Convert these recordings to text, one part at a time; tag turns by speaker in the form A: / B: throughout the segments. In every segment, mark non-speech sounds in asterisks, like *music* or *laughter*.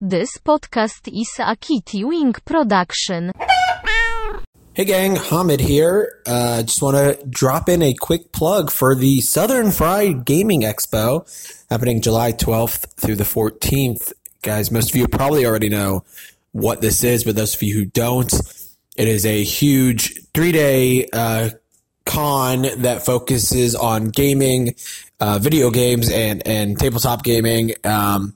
A: This podcast is a Kitty Wing production.
B: Hey gang, Hamid here. Uh, just want to drop in a quick plug for the Southern Fried Gaming Expo happening July 12th through the 14th. Guys, most of you probably already know what this is, but those of you who don't, it is a huge three day uh, con that focuses on gaming, uh, video games, and, and tabletop gaming. Um,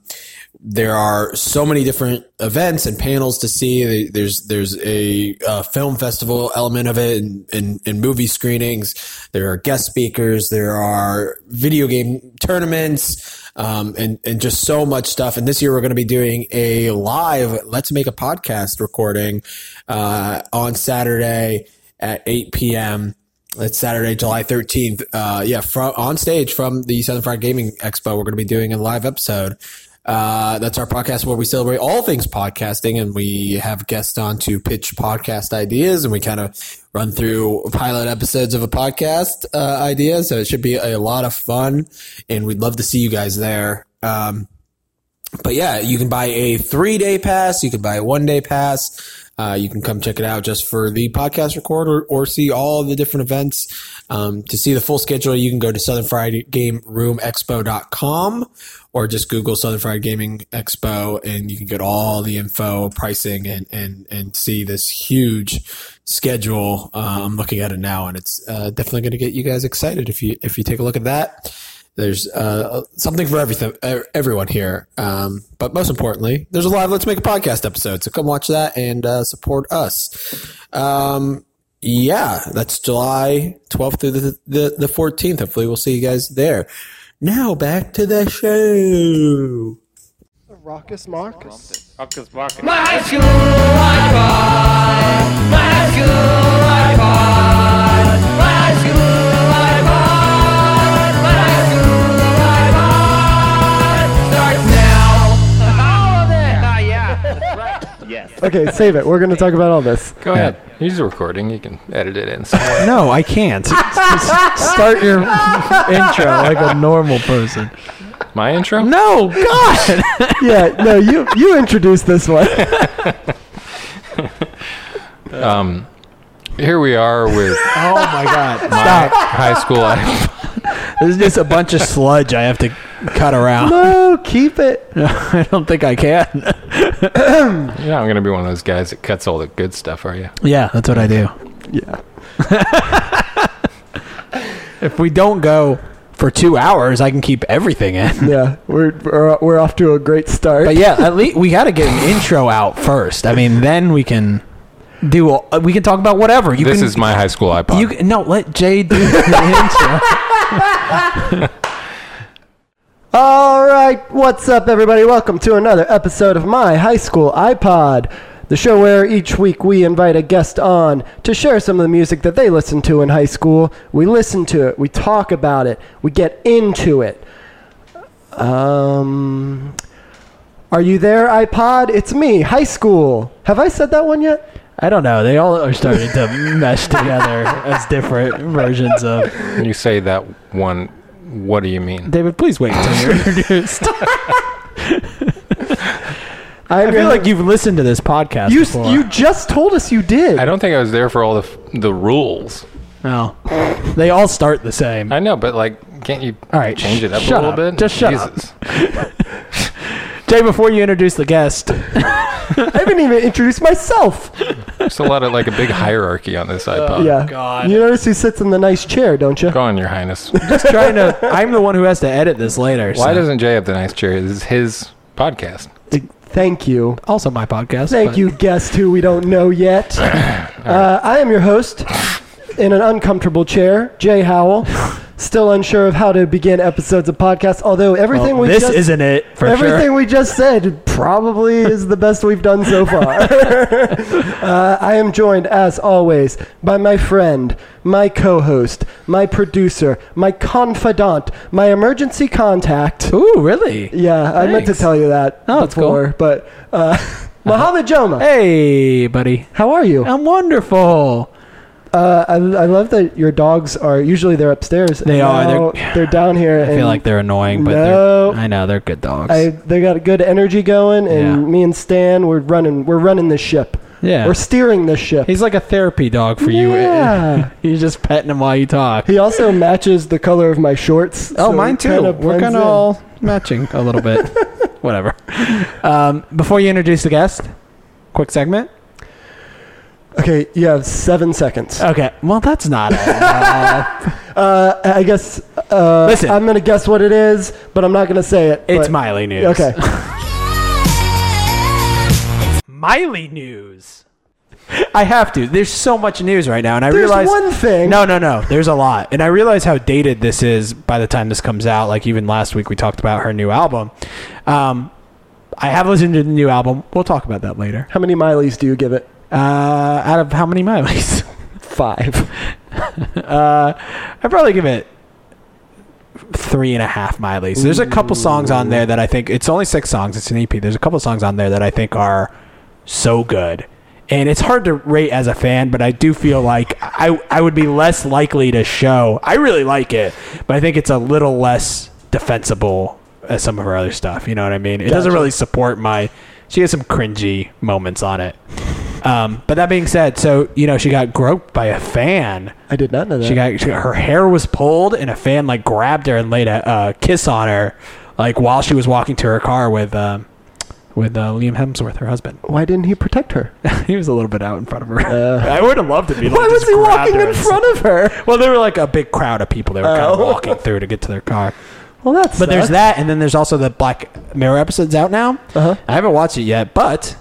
B: there are so many different events and panels to see. There's there's a uh, film festival element of it, and, and and movie screenings. There are guest speakers. There are video game tournaments, um, and and just so much stuff. And this year we're going to be doing a live "Let's Make a Podcast" recording uh, on Saturday at 8 p.m. It's Saturday, July 13th. Uh, yeah, from, on stage from the Southern Fried Gaming Expo, we're going to be doing a live episode. Uh, that's our podcast where we celebrate all things podcasting and we have guests on to pitch podcast ideas and we kind of run through pilot episodes of a podcast uh, idea. So it should be a lot of fun and we'd love to see you guys there. Um, but yeah, you can buy a three day pass, you can buy a one day pass. Uh, you can come check it out just for the podcast record or, or see all the different events. Um, to see the full schedule, you can go to Southern Fried Game Room Expo.com or just Google Southern Fried Gaming Expo and you can get all the info, pricing, and, and, and see this huge schedule. Uh, I'm looking at it now and it's uh, definitely going to get you guys excited if you, if you take a look at that there's uh, something for everything, er- everyone here. Um, but most importantly, there's a live Let's Make a Podcast episode. So come watch that and uh, support us. Um, yeah, that's July 12th through the, the, the 14th. Hopefully, we'll see you guys there. Now back to the show.
C: Raucous Marcus.
D: Marcus Marcus.
C: Okay, save it. We're going to talk about all this.
E: Go ahead. He's recording. You can edit it in somewhere.
F: No,
B: *laughs*
F: I can't. Start your intro like a normal person.
E: My intro?
F: No, *laughs* God.
C: Yeah, no, you you introduced
B: *laughs*
C: this one.
E: Here we are
F: *laughs*
E: with
F: oh my God.
E: my high school *laughs* life.
F: There's just a bunch of sludge I have to cut around.
C: No, keep it.
F: No, *laughs* I don't think I can.
E: You're not going to be one of those guys that cuts all the good stuff, are you?
F: Yeah, that's what I do.
C: Yeah.
F: If we don't go for two hours, I can keep everything in.
C: Yeah, we're we're, we're off to a great start.
F: But yeah, at least we got to get an intro out first. I mean, then we can do. All, we can talk about whatever. You
E: This
F: can,
E: is my high school iPod.
F: You can- no, let Jay do the *laughs* intro.
C: All right, what's up, everybody? Welcome to another episode of My High School iPod, the show where each week we invite a guest on to share some of the music that they listened to in high school. We listen to it, we talk about it, we get into it. Um, are you there, iPod? It's me, high school. Have I said that one yet?
F: I don't know. They all are starting to mesh together as different versions of.
E: You say that one. What do you mean?
F: David, please wait until you're introduced.
C: I'm
F: I feel like you've listened to this podcast
C: you
F: before.
C: you just told us you did.
E: I don't think I was there for all the f- the rules.
F: no. Oh. They all start the same.
E: I know, but like, can't you
F: All right,
E: change it up
F: shut
E: a little
F: up.
E: bit?
F: Just shut up.
E: Jesus.
F: Jay, before you introduce the guest,
C: I haven't even introduced
F: *laughs*
C: myself.
E: There's a lot of like a big hierarchy on this iPod.
C: yeah.
F: Oh, God.
C: You notice who sits in the nice chair, don't you?
E: Go on, Your Highness.
F: *laughs* just trying to. I'm the one who has to edit this later.
E: Why
F: so-
E: doesn't Jay have the nice chair? This is his podcast.
C: Thank you.
F: also my podcast?
C: Thank
F: but-
C: you, guest who we don't know
F: *clears throat*
C: yet. Uh, I am your host in an uncomfortable chair, Jay
F: *sighs*
C: Howell. Still unsure of how to begin episodes of podcasts, although everything
F: Well,
C: we
F: this
C: just,
F: isn't it for
C: everything
F: sure.
C: we just said probably is the best we've done so far.
F: *laughs*
C: *laughs* uh, I am joined, as always, by my friend, my co-host, my producer, my confidant, my emergency contact.
F: Ooh, really?
C: Yeah, I meant to
F: Thanks.
C: tell you that
F: Oh, that's cool.
C: before, but
F: *laughs*
C: uh, Mohammed Joma,
F: Hey, buddy.
C: how are you?
F: I'm wonderful.
C: Uh, I, I love that your dogs are usually they're upstairs.
F: They are, they're-
C: Now They're, down here.
F: I feel like they're annoying, but
C: No.
F: they're, I know they're good dogs.
C: I, they got a good energy going, and
F: Yeah.
C: me and Stan, we're running. We're running this ship.
F: yeah,
C: We're steering this ship.
F: he's like a therapy dog for you. *laughs*
C: Yeah.
F: You're just petting him while you
C: *laughs*
F: talk.
C: he also matches the color of my shorts. so
F: Oh, mine
C: it kinda
F: too. We're
C: blends
F: kind
C: in.
F: of all matching a
C: *laughs*
F: little bit. Whatever. Um, before you introduce the guest, quick segment.
C: Okay, you have seven seconds.
F: Okay. Well, that's not. A,
C: Uh, I guess. Uh,
F: Listen.
C: I'm gonna guess what it is, but I'm not gonna say it.
F: *laughs* it's
C: but-
F: Miley news.
C: Okay.
F: Miley news. *laughs* I have to. There's so much news right now, and I
C: There's
F: realize
C: one thing.
F: No, no, no. There's a lot, and I realize how dated this is by the time this comes out. Like even last week, we talked about her new album. Um, I have listened to the new album. We'll talk about that later.
C: How many Mileys do you give it?
F: Uh, out of how many Mileys?
C: *laughs* Five.
F: *laughs* uh, I probably give it three and a half Mileys. There's a couple songs on there that I think it's only six songs. It's an EP. There's a couple songs on there that I think are so good, and it's hard to rate as a fan. But I do feel like I I would be less likely to show. I really like it, but I think it's a little less defensible as some of her other stuff. You know what I mean? It doesn't
C: Gotcha.
F: really support my. She has some cringy moments on it. Um, but that being said, so you know she got groped by a fan.
C: I did not know that.
F: She got, she got her hair was pulled, and a fan like grabbed her and laid a uh, kiss on her, like while she was walking to her car with um, with uh, Liam Hemsworth, her husband.
C: Why didn't he protect her?
F: *laughs* he was a little bit out in front of her. *laughs*
C: Uh.
F: I would have loved to be. Like,
C: Why was
F: just
C: he
F: grabbed
C: walking
F: her
C: in
F: and-
C: front of her?
F: Well, there were like a big crowd of people. They were kind of
C: Oh.
F: walking through to get to their *laughs* car.
C: Well, that's.
F: But there's that, and then there's also the Black Mirror episodes out now.
C: Uh-huh.
F: I haven't watched it yet, but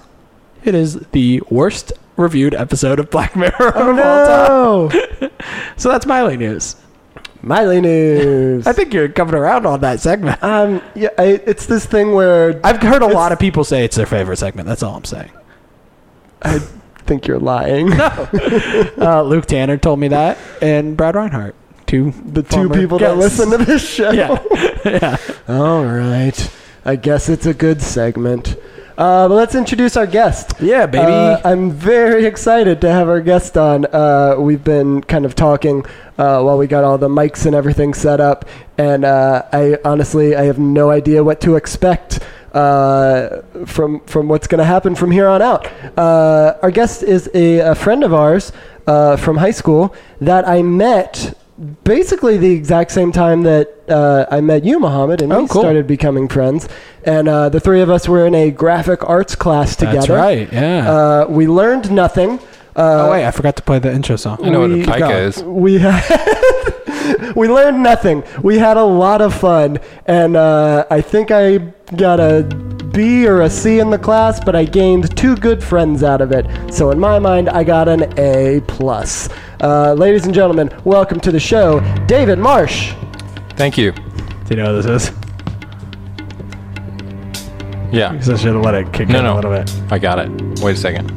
F: it is the worst reviewed episode of Black Mirror of all time.
C: Oh, No.
F: So that's Miley news. *laughs*
C: Miley news.
F: I think you're coming around on that segment.
C: Um, yeah, I, it's this thing where I
F: I've heard a
C: It's-
F: lot of people say it's their favorite segment. That's all I'm saying.
C: think you're lying.
F: Uh, Luke Tanner told me that, and Brad Reinhart, two
C: the two people that listen to this show.
F: *laughs* Yeah, yeah.
C: *laughs* All right. I guess it's a good segment. Uh, but let's introduce our guest.
F: Yeah, baby.
C: Uh, I'm very excited to have our guest on. Uh, we've been kind of talking uh, while we got all the mics and everything set up, and uh, I honestly I have no idea what to expect uh, from from what's going to happen from here on out. Uh, our guest is a, a friend of ours uh, from high school that I met. Basically, the exact same time that uh, I met you, Mohammed, and
F: Oh,
C: we
F: cool.
C: started becoming friends. And uh, the three of us were in a graphic arts class together.
F: That's right. Yeah.
C: Uh, we learned nothing. Uh,
F: Ah. oh wait, I forgot to play the intro song.
E: I know what a
C: we-
E: pica
F: God.
E: is.
C: we had, *laughs* we learned nothing. We had a lot of fun, and uh, I think I got a B or a C in the class, but I gained two good friends out of it. So in my mind, I got an A plus. Uh, ladies and gentlemen, welcome to the show, David Marsh.
E: Thank you.
F: Do you know what this is?
E: Yeah.
F: I should have let it kick
E: No,
F: in
E: no.
F: a little bit.
E: I got it. Wait a second.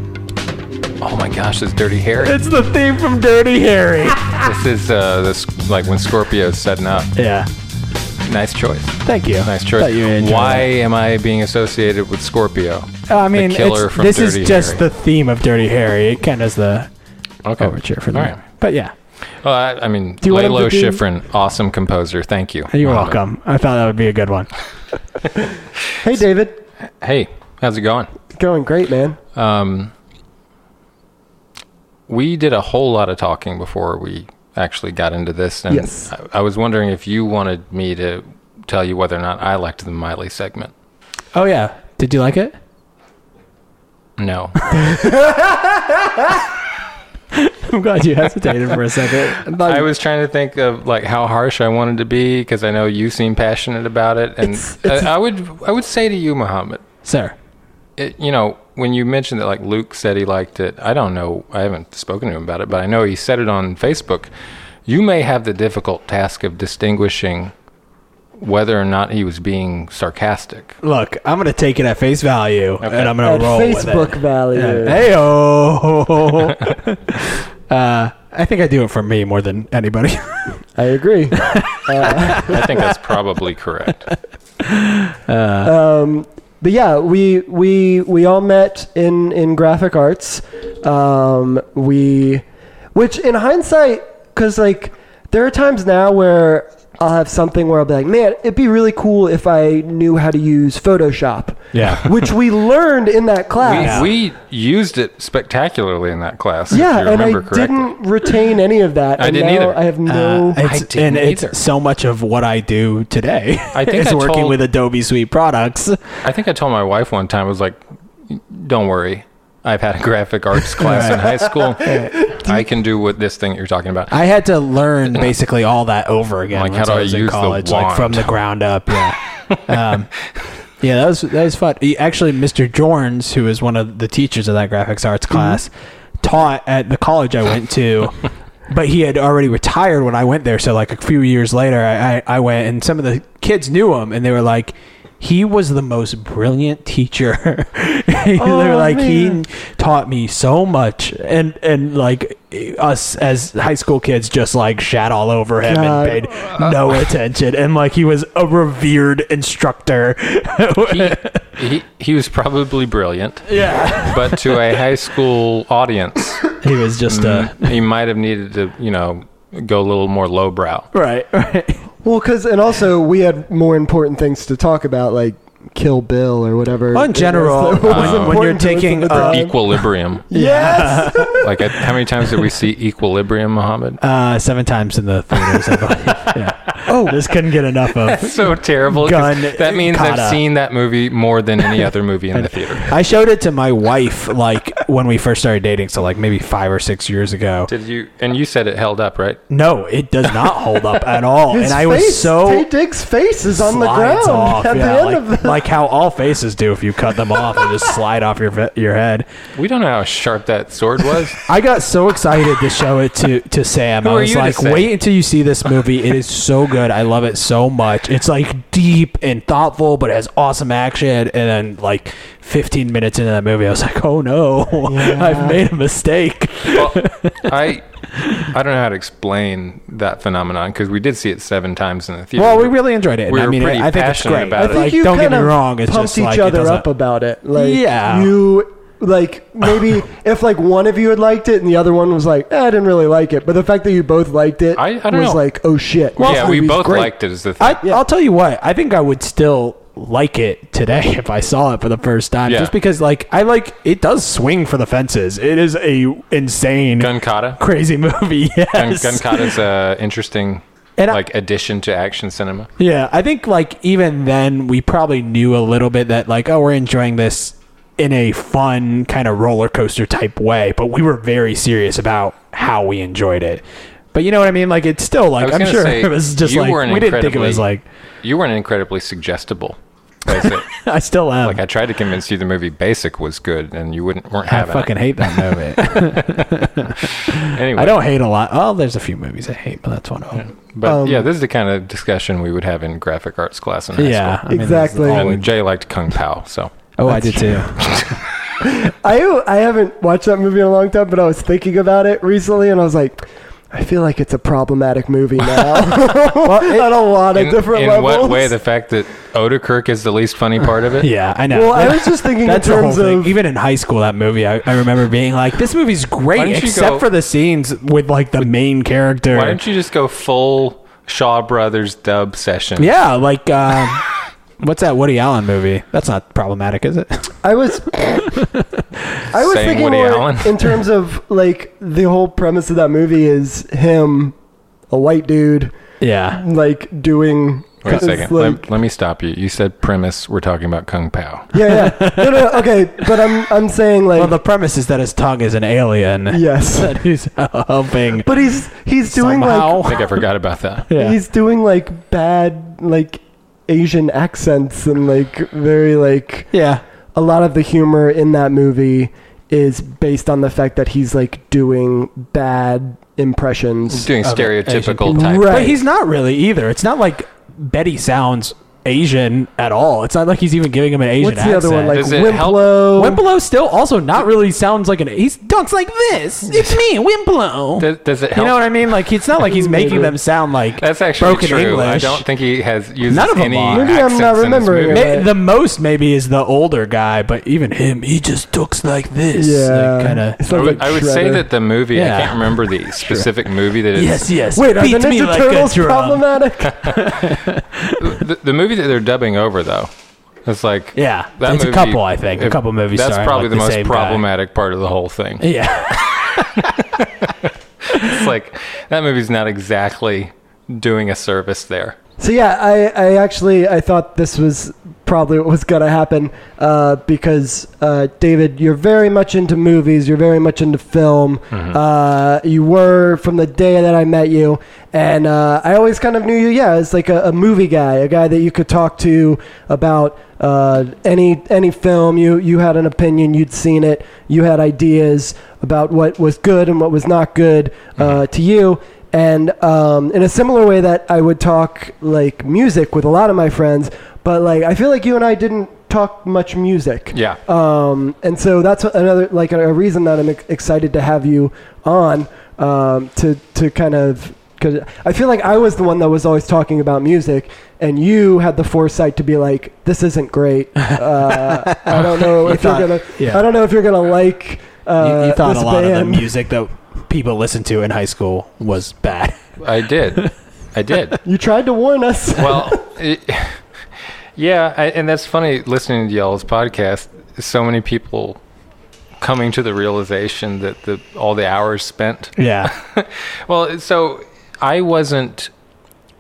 E: Oh my gosh, this dirty
F: *laughs*
E: hair.
F: It's the theme from Dirty Harry.
E: This is uh, this like when Scorpio's setting up.
F: *laughs* yeah.
E: Nice choice.
F: Thank you.
E: Nice
F: Thought
E: choice.
F: you would enjoy
E: Why am I being associated with Scorpio?
F: that. I mean,
E: the killer
F: it's-
E: from
F: this
E: Dirty
F: is just
E: Harry.
F: the theme of Dirty Harry. It kind of is the
E: Okay.
F: overture for the
E: All right.
F: But yeah,
E: Well, I, I mean,
F: you want him
E: Lalo
F: to do-
E: Schifrin, awesome composer. Thank you. Um,
F: you're
E: Mohammed.
F: welcome. I thought that would be a good one.
C: Hey, David.
E: Hey, how's it going?
C: Going great, man.
E: Um, we did a whole lot of talking before we actually got into this, and
C: Yes.
E: I, I was wondering if you wanted me to tell you whether or not I liked the Miley segment.
F: Oh yeah. Did you like it?
C: *laughs*
E: No,
F: *laughs* I'm glad you hesitated for a second.
E: I was trying to think of like how harsh I wanted to be because I know you seem passionate about it, and
C: It's- it's-
E: I, I would I would say to you, Muhammad,
F: Sir.
E: it, you know, when you mentioned that, like Luke said he liked it, I don't know. I haven't spoken to him about it, but I know he said it on Facebook. You may have the difficult task of distinguishing whether or not he was being sarcastic.
F: Look, I'm gonna take it at face value, and I'm gonna
C: At
F: roll
C: Facebook
F: with it.
C: value.
F: Hey oh. *laughs* uh, I think I do it for me more than anybody.
C: I agree.
E: I think
C: *laughs*
E: that's probably correct.
C: um, but yeah, we we we all met in in graphic arts. Um, we Which, in hindsight, because like there are times now where I'll have something where I'll be like, man, it'd be really cool if I knew how to use Photoshop.
F: Yeah.
C: *laughs* Which we learned in that class.
E: We, we used it spectacularly in that class.
C: yeah,
E: if you
C: and I
E: remember correctly.
C: didn't retain any of that.
E: I
C: and now
E: didn't either.
C: I have no.
F: *laughs* Uh, it's-
E: I didn't
F: and it's
E: either.
F: so much of what I do today.
E: I think
F: is
E: I
F: working
E: told-
F: with Adobe Suite products.
E: I think I told my wife one time, I was like, don't worry. I've had a
C: *laughs*
E: graphic arts class in high school. I can do what this thing that you're talking about.
F: I had
E: *laughs*
F: to learn basically all that over again
E: Like,
F: like
E: how do
F: I
E: I
F: was in
E: use the
F: college, like from
E: wand?
F: the ground up. Yeah,
E: *laughs*
F: um, yeah, that was that was fun. He- Actually, Mr. Jorns, who is one of the teachers of that graphics arts
E: Mm-hmm.
F: class, taught at the college I
E: *laughs*
F: went to. But he had already retired when I went there, so like a few years later, I, I, I went, and some of the kids knew him, and they were like, "He was the most brilliant teacher." *laughs* they were
C: Oh,
F: like, "He
C: man.
F: taught me so much and and like us as high school kids just like shat all over him
C: God.
F: and paid *laughs* no attention and like he was a revered instructor
E: he, he was probably brilliant,
F: yeah
E: but to a high school audience, mm,
F: he was *laughs* just uh, a
E: he might have needed to, you know, go a little more lowbrow.
F: *laughs* right right
C: Well, because and also we had more important things to talk about, like Kill Bill or whatever.
F: Well, in
C: it was
F: general,
C: that was
E: uh, when
C: important
F: you're
C: to us at the
F: taking, uh,
C: time.
F: *laughs*
E: Equilibrium.
C: yes,
E: like, I- how many times did we see Equilibrium,
F: *laughs*
E: Mohammed?
F: uh seven times in the theaters I *laughs* believe. yeah. oh just couldn't get enough of
E: so terrible. 'cause
F: Gun
E: that means
F: kata.
E: I've seen that movie more than any other movie in the theater.
F: *laughs* I showed it to my wife like when we first started dating so like maybe 5 or 6 years ago
E: Did you? And you said it held up, right?
F: no it does not hold up *laughs* at all
C: *laughs* His
F: and I
C: face,
F: was so
C: Tay Diggs' face is on the
F: slides
C: ground
F: off,
C: at
F: yeah,
C: the end
F: like,
C: of the. *laughs*
F: like how all faces do if you cut them off and just slide off your ve- your head.
E: We don't know how sharp that sword was.
F: *laughs* I got so excited to show it to to Sam.
E: Who
F: I
E: are
F: was
E: you to
F: like,
E: say?
F: wait until you see this movie. It is so good. I love it so much. It's like deep and thoughtful, but it has awesome action. And then like 15 minutes into that movie, I was like, oh no, *laughs* I've made a mistake.
E: well, I I don't know how to explain that phenomenon because we did see it seven times in the theater.
F: Well, we really enjoyed it.
E: We
F: I
E: were
F: mean,
E: pretty
F: I think it's
E: passionate
F: great.
E: about
F: I
E: it.
F: think
E: Like,
F: don't get
C: kind
F: me
C: of
F: wrong. It's
C: pumped
F: just
C: each
F: like it
C: other
F: doesn't-
C: up about it. Like
F: Yeah.
C: you
F: *laughs*
C: like maybe if like one of you had liked it and the other one was like, eh, I didn't really like it, but the fact that you both liked it
E: I- I don't
C: was
E: know.
C: like, oh shit.
E: yeah,
C: this
E: we
C: movie's
E: both
C: great.
E: liked it. Is the thing.
F: I, I'll tell you what. I think I would still like it today *laughs* if I saw it for the first time,
E: Yeah.
F: just because like I like it does swing for the fences. It is a insane,
E: Gun kata.
F: *laughs* crazy movie. *laughs*
E: Gun,
F: Yes.
E: gun kata is an interesting
F: *laughs* And I-
E: like addition to action cinema.
F: Yeah, I think like even then we probably knew a little bit that like oh we're enjoying this in a fun kind of roller coaster type way, but we were very serious about how we enjoyed it. But you know what I mean? Like it's still like
E: was
F: I'm
E: gonna
F: sure
E: say,
F: *laughs* it was just
E: you
F: like
E: were an
F: we didn't think it was like
E: incredibly- You weren't incredibly suggestible. That's it. *laughs*
F: *laughs* I still am.
E: like I tried to convince you the movie Basic was good, and you wouldn't weren't
F: I
E: having
F: fucking hate that movie. *laughs*
E: it. Anyway,
F: I don't hate a lot. Oh, there's a few movies I hate, but that's one of them.
E: But
C: um,
E: yeah, this is the kind of discussion we would have in graphic arts class in high
F: Yeah,
E: school.
F: I mean, there's
C: Exactly.
F: all-
E: And Jay liked Kung Pao, so
F: oh, I did too.
C: I I haven't watched that movie in a long time, but I was thinking about it recently, and I was like, I feel like it's a problematic movie now *laughs*
F: *laughs*
C: on a lot of
E: in,
C: different
E: in
C: levels.
E: what way the fact that Odekirk is the least funny part of it?
F: *laughs* *laughs* Yeah, I know.
C: well, I was just thinking in
F: *laughs* that's the whole
C: terms
F: thing.
C: of
F: Even in high school, that movie, I, I remember being like, "This movie's
E: Why
F: great,
E: don't you
F: except
E: go-
F: for the scenes with like the main character."
E: Why don't you just go full Shaw Brothers dub session?
F: Yeah,
E: *laughs*
F: like um, what's that Woody Allen movie? That's not problematic, is it?
C: I was I was
E: Saying
C: thinking
E: Woody
C: more
E: Allen.
C: in terms of like the whole premise of that movie is him, a white dude,
F: Yeah.
C: like doing.
E: Wait a second.
C: it's like-
E: let, let me stop you. You said premise. We're talking about Kung Pao.
C: yeah,
E: *laughs*
C: yeah. No, no, no, okay, but I'm I'm saying like
F: *laughs* Well, the premise is that his tongue is an
C: *laughs*
F: alien.
C: yes,
F: *laughs* That he's helping.
C: but he's he's doing
F: somehow.
E: I think I forgot about
F: *laughs*
E: that.
F: yeah.
C: He's doing like bad like Asian accents and like very like
F: yeah.
C: a lot of the humor in that movie is based on the fact that he's like doing bad impressions.
E: Doing
F: Of Asian
E: stereotypical
F: people.
E: type.
C: Right.
F: But he's not really either. It's not like Betty sounds Asian at all. It's not like he's even giving him an Asian
C: What's the other one like?
E: Does it help-
C: Wimplo.
F: Wimplow still also not really sounds like an he's dunks like this. It's me, Wimplow.
E: Does, does it help?
F: you know what I mean? Like it's not
E: *laughs*
F: like he's making them sound like
E: That's actually
F: broken
E: true.
F: English.
E: I don't think he has used
F: None of them
E: any
F: are.
C: Maybe I'm
E: accents
C: not
E: in this
C: remembering
E: movie.
C: it.
F: May- the most maybe is the older guy, but even him, he just looks like this.
C: Yeah.
F: kind of.
C: It
E: I
C: sounds
E: would,
C: like
E: I would say
C: Shredder.
E: that the movie,
F: Yeah.
E: I can't remember the specific movie that is
F: Yes, yes.
C: Wait, are
F: beat
C: the
F: me
C: Ninja
F: like a
C: Turtles
F: drum.
C: problematic?
E: the, the movie that they're dubbing over though it's like
F: Yeah,
E: that
F: it's a
E: movie-
F: couple, I think, a
E: if-
F: couple movies
E: that's
F: starring,
E: probably
F: like,
E: the,
F: the
E: most
F: same guy.
E: problematic part of the whole thing
F: Yeah,
E: it's like that movie's not exactly doing a service there
C: so yeah, I, I actually I thought this was probably what was gonna happen uh, because uh, David, you're very much into movies, you're very much into film. Uh, you were from the day that I met you, and uh, I always kind of knew you. Yeah, as like a, a movie guy, a guy that you could talk to about uh, any any film. You you had an opinion, you'd seen it, you had ideas about what was good and what was not good uh, to you. And um, in a similar way that I would talk like music with a lot of my friends, but like I feel like you and I didn't talk much music.
E: yeah
F: Uh,
C: Um, and so that's another like a reason that I'm ex- excited to have you on um, to to kind of because I feel like I was the one that was always talking about music, and you had the foresight to be like, "This isn't
F: *laughs*
C: great. Uh, I don't know if
F: thought-
C: you're gonna.
F: yeah.
C: I don't know if you're gonna like." Uh,
F: you, you thought a
C: this
F: lot
C: band.
F: of the music that people listened to in high school was bad.
E: i did i did
C: You tried to warn us.
E: well it, yeah I, and that's funny listening to y'all's podcast so many people coming to the realization that the all the hours spent
F: *laughs*
E: *laughs*
F: Yeah,
E: well, so I wasn't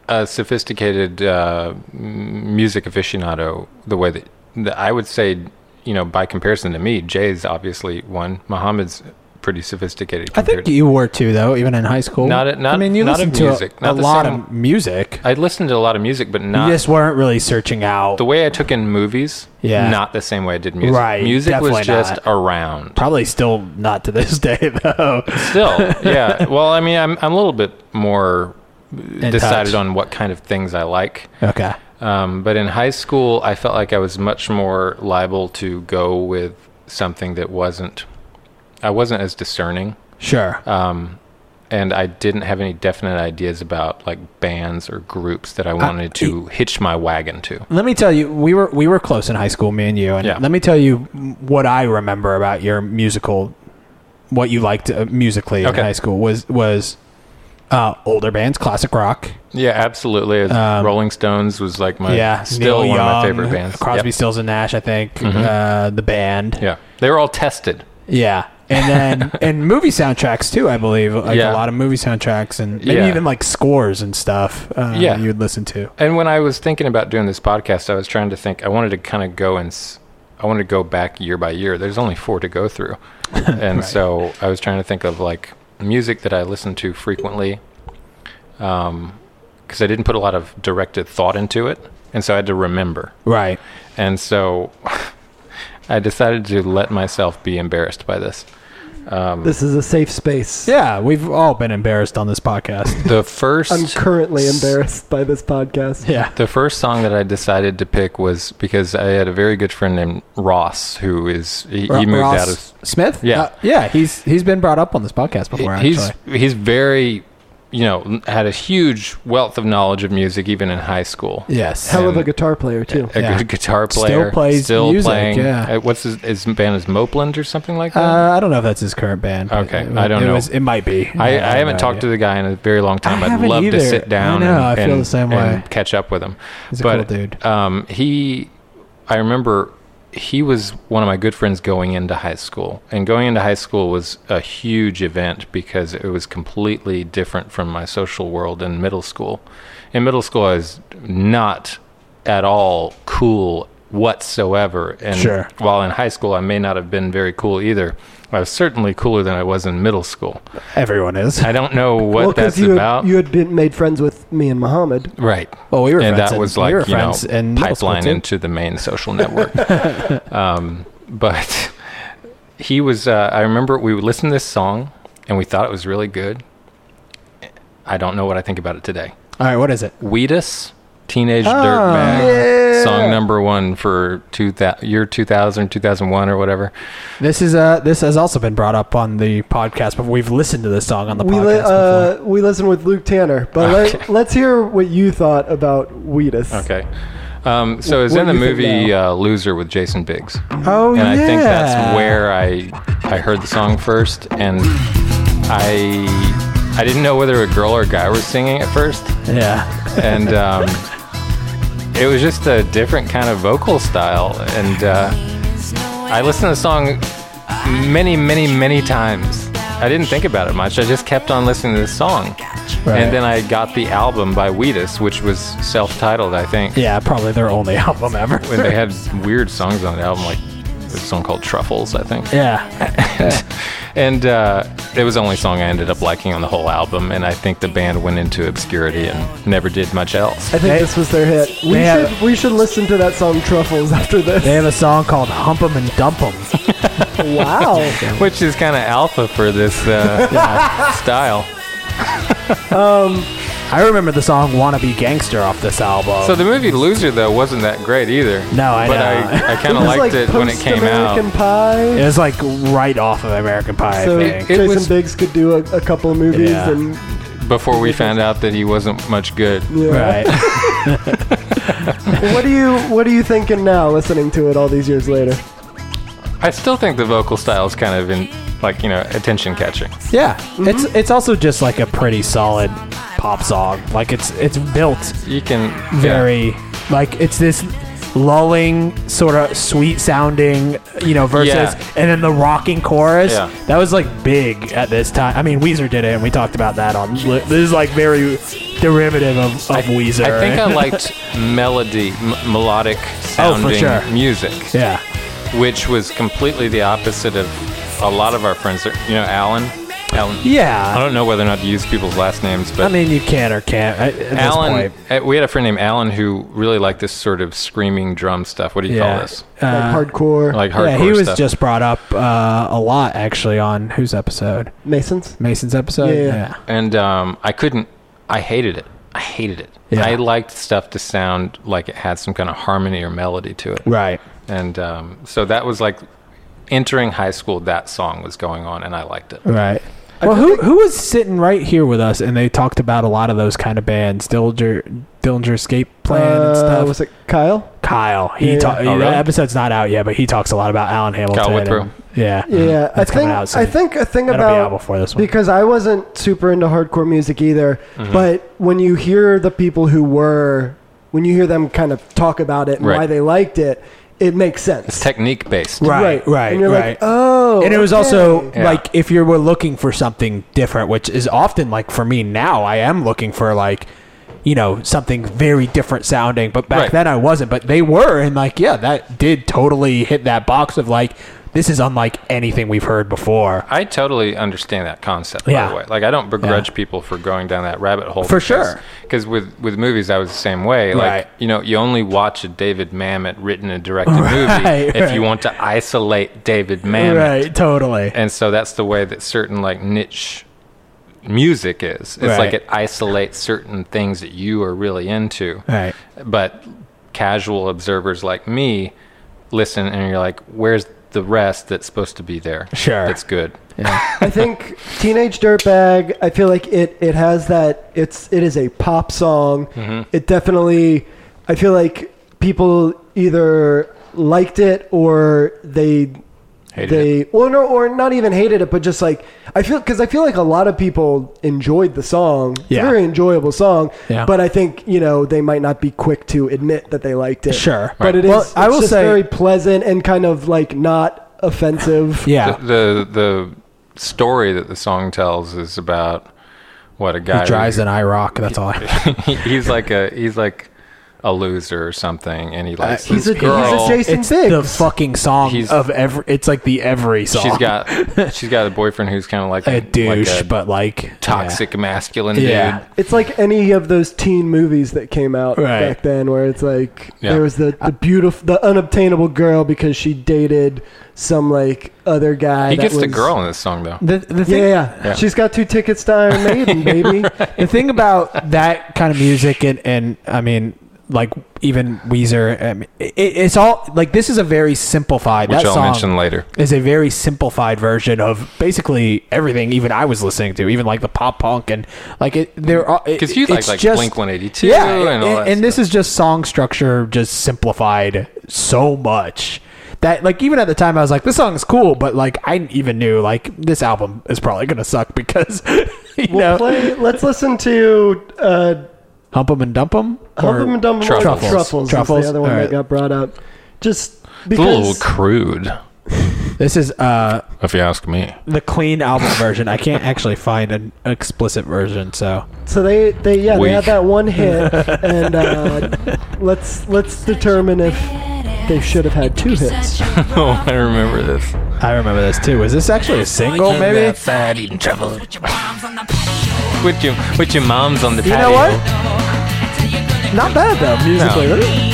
E: a sophisticated uh, m- music aficionado the way that, that I would say, you know, by comparison to me, Jay's obviously one. Muhammad's pretty sophisticated.
F: I
E: Compared
F: think you were too, though, even in high school.
E: Not at- not-
F: I mean, you
E: not
F: listened
E: of
F: to
E: music,
F: a, a
E: not the
F: lot
E: same-
F: of music.
E: I listened to a lot of music, but not
F: you just weren't really searching out.
E: the way I took in movies.
F: Yeah.
E: not the same way I did music.
F: Right,
E: music
F: definitely
E: was just
F: not.
E: around.
F: Probably still not to this *laughs* day, though.
E: Still,
F: *laughs*
E: yeah. Well, I mean, I'm I'm a little bit more decided
F: touch.
E: on what kind of things I like.
F: Okay.
E: Um, but in high school, I felt like I was much more liable to go with something that wasn't. I wasn't as discerning,
F: Sure.
E: um, and I didn't have any definite ideas about like bands or groups that I
F: Uh,
E: wanted to hitch my wagon to.
F: let me tell you, we were we were close in high school, me and you, and
E: Yeah.
F: let me tell you what I remember about your musical, what you liked uh, musically
E: Okay.
F: in high school was was uh, older bands, classic rock.
E: Yeah, absolutely. As
F: Um,
E: Rolling Stones was like my
F: yeah,
E: still
F: Neil
E: one of my
F: Young,
E: favorite bands.
F: Crosby,
E: Yep. Mm-hmm.
F: Stills and Nash, I think. Uh, the band.
E: Yeah, they were all tested.
F: Yeah. And
E: *laughs*
F: then and movie soundtracks too, I believe. Like
E: Yeah.
F: a lot of movie soundtracks and maybe
E: Yeah.
F: even like scores and stuff. Uh,
E: Yeah.
F: you'd listen to.
E: And when I was thinking about doing this podcast, I was trying to think. I wanted to kind of go and s- I wanted to go back year by year. There's only four to go through, and so I was trying to think of like music that I listened to frequently, because I didn't put a lot of directed thought into it, and so I had to remember.
F: Right.
E: And so *laughs* I decided to let myself be embarrassed by this.
C: this is a safe space.
F: Yeah, we've all been embarrassed on
E: *laughs*
F: this podcast.
E: The 1st
C: I'm currently embarrassed by this podcast.
F: yeah.
E: The first song that I decided to pick was because I had a very good friend named Ross who is he, he moved
F: Ross
E: out of
F: Smith.
E: Yeah.
F: Uh, yeah. He's he's been brought up on this podcast before.
E: he's
F: actually.
E: he's very you know had a huge wealth of knowledge of music even in high school.
F: yes.
C: Hell of a
E: And-
C: guitar player too.
E: A
F: Yeah.
E: good guitar
F: Still
E: player,
F: plays music, yeah.
E: Uh, what's his, his band is Mopeland or something like that.
F: Uh, I don't know if that's his current band. but
E: Okay,
F: it-
E: I don't
F: it
E: know.
F: Was, it might be.
E: *laughs* I, I haven't talked to the guy in a very long time. I would
F: haven't
E: love
F: either.
E: to sit down
F: I know,
E: and,
F: I feel
E: and-
F: the same
E: and
F: way.
E: catch up with him.
F: He's a
E: but
F: cool dude.
E: Um, he, I remember he was one of my good friends going into high school, and going into high school was a huge event because it was completely different from my social world in middle school. In middle school, I was not at all cool whatsoever, and
F: Sure.
E: while in high school, I may not have been very cool either. I was certainly cooler than I was in middle school. *laughs*
F: Everyone is.
E: I don't know what
C: well,
E: that's
C: you
E: about.
C: Had, you had been made friends with me and Muhammad.
E: right.
F: Well, we were
E: and
F: friends.
E: that
F: in-
E: was
F: we
E: like,
F: were
E: you know,
F: friends in middle school,
E: pipeline
F: too.
E: into the main social network. um, but *laughs* he was, uh, I remember we would listen to this song and we thought it was really good. I don't know what I think about it today.
F: All right, what is it?
E: Weedus, Teenage Dirtbag, song number one for two thou- year 2000, 2001 or whatever.
F: This is uh this has also been brought up on the podcast before. We've listened to this song on the
C: We,
F: podcast
C: li-
F: before.
C: uh, we listen with Luke Tanner, but let,
E: Okay.
C: let's hear what you thought about Wheatus.
E: Okay. Um, so it's
C: What
E: in
C: do
E: the
C: you think
E: movie uh, Loser with Jason Biggs.
F: Oh
E: and
F: yeah.
E: I think that's where I I heard the song first, and I I didn't know whether a girl or a guy was singing at first,
F: Yeah.
E: and
F: *laughs*
E: um, it was just a different kind of vocal style. And uh, I listened to the song many, many, many times. I didn't think about it much. I just kept on listening to the song,
F: Right.
E: and then I got the album by Wheatus, which was self-titled, I think.
F: Yeah, probably their only *laughs* album ever.
E: When they had weird songs on the album, like there's a song called Truffles, I think.
F: yeah.
E: *laughs* And uh, it was the only song I ended up liking on the whole album, and I think the band went into obscurity and never did much else.
C: I think this was their hit. We
F: They have-
C: should, we should listen to that song Truffles after this.
F: They have a song called Hump 'em and Dump 'em.
C: *laughs* Wow.
E: Which is kind of alpha for this
F: *laughs*
E: uh, style.
F: I remember the song Wannabe Gangster off this album.
E: So the movie Loser, though, wasn't that great either.
F: No, I
E: But
F: know.
E: I,
F: *laughs*
E: I kind of liked it when it came
C: American
E: out.
C: Pie.
F: it was like right off of American Pie,
C: So
F: I think.
E: It
C: Jason
E: was-
C: Biggs could do a, a couple of movies
F: Yeah.
C: and
E: Before we found out that he wasn't much good.
C: yeah.
F: right.
C: what do you what are you thinking now listening to it all these years later?
E: I still think the vocal style is kind of in, like, you know, attention catching.
F: *laughs* yeah. It's it's also just like a pretty solid pop song. Like it's it's built
E: You can. yeah.
F: very like it's this lulling sort of sweet sounding you know verses
E: Yeah.
F: and then the rocking chorus
E: Yeah.
F: that was like big at this time i mean weezer did it and we talked about that on li- this is like very derivative of, of weezer
E: I think I
F: *laughs*
E: liked melody, m- melodic sounding
F: Oh, sure.
E: music.
F: yeah
E: which was completely the opposite of a lot of our friends. Are, you know, Alan. Alan. I
F: yeah
E: don't know whether or not to use people's last names, but
F: i mean you can or can't at, at this
E: Alan.
F: point
E: uh, We had a friend named Alan who really liked this sort of screaming drum stuff. What do you
F: yeah
E: call this?
F: Uh,
C: like hardcore
E: Like hardcore
F: yeah, he was
E: stuff.
F: just brought up uh, a lot actually on whose episode?
C: Masons.
F: Mason's episode.
C: Yeah, yeah.
E: and um, I couldn't. I hated it. I hated it.
F: Yeah.
E: I liked stuff to sound like it had some kind of harmony or melody to it.
F: right.
E: And um, so that was like entering high school. That song was going on, and I liked it.
F: Right. Well, who who was sitting right here with us, and they talked about a lot of those kind of bands, Dillinger, Dillinger Escape Plan and
C: Uh,
F: stuff.
C: was it Kyle?
F: Kyle, he
C: Yeah.
F: ta-
E: Oh, really?
F: that episode's not out yet, but he talks a lot about Alan Hamilton.
E: Withrow.
F: and- yeah,
C: Yeah, I
F: That's coming
C: think
F: out soon.
C: I think a thing
F: That'll be out
C: about
F: before this one. Mm-hmm.
C: because I wasn't super into hardcore music either. But when you hear the people who were, when you hear them kind of talk about it and
E: Right.
C: why they liked it, it makes sense.
E: It's technique based.
F: right, right,
C: And you're
F: right.
C: like, oh,
F: and it was
C: okay.
F: also
E: Yeah.
F: like if you were looking for something different, which is often like for me now, I am looking for like you know something very different sounding. But back
E: Right.
F: then I wasn't. But they were, and like yeah, that did totally hit that box of like this is unlike anything we've heard before.
E: I totally understand that concept. By
F: Yeah.
E: the way, like I don't begrudge
F: Yeah.
E: people for going down that rabbit hole
F: For sure.
E: Because with with movies, I was the same way. Like
F: Right.
E: you know, you only watch a David Mamet written and directed
F: *laughs* Right,
E: movie if you
F: right.
E: want to isolate David Mamet.
F: Right, totally.
E: And so that's the way that certain like niche music is. It's like
F: Right.
E: it isolates certain things that you are really into.
F: Right.
E: But casual observers like me listen and you're like, where's the rest that's supposed to be there?
F: Sure.
E: That's good.
C: I think Teenage Dirtbag. I feel like it. It has that. It's it is a pop song.
F: Mm-hmm.
C: It definitely. I feel like people either liked it or they
E: Hated
C: they or no or not even hated it, but just like I feel because I feel like a lot of people enjoyed the song. It's a
F: Yeah.
C: very enjoyable song.
F: Yeah.
C: But I think you know they might not be quick to admit that they liked it.
F: Sure.
C: But it is.
F: Well,
C: I will say very pleasant and kind of like not offensive.
F: *laughs* Yeah.
E: the the the story that the song tells is about what a guy
F: He drives an IROC. That's all. I,
E: he- *laughs* he's like a he's like a loser or something, and he
F: Uh,
E: likes
C: he's
E: this
C: a- he's a
E: girl.
C: Jason-
F: it's
C: Biggs.
F: the fucking song
E: He's-
F: of every. It's like the every song.
E: she's got she's got a boyfriend who's kind of like
F: a
E: like
F: douche,
E: a
F: but like yeah.
E: toxic masculine
F: Yeah.
E: dude.
C: It's like any of those teen movies that came out
F: Right.
C: back then, where it's like
E: Yeah.
C: there was the the beautiful, the unobtainable girl because she dated some like other guy.
E: He
C: that
E: gets the
C: was-
E: girl in this song though.
F: The, the
C: Yeah,
F: thing,
C: yeah, yeah.
E: Yeah.
C: She's got two tickets to Iron Maiden, baby.
F: the thing about that kind of music and, and I mean like even Weezer. Um, it, it's all like this is a very simplified.
E: which
F: that
E: I'll
F: song
E: mention later.
F: is a very simplified version of basically everything. Even I was listening to, even like the pop punk and like it. There are
E: Because you like like Blink One Eighty Two
F: yeah,
E: and all that.
F: this is just song structure just simplified so much that like even at the time I was like, this song is cool, but like I even knew like this album is probably gonna suck *laughs* because you
C: We'll
F: know
C: play. Let's listen to uh,
F: hump 'em and dump 'em.
C: Hump 'em and Dump 'em.
E: Truffles.
C: Truffles. Truffles.
F: Truffles.
C: Is the other one
F: All right.
C: that got brought up. Just
E: it's a little
C: because
E: crude,
F: This is uh
E: if you ask me. *laughs*
F: the clean album version. I can't actually find an explicit version, so
C: so they they yeah they had
E: Weak.
C: that one hit
E: *laughs*
C: and uh, let's let's determine if they should have had two hits.
E: Oh, I remember this.
F: I remember this too. Was this actually a single? Maybe.
E: outside eating trouble with your with your mom's on the
F: You
E: patio.
F: know what? Not bad though musically.
E: No.
F: really.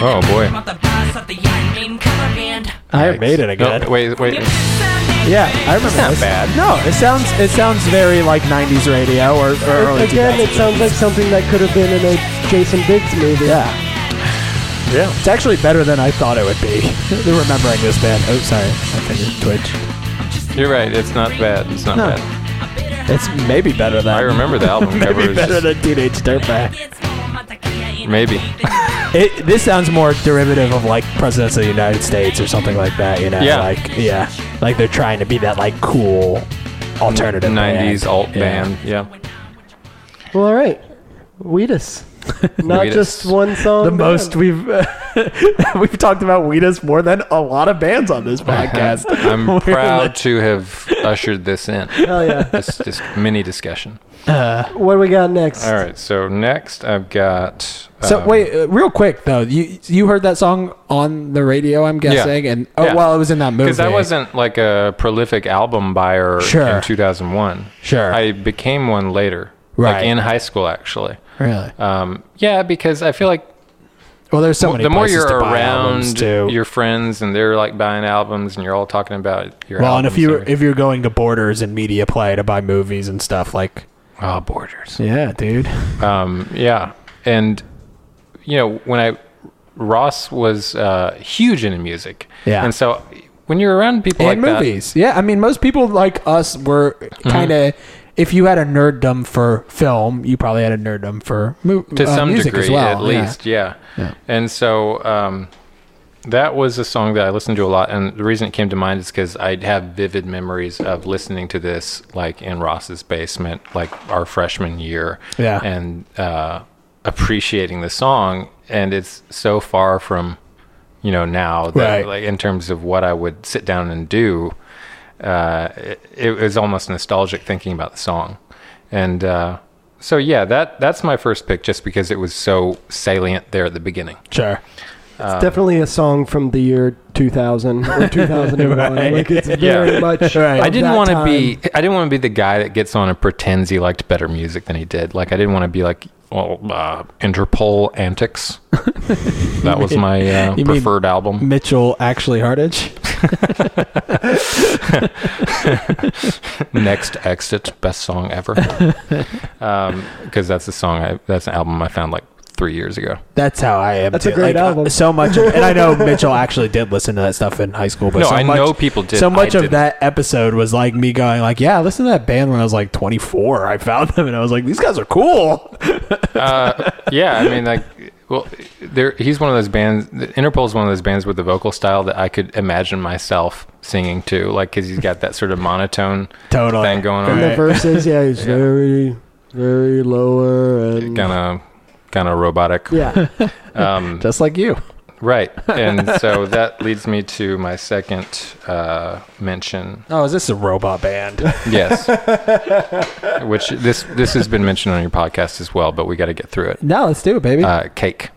E: Oh, boy.
F: I made it again.
E: No, Oh, wait, wait.
F: Yeah, I remember. It's not bad. No, it sounds it sounds very like '90s radio or, or early
C: Again, it
F: 2000s.
C: sounds like something that could have been in a Jason Biggs movie.
F: yeah, yeah. It's actually better than I thought it would be. *laughs* Remembering this band. Oh, sorry, my finger twitched.
E: You're right. It's not bad. It's not
F: No.
E: bad.
F: It's maybe better than
E: I remember the album cover.
F: *laughs* maybe
E: is
F: better
E: just-
F: than Teenage Dirtbag.
E: Maybe.
F: It this sounds more derivative of like Presidents of the United States or something like that. You know,
E: Yeah.
F: like yeah, like they're trying to be that like cool
E: *laughs*
F: alternative
E: '90s
F: band.
E: alt
F: Yeah.
E: band.
F: *laughs*
E: Yeah.
C: Well, all right, Wheatus. Not
E: Wheatus.
C: just one song.
F: the
C: band.
F: most we've *laughs* we've talked about Wheatus more than a lot of bands
E: *laughs*
F: on this podcast.
E: I'm
F: *laughs* We're
E: proud
F: like-
E: to have ushered this
F: *laughs*
E: in.
C: Hell yeah!
E: This, this mini discussion.
C: What do we got next?
E: All right. So next, I've got.
F: So
E: um,
F: wait, uh, real quick though, you you heard that song on the radio, I'm guessing, and oh,
E: Yeah.
F: well, it was in that movie.
E: Because I wasn't like a prolific album buyer
F: Sure.
E: in 2001.
F: Sure.
E: I became one later.
F: Right.
E: Like in high school, actually.
F: really.
E: Um, yeah, because I feel like
F: Well, there's so many.
E: the more
F: places
E: you're
F: to buy albums,
E: around
F: too.
E: your friends and they're like buying albums and you're all talking about your
F: well, and
E: albums
F: if you
E: and-
F: if you're going to Borders and Media Play to buy movies and stuff like.
E: oh, borders.
F: Yeah, dude.
E: Um, yeah. And, you know, when I, Ross was uh, huge into music.
F: Yeah.
E: And so when you're around people
F: and
E: like that, Mm-hmm.
F: movies. Yeah, I mean, most people like us were kind of. If you had a nerddom for film, you probably had a nerddom for mo-
E: to
F: uh,
E: some
F: music
E: degree
F: as well.
E: at
F: yeah.
E: least yeah. and so um, that was a song that i listened to a lot and the reason it came to mind is because i have vivid memories of listening to this like in ross's basement like our freshman year
F: Yeah.
E: and uh, appreciating the song and it's so far from you know now that
F: Right.
E: like in terms of what i would sit down and do uh, it, it was almost nostalgic thinking about the song. And uh, so, yeah, that that's my first pick just because it was so salient there at the beginning.
F: Sure.
C: It's
F: Uh,
C: definitely a song from the year 2000
F: *laughs*
C: or 2001.
F: Right.
C: Like it's very
F: *laughs*
E: Yeah.
C: much.
F: Right.
C: of
E: I didn't
C: that
E: want to
C: time.
E: be I didn't want to be the guy that gets on and pretends he liked better music than he did. Like I didn't want to be like well uh, Interpol antics. that was my uh,
F: You mean-
E: preferred album.
F: Mitchell actually Hardage.
E: Next exit best song *laughs* ever. Because that's a song I that's an album I found like three years ago.
F: That's how I am.
C: That's
F: too.
C: a great
F: Like,
C: album.
F: uh, So much, of, and I *laughs* know Mitchell actually did listen to that stuff in high school. But
E: No,
F: so
E: I
F: much,
E: know people did.
F: So much
E: I
F: of
E: didn't.
F: that episode was like me going, like, "Yeah, listen to that band when I was like 24. I found them, and I was like, these guys are cool." *laughs*
E: uh, yeah, I mean, like, well, there he's one of those bands. Interpol is one of those bands with the vocal style that I could imagine myself singing to, like, because he's got that sort of monotone
F: Totally.
E: thing going
C: And
E: on,
C: the verses,
F: *laughs*
C: yeah, it's very, very lower and
E: kind of, kind of robotic,
F: *laughs*
C: yeah.
E: um,
F: Just like you.
E: right? And so that leads me to my second uh, mention.
F: Oh, is this a robot band?
E: Yes, which this this has been mentioned on your podcast as well, but we got to get through it.
F: *laughs* no, let's do it, baby.
E: Uh, cake.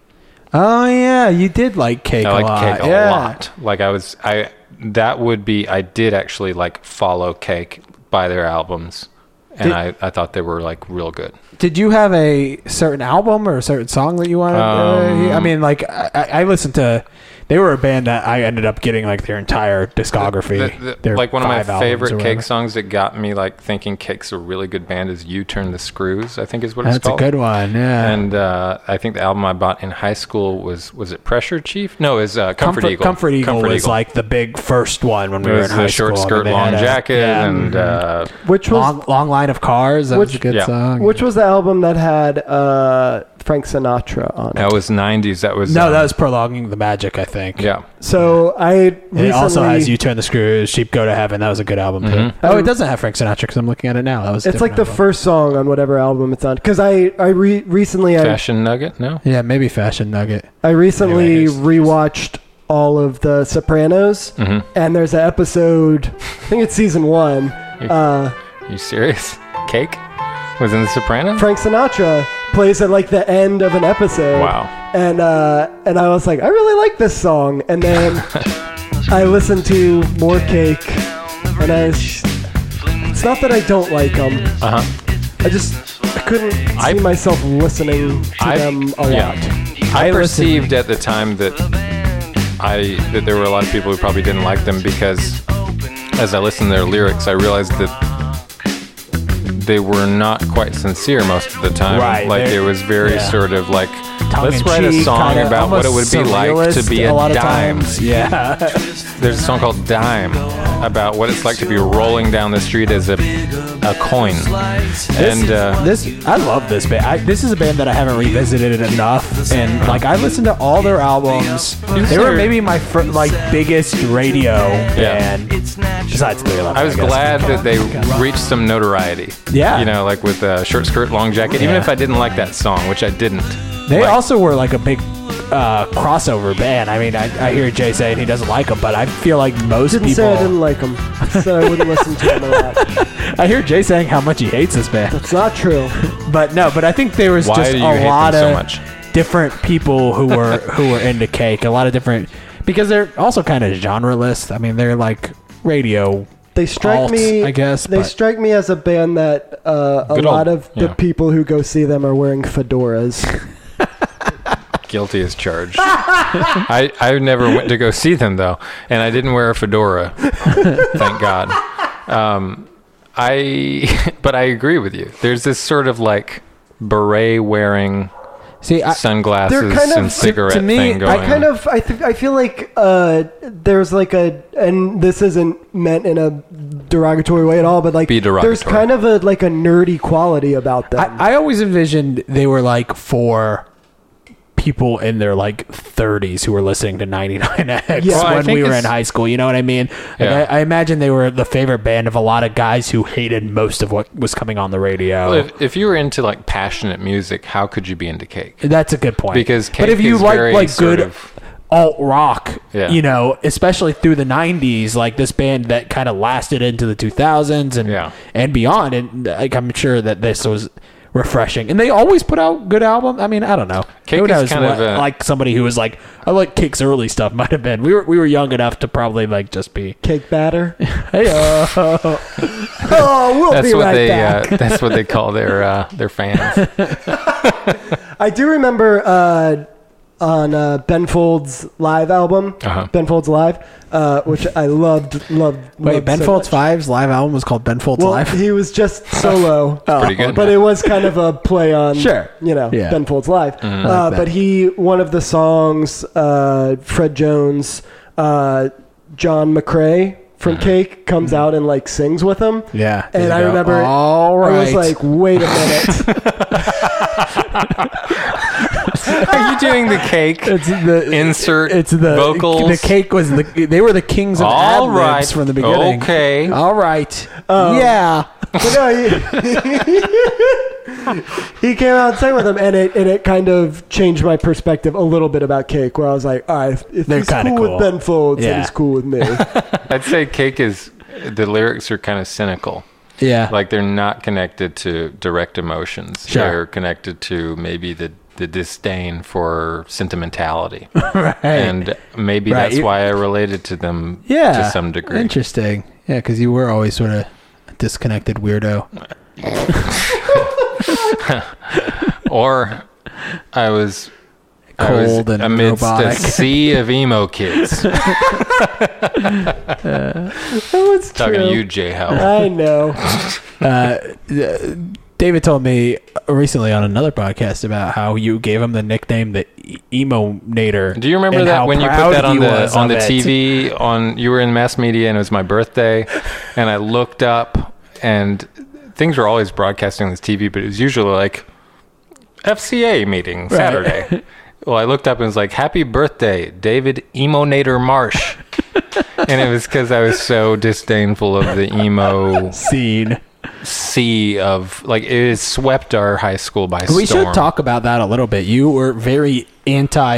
F: oh yeah, you did like cake.
E: I
F: a lot.
E: like cake a
F: yeah.
E: lot. Like I was, I that would be. I did actually like follow Cake by their albums, and
F: Did-
E: I I thought they were like real good.
F: Did you have a certain album or a certain song that you wanted? uh,
E: Um,
F: I mean, like I, I I listened to. They were a band that I ended up getting like their entire discography.
E: The- the-
F: their
E: like one of my
F: five albums or
E: favorite
F: whatever.
E: Cake songs that got me like thinking Cake's a really good band is "You Turn the Screws." I think is what it's
F: That's a
E: called.
F: good one. Yeah.
E: And uh, I think the album I bought in high school was was it Pressure Chief? No, is uh, Comfort, Eagle.
F: Comfort Eagle
E: Comfort
F: was
E: Eagle.
F: like the big first one when we
E: it
F: were in
E: was
F: high
E: the short
F: school.
E: skirt,
F: I mean, they
E: long
F: had a-
E: jacket,
F: yeah. mm-hmm.
E: and uh,
C: Which was
F: long, long line of cars. That was a
C: Which-
F: good
E: yeah.
F: song.
C: which was the album that had uh, Frank Sinatra on it.
E: that was '90s. That was
F: no,
E: um,
F: that was prolonging the magic. I think.
E: yeah.
C: So I recently
F: It also has "You Turn the Screws," "Sheep Go to Heaven." That was a good album too.
E: Mm-hmm.
F: Oh, it doesn't have Frank Sinatra because I'm looking at it now. That was. a
C: It's like
F: different
C: the
F: album.
C: first song on whatever album it's on. Because I I re- recently I,
E: Fashion Nugget. No,
F: Yeah, maybe Fashion Nugget.
C: I recently
E: Anyways.
C: rewatched all of the Sopranos,
E: Mhm.
C: and there's an episode. I think it's season one. Uh,
E: you serious? Cake was in The Sopranos.
C: Frank Sinatra plays at like the end of an episode.
E: wow.
C: And uh, and I was like, I really like this song. And then I listened to More Cake, and I. s- It's not that I don't like them.
E: Uh
F: Uh-huh.
E: huh.
C: I just I couldn't see
E: I-
C: myself listening to
E: I-
C: them a
E: yeah.
C: lot.
E: I,
F: I listened-
E: perceived at the time that I that there were a lot of people who probably didn't like them because as I listened to their lyrics, I realized that they were not quite sincere most of the time.
F: Right,
E: like
F: they-
E: it was very
F: yeah.
E: sort of like let's
F: Tongue-in-cheek,
E: write a song
F: kinda
E: about what it would
F: almost
E: be like to be
F: surrealist
E: a,
F: a lot of
E: dime.
F: times. Yeah,
E: *laughs* There's a song called Dime about what it's like to be rolling down the street as a a coin. and uh,
F: this I love this band. I, this is a band that I haven't revisited enough, and like I listened to all their albums. They were maybe my fir- like biggest radio band besides Three Eleven.
E: I was
F: guess.
E: glad that they reached some notoriety.
F: Yeah.
E: You know, like with uh, short skirt, long jacket. Even
F: Yeah.
E: if I didn't like that song, which I didn't.
F: They
E: Like-
F: also were like a big uh, crossover band. I mean, I, I hear Jay saying he doesn't like them, but I feel like most
C: Didn't
F: people.
C: say I didn't like them. Said I wouldn't listen to them a
F: *laughs*
C: lot.
F: I hear Jay saying how much he hates this band,
C: It's not true.
F: but no, but I think there was
E: Why
F: just
E: do you
F: a
E: hate them
F: lot
E: so
F: of
E: much?
F: different people who were who were into Cake. A lot of different because they're also kind of genreless. I mean, they're like radio.
C: They strike
F: Alt,
C: me.
F: I guess,
C: they
F: but-
C: strike me as a band that uh, a
E: Good
C: lot
E: old-
C: of the
E: yeah.
C: people who go see them are wearing fedoras.
E: Guilty as charged. I, I never went to go see them though, and I didn't wear a fedora. thank God. Um, I, *laughs* but I agree with you. There's this sort of like beret wearing,
F: See, I,
E: sunglasses
C: they're kind of- to-
E: and
C: to
E: cigarette
F: me,
E: thing going.
C: I kind of I th- I feel like uh, there's like a and this isn't meant in a derogatory way at all, but like
E: Be
C: there's
E: derogatory.
C: kind of a like a nerdy quality about them.
F: I, I always envisioned they were like for people in their like 30s who were listening to 99X
C: Yeah. Well,
E: I
F: when
E: think
F: we were
E: it's-
F: in high school. You know what I mean? Like,
E: Yeah.
F: I, I imagine they were the favorite band of a lot of guys who hated most of what was coming on the radio.
E: Well, if, if you were into like passionate music, how could you be into cake?
F: That's a good point.
E: Because cake
F: but if you
E: is
F: like
E: very
F: like
E: sort
F: good
E: of-
F: alt rock,
E: Yeah.
F: you know, especially through the '90s, like this band that kind of lasted into the 2000s and
E: Yeah.
F: and beyond, and like I'm sure that this was refreshing. And they always put out good albums. I mean, I don't know.
E: Cake
F: Who
E: is
F: knows
E: kind of
F: what-
E: a-
F: like somebody who was like, I like Cake's early stuff. *laughs* Might have been we were we were young enough to probably like just be
C: Cake
F: *laughs*
C: batter. *laughs*
F: hey. uh,
C: oh, we'll
E: That's
C: be
E: what
C: right
E: they
C: back.
E: uh, that's what they call their uh, their fans.
F: *laughs*
C: I do remember uh, on uh, Ben Folds live album,
E: Uh-huh.
C: Ben Folds live, uh, which I loved, loved.
F: *laughs* Wait,
C: loved
F: Ben
C: so
F: Folds
C: much.
F: Five's live album was called Ben Folds
C: Well,
F: Live.
C: he was
F: *laughs*
C: just solo. uh,
E: Pretty good.
C: But it was kind of a play on,
F: Sure.
C: you know,
F: Yeah.
C: Ben Folds Live.
F: I
C: Uh,
F: like that.
C: but he, one of the songs, uh, Fred Jones, uh, John McRae from Cake comes out and like sings with him.
F: Uh-huh. Mm-hmm. Yeah,
C: And
F: There
C: I
F: you go.
C: remember
F: All right.
C: I was like, wait a
F: *laughs*
C: minute.
E: Are you doing the cake?
F: *laughs* It's the
E: Insert
F: It's the
E: vocals.
F: The cake was the. They were the kings of
E: All
F: all right
E: right.
F: from the beginning.
E: Okay.
F: *laughs* All right.
C: Uh,
F: yeah.
C: Um, But no, he, *laughs* he came out and sang with him, and it and it kind of changed my perspective a little bit about Cake, where I was like, all right, if, if
F: They're
C: he's cool,
F: kinda
C: with
F: cool.
C: Ben Folds, then
F: Yeah.
C: he's cool with
F: *laughs*
C: me.
E: I'd say cake is the lyrics are kind of cynical.
F: Yeah.
E: Like they're not connected to direct emotions.
F: Sure.
E: They're connected to maybe the the disdain for sentimentality.
F: *laughs* right.
E: And maybe
F: Right.
E: that's
F: You-
E: why I related to them
F: yeah.
E: to some degree.
F: Interesting. Yeah, because you were always sort of a disconnected weirdo.
E: Or I was I was
F: cold and
E: amidst
F: robotic.
E: a sea of emo
F: *laughs*
E: kids.
F: That was
E: Talking
F: true.
E: to you, Jay Howell.
F: I know. uh, uh, David told me uh, recently on another podcast about how you gave him the nickname the e- emo nator.
E: Do you remember
F: and
E: that
F: how
E: when you put
F: proud
E: that
F: he
E: on
F: was
E: the on the
F: of it?
E: TV on you were in mass media and it was my birthday and I looked up and things were always broadcasting on this TV but it was usually like FCA meeting
F: *laughs*
E: Saturday. well, I looked up and it was like happy birthday David Emonator
F: *laughs*
E: Marsh. and it was cuz I was so disdainful of the emo
F: Scene.
E: sea of like it has swept our high school by storm.
F: We should talk about that a little bit. You were very anti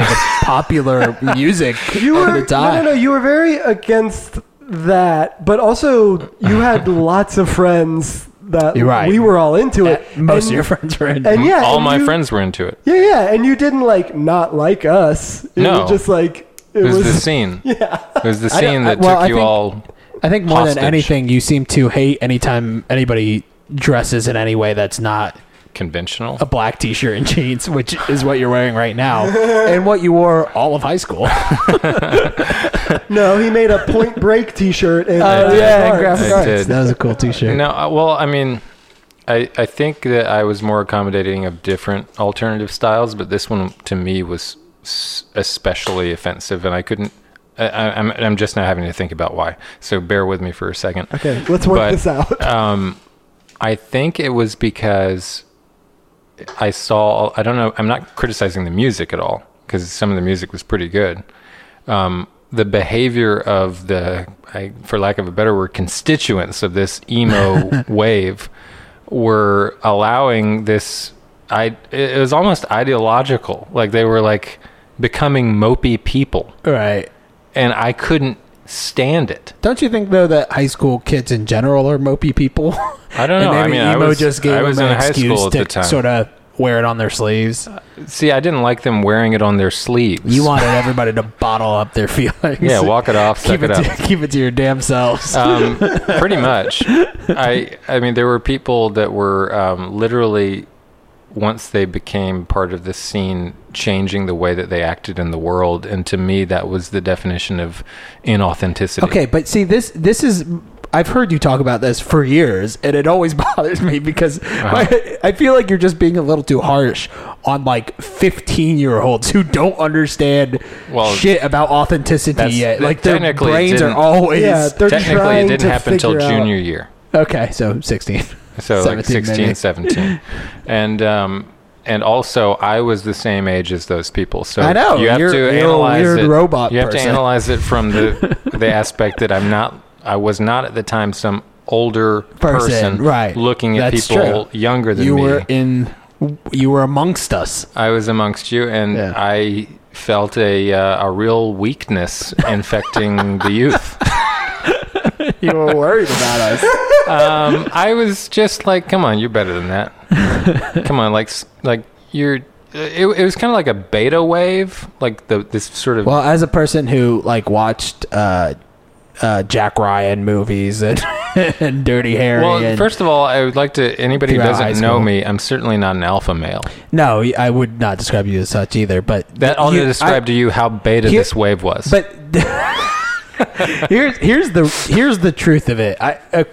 E: *laughs*
F: the popular music
C: You
F: at
C: were
F: the time.
C: no, no, no. You were very against that, but also you
F: *laughs*
C: had lots of friends that
F: You're right. Uh,
C: we were all into it.
F: Most
C: And-
F: of your friends were in.
C: and yeah,
E: All
C: and
E: my
C: you-
E: friends were into it.
C: Yeah, yeah, and you didn't like not like us. It
E: No.
C: was just like it
E: It was,
C: was.
E: the
F: *laughs*
E: scene.
C: yeah,
E: It was the
F: I don't-
E: scene
F: I-
E: that
F: well,
E: took
F: I
E: you
F: think-
E: all.
F: I think more
E: Hostage.
F: than anything, you seem to hate anytime anybody dresses in any way that's not
E: conventional.
F: a black t-shirt and jeans, which is what you're wearing
C: *laughs*
F: right now, and what you wore all of
E: *laughs*
F: high school.
C: no, he made a Point Break T-shirt Oh, and uh,
E: I did.
C: graphic
E: I
C: arts.
E: did. arts.
F: that was
E: *laughs*
F: a cool t-shirt.
E: No, uh, well, I mean, I I think that I was more accommodating of different alternative styles, but this one to me was s- especially offensive, and I couldn't. I, I- I'm I'm just now having to think about why. So bear with me for a second.
C: Okay, let's work
E: But-
C: this out. *laughs*
E: Um, I think it was because I saw. I don't know. I'm not criticizing the music at all because some of the music was pretty good. Um, the behavior of the, I, for lack of a better word, constituents of this emo
C: *laughs*
E: wave were allowing this. I it was almost ideological. Like they were like becoming mopey people,
F: Right.
E: and I couldn't stand it.
F: Don't you think though that high school kids in general are mopey people?
E: I don't know.
F: and
E: I
F: maybe
E: mean, I
F: emo
E: was-
F: just gave
E: I was
F: them
E: in
F: an
E: high
F: excuse
E: school at
F: to
E: the time.
F: sort of wear it on
E: *laughs*
F: their sleeves.
E: See, I didn't like them wearing it on their sleeves.
F: You wanted everybody to bottle up their *laughs* feelings.
E: Yeah, walk it off, suck
F: keep
E: it up.
F: To, *laughs* keep it to your damn
E: *laughs*
F: selves.
E: um, pretty much. I I mean, there were people that were um, literally once they became part of this scene, changing the way that they acted in the world, and to me, that was the definition of inauthenticity.
F: Okay, but see this this is I've heard you talk about this for years, and it always *laughs* bothers me because
E: Uh-huh.
F: my, I feel like you're just being a little too harsh on like 15 year olds who don't understand
E: Well,
F: shit about authenticity
E: that's-
F: yet.
E: that
F: Like their
E: technically
F: brains are
E: didn't-
F: always
C: Yeah, they're
E: Technically,
C: trying
E: it didn't
C: to
E: happen until
C: figure out-
E: junior year.
F: okay. So 16.
E: so like
F: 17
E: 16
F: maybe. *laughs*
E: 17 and um and also i was the same age as those people so
F: I know.
E: you have
F: You're-
E: to
F: you're a
E: analyze
F: weird
E: it
F: robot
E: you have
F: person.
E: to analyze it from
F: *laughs*
E: the the aspect that i'm not i was not at the time some older
F: Person,
E: person,
F: right.
E: looking at
F: That's
E: people
F: true.
E: younger than
F: You
E: me
F: were in. You were amongst us.
E: I was amongst you, and
F: Yeah.
E: I felt a uh, a real
F: *laughs*
E: weakness infecting the youth.
F: You were worried about *laughs* us.
E: Um, I was just like, come on, you're better than that.
F: *laughs*
E: come on, like s- like you're. It, it was kind of like a beta wave, like the this sort of
F: Well, as a person who like watched uh, uh, Jack Ryan movies and, *laughs* and Dirty Harry.
E: Well,
F: and,
E: first of all, I would like to anybody who
F: Throughout high
E: doesn't know
F: school.
E: me, I'm certainly not an alpha male.
F: No, I would not describe you as such either. But
E: That ought
F: you-
E: to describe to you how beta
F: Here-
E: this wave was.
F: I- But *laughs* here's here's the here's the truth of it. I uh,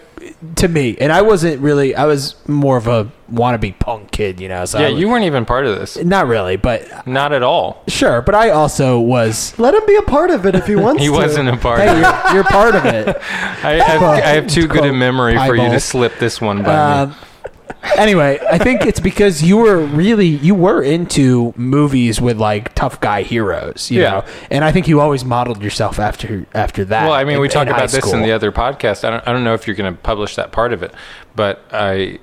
F: to me, and I wasn't really. I was more of a wannabe punk kid, you know. So
E: yeah,
F: I
E: you weren't even part of this,
F: was- not really, but
E: not at all.
F: sure. But I also was.
C: Let him be a part of it if he wants.
E: *laughs* He
C: to. Um,
E: wasn't a part.
F: Hey,
E: of it.
F: you're, you're part of it.
E: I, I, have, I have too good a
F: Quote,
E: memory for you to
F: piebald.
E: slip this one by me.
F: Um, anyway, I think it's because you were really you were into movies with like tough guy heroes, you
E: Yeah.
F: know, and I think you always modeled yourself after after that.
E: Well, I mean,
F: in-
E: we talk
F: high
E: about this in
F: school.
E: the other podcast. I don't, I don't know if you're going to publish that part of it, but I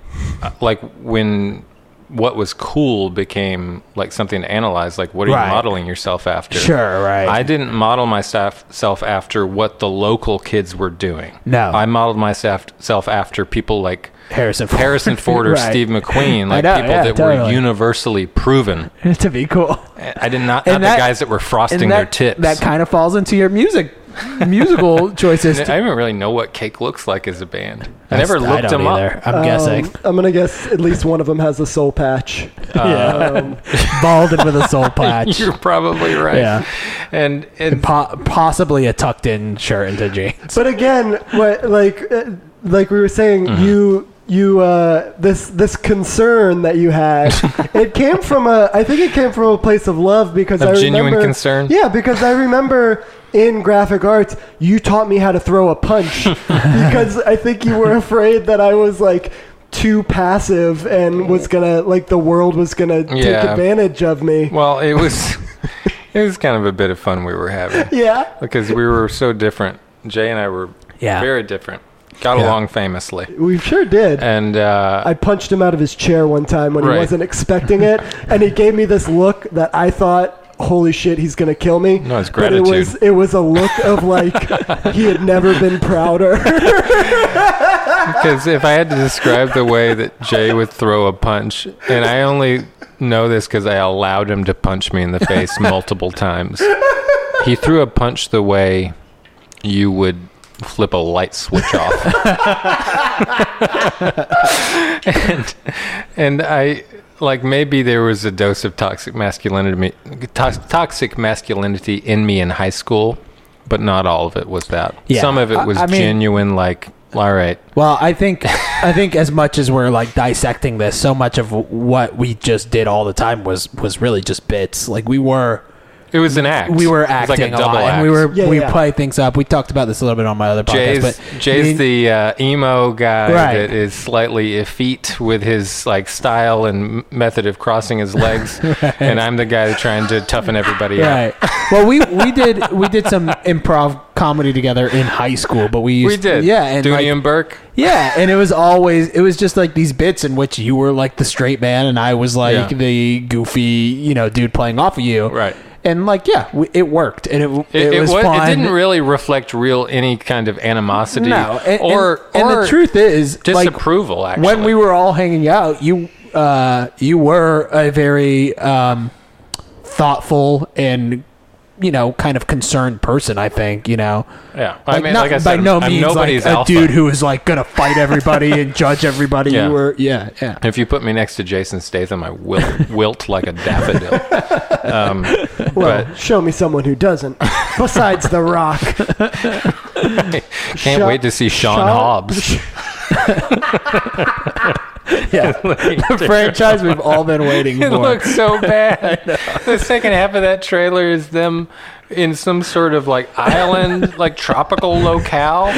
E: like when what was cool became like something to analyze. Like, what are
F: Right.
E: you modeling yourself after?
F: Sure, right.
E: I didn't model myself after what the local kids were doing.
F: No.
E: I modeled myself self after people like
F: Harrison Ford. *laughs*
E: Harrison Ford or
F: Right.
E: Steve McQueen, like
F: know,
E: people
F: yeah,
E: that were
F: totally.
E: universally proven.
F: *laughs* to be cool.
E: I did not not
F: And that-
E: the guys that were frosting
F: And
E: their
F: that-
E: tips.
F: That kind of falls into your music
E: *laughs*
D: musical choices.
E: I
D: to-
E: don't even really know what Cake looks like as a band. I
F: That's-
E: never
F: I
E: looked
F: don't
E: them up.
F: either. I'm guessing.
C: Um, I'm gonna guess at least one of them has a soul patch.
F: *laughs* yeah. Bald and Um, with a soul patch.
E: *laughs* *laughs* You're
F: *laughs*
E: probably right.
F: Yeah.
E: And and
F: Po- possibly a tucked in shirt into jeans.
C: But again, what like uh, like we were saying,
E: Mm-hmm.
C: you you uh, this this concern that you
E: *laughs*
C: had, it came from a I think it came from a place of love because
E: Of
C: I
E: genuine
C: remember,
E: concern?
C: Yeah, because I remember in graphic arts you taught me how to throw a
E: *laughs*
C: punch because I think you were afraid that I was like too passive and was gonna like the world was gonna take
E: Yeah.
C: advantage of me.
E: well, it was *laughs* it was kind of a bit of fun we were
F: *laughs*
E: having
C: Yeah.
E: because we were so different. Jay and I were
F: Yeah.
E: very different. Got
F: Yeah.
E: along famously.
C: We sure did.
E: And uh,
C: I punched him out of his chair one time when he
E: Right.
C: wasn't expecting
E: *laughs*
C: it, and he gave me this look that I thought, "Holy shit, he's gonna kill me!"
E: No, it's
C: But It was
E: gratitude.
C: it was a look of like
E: *laughs*
C: he had never been prouder.
E: Because if I had to describe the way that Jay would throw a punch, and I only know this because I allowed him to punch me in the
F: *laughs*
E: face multiple times, he threw a punch the way you would flip a light switch off. and, and I. Like maybe there was a dose of toxic masculinity, tox- toxic masculinity in me in high school, but not all of it was that.
F: Yeah.
E: Some of
F: I-
E: it was
F: I mean-
E: genuine. Like, all right,
F: Well, I think I think as much as we're like dissecting this, so much of what we just did all the time was was really just bits. Like we were
E: It was an act.
F: we were
E: It was
F: acting a, lot, and we were
C: Yeah,
F: we
C: yeah.
F: played things up. We talked about this a little bit on my other podcast,
E: Jay's,
F: but
E: Jay's the uh, emo guy
F: Right.
E: that is slightly effete with his like style and m- method of crossing his
F: *laughs*
E: legs, and I'm the guy trying to toughen everybody
F: right.
E: up.
F: *laughs* well, we we did we did some improv comedy together in high school, but we used
E: We did,
F: yeah, and
E: Dooney
F: like-
E: and Burke.
F: Yeah, and it was always it was just like these bits in which you were like the straight man and I was like
E: Yeah.
F: the goofy, you know, dude playing off of you.
E: Right.
F: And like yeah, we, it worked and it it,
E: It, it,
F: was,
E: wa-
F: fun.
E: it didn't really reflect real any kind of animosity
F: no, and,
E: or
F: and,
E: or
F: and the truth is like,
E: disapproval. actually,
F: when we were all hanging out, you uh, you were a very um, thoughtful and you know kind of concerned person. I think you know.
E: Yeah. I
F: like,
E: mean,
F: not
E: like I said,
F: by no
E: I'm
F: means like
E: nobody's
F: a
E: alpha.
F: dude who is like gonna fight
E: *laughs*
F: everybody and judge everybody.
E: Yeah.
F: You were yeah yeah.
E: if you put me next to Jason Statham, I will wilt like a daffodil.
F: *laughs*
E: Um,
C: Well,
E: but
C: show me someone who doesn't. Besides The
E: *laughs*
C: Rock,
E: can't wait to see Sean
F: *laughs*
E: Hobbs. *laughs*
F: the franchise we've all been
E: *laughs*
F: waiting
E: It
F: for.
E: looks
F: *laughs*
E: so bad. the second half of that trailer is them in some sort of like island,
F: *laughs*
E: like tropical locale,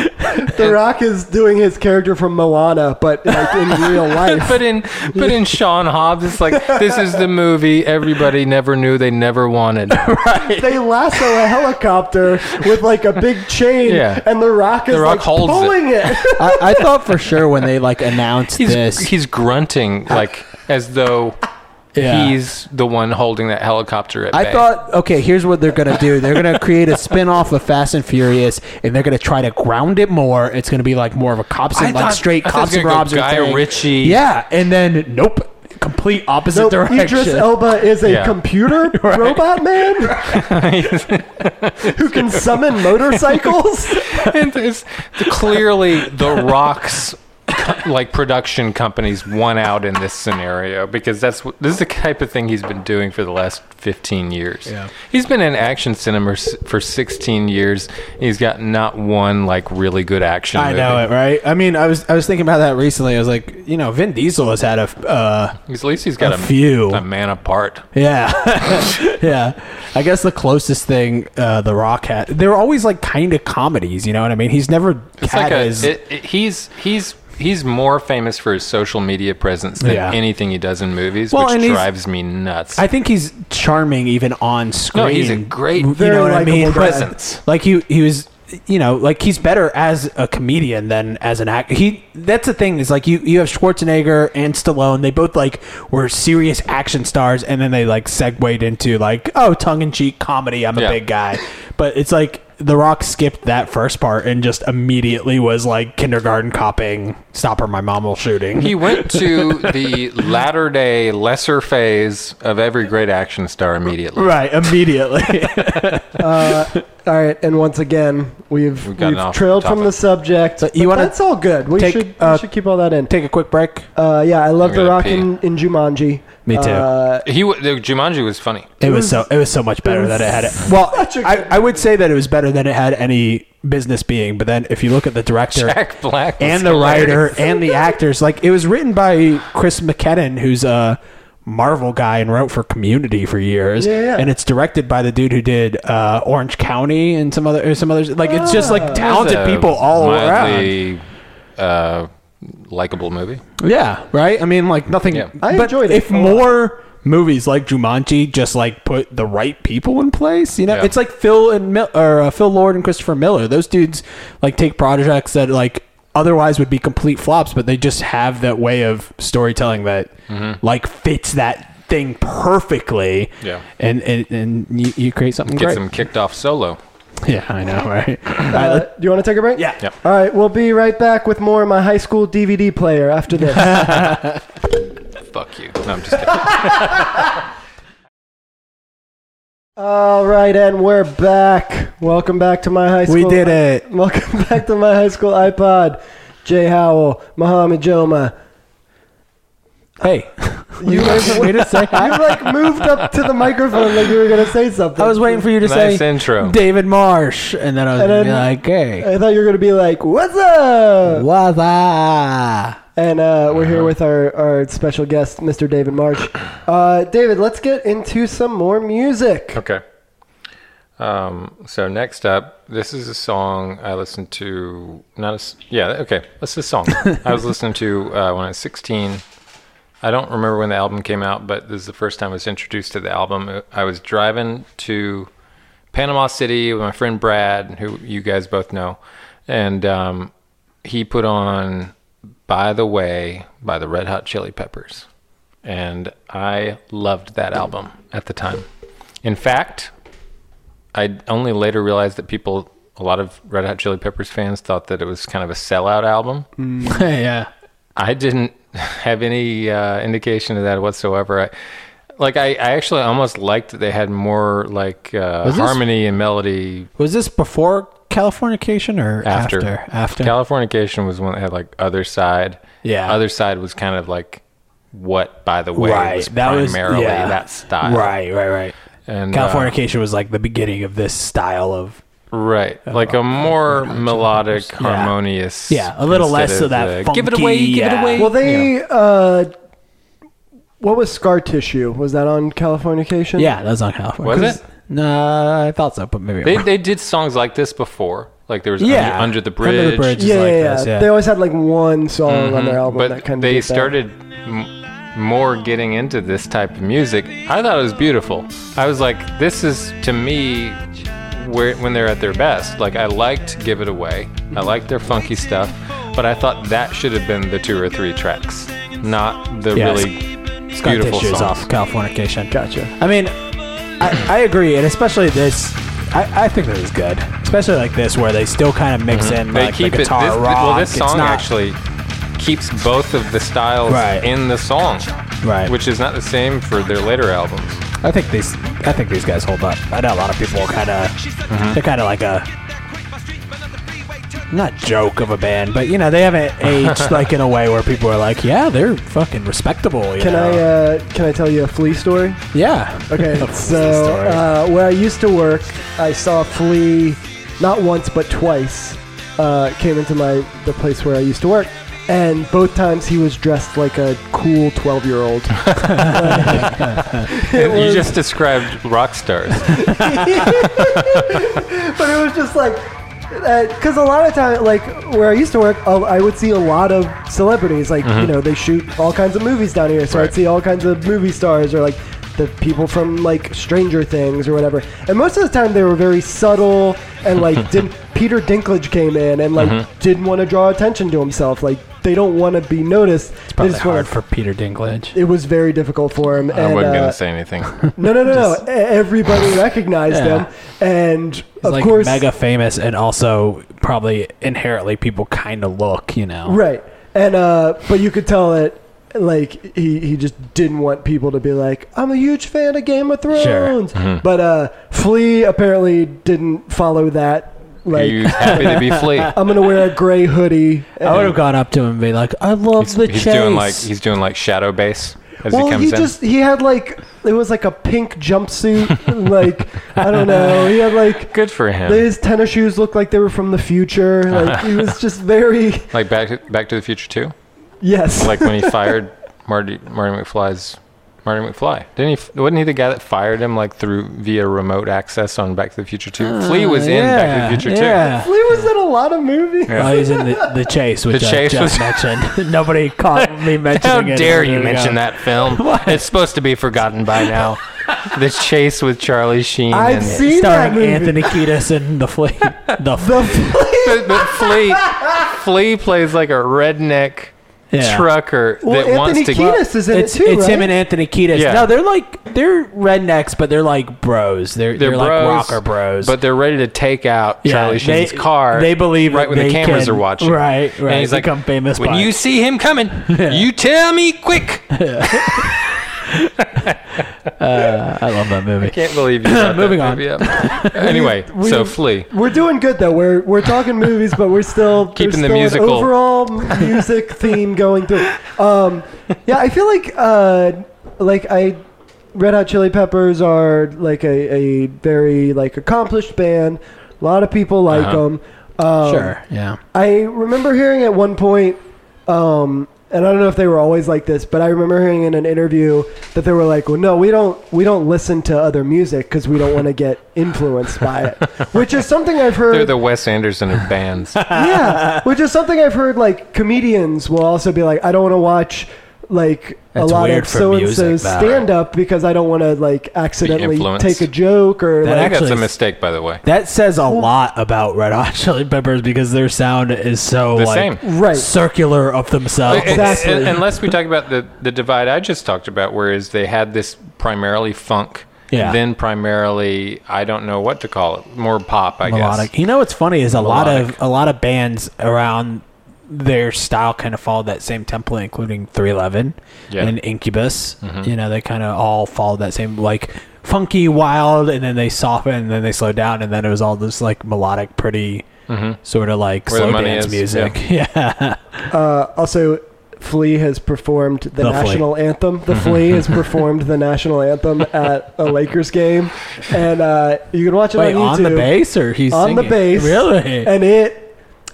C: The Rock is doing his character from Moana, but like
E: *laughs*
C: in real life.
E: but in but in Sean Hobbs, it's like this is the movie everybody never knew they never
F: *laughs*
E: wanted.
C: They lasso a helicopter with like a big chain,
E: Yeah.
C: and The Rock is
E: The Rock
C: like
E: holds it.
C: pulling it.
F: I, I thought for sure when they like announced
E: He's
F: this,
E: he's grunting like as though
F: Yeah.
E: he's the one holding that helicopter at
F: I
E: bay. *laughs*
F: thought, okay, here's what they're gonna do. They're gonna create a spin-off of Fast and Furious, and they're gonna try to ground it more. It's gonna be like more of a cops and
E: I
F: like
E: thought-
F: straight
E: I thought it was
F: cops and
E: gonna go
F: robs. or
E: Guy
F: thing.
E: Ritchie.
F: yeah, and then nope, complete opposite
C: Nope,
F: direction.
C: Idris
F: *laughs*
C: Elba is a
E: Yeah.
C: computer robot man who can
F: *laughs*
C: summon motorcycles.
E: and it's clearly the rocks co- like production companies won out in this scenario because that's what this is the type of thing he's been doing for the last 15 years yeah. he's been in action cinema s- for 16 years he's got not one like really good action
F: I
E: movie.
F: know it, right? I mean, I was I was thinking about that recently. I was like, you know, Vin Diesel has had a uh,
E: at least he's got
F: A
E: a,
F: few.
E: a man apart
F: Yeah, *laughs* yeah. I guess the closest thing uh, the Rock had, they were always like kind of comedies. You know what I mean? He's never
E: it's
F: had
E: like a,
F: his-
E: it, it- he's he's He's more famous for his social media presence than
F: Yeah.
E: anything he does in movies,
F: Well, and
E: which
F: he's-
E: drives me nuts.
F: I think he's charming even on screen.
E: no, he's a great
F: you know what I mean?
C: likable
F: But,
E: presence.
F: like he he was you know, like he's better as a comedian than as an actor. He that's the thing is like you you have Schwarzenegger and Stallone. They both like were serious action stars, and then they like segued into like oh tongue in cheek comedy. I'm a
E: Yeah.
F: big guy, but it's like The Rock skipped that first part and just immediately was like kindergarten copping. Stop her, my mom will shooting. *laughs*
E: He went to the latter day, lesser *laughs* phase of every great action star immediately.
F: right immediately.
C: All right, and once again, we've,
E: We've gotten
C: we've
E: off
C: trailed from
E: topic.
C: the subject.
F: you
C: but
F: wanna
C: that's all good. We
F: take,
C: should
F: uh,
C: we should keep all that in.
F: Take a quick break.
C: Uh, yeah, I love
E: I'm
C: the
E: gonna
C: rock
E: pee.
C: in, in Jumanji.
F: Me too.
C: Uh,
E: He w- the Jumanji was funny.
F: It was so it was so much better that it had it. Well,
C: such a
F: I,
C: good
F: I would say that it was better than it had any business being. But then if you look at the director
E: Jack Black was
F: and the
E: hilarious.
F: writer and the actors, like it was written by Chris McKinnon, who's a Marvel guy and wrote for Community for years.
C: Yeah, yeah.
F: And it's directed by the dude who did uh, Orange County and some other or some others. Like it's just like talented
E: It's a
F: people all around.
E: mildly, Uh, likable movie.
F: Yeah, right. I mean, like nothing.
E: Yeah.
C: I
F: but
C: enjoyed it
F: If
C: a lot.
F: more movies like Jumanji just like put the right people in place, you know,
E: Yeah.
F: it's like Phil and Mil- or uh, Phil Lord and Christopher Miller. Those dudes like take projects that like otherwise would be complete flops, but they just have that way of storytelling that like fits that thing perfectly.
E: Mm-hmm. Yeah.
F: and and, and you, you create something
E: Gets
F: great.
E: him kicked off solo.
F: *laughs* Yeah, I
E: *laughs*
F: know, right?
C: uh, do you want to take a break?
F: yeah.
E: Yep.
C: All right, we'll be right back with more of my high school DVD player
F: *laughs*
C: after this.
E: Fuck you. No, I'm just kidding.
C: All right, and we're back. Welcome back to my high school.
F: We did
C: *laughs*
F: it.
C: Welcome back to my high school iPod. Jay Howell, Muhammad Joma.
F: Hey,
C: *laughs* You
F: way to say
C: *laughs*
F: hi.
C: You like moved up to the microphone like you were gonna say something.
F: I was waiting for you to
E: nice
F: say
E: intro.
F: David Marsh, and then I was
C: And
F: gonna be
C: then-
F: like, "Hey,
C: I thought you were gonna be like, "What's up?"
F: What's
E: *laughs*
F: up?
C: And uh, we're here with our, our special guest, Mr. David March. Uh, David, let's get into some more music.
E: Okay. Um, so next up, this is a song I listened to. Not a s yeah. Okay, that's the song I was listening to uh, when I was 16. I don't remember when the album came out, but this is the first time I was introduced to the album. Uh, I was driving to Panama City with my friend Brad, who you guys both know, and um, he put on "By the Way" by the Red Hot Chili Peppers, and I loved that album at the time. In fact, I only later realized that people, a lot of Red Hot Chili Peppers fans, thought that it was kind of a sellout album.
F: yeah.
E: I didn't *laughs* have any uh, indication of that whatsoever. I, like I, I actually almost liked that they had more like uh,
F: Was this-
E: harmony and melody
F: Was this before Californication or
E: after.
F: after? After.
E: Californication was one that had like Other Side.
F: Yeah.
E: Other Side was kind of like what by the way was
F: that was
E: primarily
F: yeah.
E: that style.
F: Right, right, right.
E: And uh,
F: Californication was like the beginning of this style of
E: Right.
F: Oh,
E: Like a more melodic, harmonious.
F: Yeah, a little less
E: instead
F: of that
E: the, Give it
F: funky,
E: away, give
F: yeah."
E: it away.
C: Well, they. Uh, what was Scar Tissue? Was that on Californication?
F: yeah. That was on California.
E: Was it?
F: No, I thought so, but maybe I'm
E: They
F: wrong.
E: they did songs like this before. Like there was
F: Yeah.
E: under, Under the bridge.
F: Under the Bridge.
C: Yeah,
F: Just like
C: yeah, yeah.
F: this, yeah. Mm-hmm.
C: They always had like one song on their album
E: But
C: that kind of
E: they
C: did that.
E: started m- more getting into this type of music. I thought it was beautiful. I was like, this is to me where when they're at their best. Like I liked Give It Away. I liked their funky stuff, but I thought that should have been the two or three tracks, not the
F: Yeah,
E: really
F: Scott
E: beautiful
F: Tissue
E: songs.
F: is off Californication.
C: Gotcha.
F: I mean, I, I agree, and especially this. I, I think that was good, especially like this where they still kind of mix in
E: Mm-hmm. they
F: like,
E: keep
F: the
E: it. This,
F: guitar rock.
E: well, this
F: It's
E: song
F: not-
E: actually keeps both of the styles
F: Right.
E: in the song,
F: Right.
E: Which is not the same for their
C: *laughs*
E: later albums.
F: I think these I think these guys hold up. I know a lot of people kind of
C: Mm-hmm.
F: they're kind of like a not joke of a band, but you know
C: *laughs*
F: they haven't aged like in a way where people are like, yeah, they're fucking respectable. You
C: Can
F: know?
C: I uh, can I tell you a flea
F: *laughs*
C: story?
F: yeah.
C: Okay,
F: *laughs* That's
C: so
F: the story.
C: uh, where I used to work, I saw Flea not once but twice. Uh, came into my the place where I used to work, and both times he was dressed like a cool twelve year old.
E: you just described
C: *laughs*
E: rock stars.
C: but it was just like because a lot of time like where i used to work uh, i would see a lot of celebrities like you know they shoot all kinds of movies down here so i'd
E: Right.
C: see all kinds of movie stars or like the people from like stranger things or whatever and most of the time they were very subtle and like didn't peter dinklage came in and like didn't want to draw attention to himself like they don't want to be noticed it's
F: probably
C: wanna-
F: hard for Peter Dinklage.
C: it was very difficult for him
E: I
C: and,
E: wasn't
C: uh,
E: gonna
C: *laughs*
E: say anything.
C: no no no no E- everybody recognized
F: Yeah.
C: him and
F: He's
C: of
F: like
C: course
F: mega famous and also probably inherently people kind of look, you know.
C: Right. And uh but you could tell that like he, he just didn't want people to be like I'm a huge fan of Game of Thrones,
E: Mm-hmm.
C: but uh, Flea apparently didn't follow that.
E: Are
C: Like
E: you happy to be
C: *laughs*
E: Flea?
C: I'm gonna wear a gray hoodie.
F: I would have gone up to him and be like, "I love
E: He's,
F: the
E: he's
F: chase."
E: doing like he's doing like shadow base as
C: well,
E: he comes
C: he
E: in.
C: just he had like it was like a pink
E: *laughs*
C: jumpsuit, and, like I don't know. He had like
E: Good for him.
C: his tennis shoes looked like they were from the
E: *laughs*
C: future. Like he was just very
E: like back to, Back to the Future too.
C: yes. *laughs*
E: Like when he fired Marty Marty McFly's Marty McFly. Didn't he? f- Wasn't he the guy that fired him like through via remote access on Back to the Future too?
C: Ah,
E: Flea was in Back to the Future
F: yeah.
C: Flea was in a lot of movies.
F: Well, he's in the, the chase, which
E: The
F: I
E: Chase was-
F: just mentioned. *laughs*
E: *laughs*
F: Nobody caught me
E: too.
F: mentioning
E: How
F: it a
E: dare
F: minute
E: you
F: ago.
E: mention that
F: *laughs*
E: film? It's supposed to be forgotten by now. the chase with Charlie Sheen.
C: I've
E: and-
C: seen that
F: Starring
C: movie.
F: Anthony Kiedis and
C: *laughs*
F: the Flea. The,
C: The Flea.
E: but, but Flea, Flea plays like a redneck
F: Yeah.
E: trucker
C: Well,
E: that wants
C: Anthony
E: to.
C: Kiedis is in
F: It's,
C: it too,
F: it's
C: right?
F: him and Anthony Kiedis.
E: Yeah.
F: No, they're like they're rednecks, but they're like bros. They're they're,
E: They're bros,
F: like rocker bros.
E: but they're ready to take out
F: Yeah,
E: Charlie
F: they-
E: Sheen's car.
F: they believe
E: right
F: that
E: when
F: they
E: the cameras
F: can-
E: are watching.
F: right, right,
E: And he's like,
F: become famous
E: When
F: by
E: you
F: it."
E: see him
F: *laughs*
E: coming, you tell me quick. I
F: I love that movie.
E: can't believe you. brought
F: Moving
E: that
F: on. *laughs*
E: movie up. anyway,
C: We-
E: so Flea.
C: We're doing good though. We're we're talking movies, but we're still there's
E: Keeping the
C: still an
E: musical.
C: overall
E: *laughs*
C: music theme going through. Um, yeah, I feel like uh, like I Red Hot Chili Peppers are like a, a very like accomplished band. A lot of people like
E: Uh-huh.
C: them. Um,
F: Sure. Yeah.
C: I remember hearing at one point, um, and I don't know if they were always like this, but I remember hearing in an interview that they were like, "Well, no, we don't, we don't listen to other music because we don't want to get influenced by it,"
E: *laughs*
C: which is something I've
E: They're
C: heard.
E: the Wes Anderson of
F: *laughs*
C: *laughs*
E: bands.
C: yeah, which is something I've heard. Like comedians will also be like, "I don't want to watch." Like
F: That's
C: a lot
F: weird
C: of
F: for
C: so and so's
F: music, though.
C: stand up because I don't want to like accidentally
E: influenced.
C: take a joke or like,
F: That
E: I think that's a
F: Actually-
E: mistake, by the way.
F: That says a lot about Red Hot Chili Peppers because their sound is so
E: The
F: like
E: same.
C: Right.
F: circular of themselves.
E: Uh, uh,
C: Exactly.
E: uh, Unless we talk about the, the divide I just talked about, whereas they had this primarily funk,
F: Yeah.
E: then primarily, I don't know what to call it, more pop, I
F: melodic.
E: guess.
F: You know what's funny is a lot
E: Melodic.
F: of a lot of bands around their style kind of followed that same template, including 311
E: Yeah. Mm-hmm.
F: and Incubus. You know, they kind of all followed that same like funky, wild, and then they soften, and then they slow down, and then it was all this like melodic, pretty sort of like
E: Mm-hmm. Where the
F: slow
E: money
F: dance
E: is,
F: music. *laughs* Yeah.
C: Uh, also, Flea has performed the,
F: The Flea.
C: national anthem.
F: *laughs*
C: The Flea has performed the national anthem at a Lakers game, and uh, you can watch it
F: Wait,
C: on
F: on
C: YouTube.
F: the bass or he's
C: On the
F: singing?
C: bass,
F: Really?
C: and it.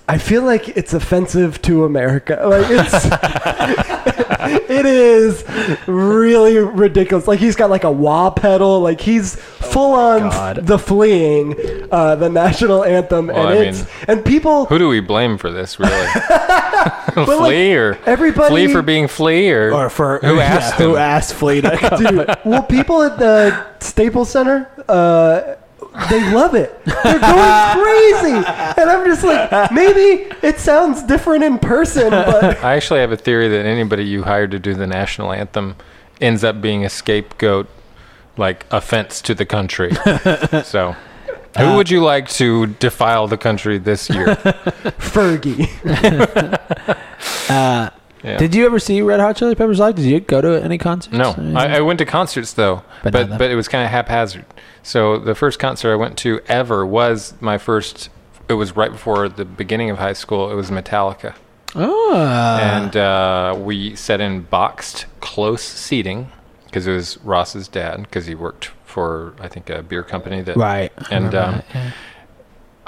C: I feel like it's offensive to America. Like it's, *laughs* it is really ridiculous. Like he's got like a wah pedal. Like he's full on
F: Oh God.
C: the fleeing, uh, the national anthem,
E: Well,
C: and
E: I
C: it's
E: mean,
C: and people
E: Who do we blame for this, really? *laughs*
C: like,
E: flea or
C: everybody-
E: Flea for being Flea or,
F: or for
E: who
F: yeah,
E: asked him?
F: who asked Flea
C: *laughs*
F: to come?
C: Dude, well, people at the Staples Center, uh, they love it. They're going crazy, and I'm just like, maybe it sounds different in person,
E: *laughs*
C: but
E: I actually have a theory that anybody you hire to do the national anthem ends up being a scapegoat, like offense to the country. so, who would you like to defile the country this year?
C: Fergie.
E: Yeah.
F: Did you ever see Red Hot Chili Peppers live? Did you go to any concerts?
E: No,
F: Or anything?
E: I, I went to concerts though,
F: But
E: but but,
F: not that-
E: it was kind of haphazard. So the first concert I went to ever was my first. It was right before the beginning of high school. It was Metallica,
F: Ah.
E: and uh, we sat in boxed, close seating because it was Ross's dad because he worked for I think a beer company that
F: Right.
E: and.
F: I
E: Um,
F: remember that, yeah.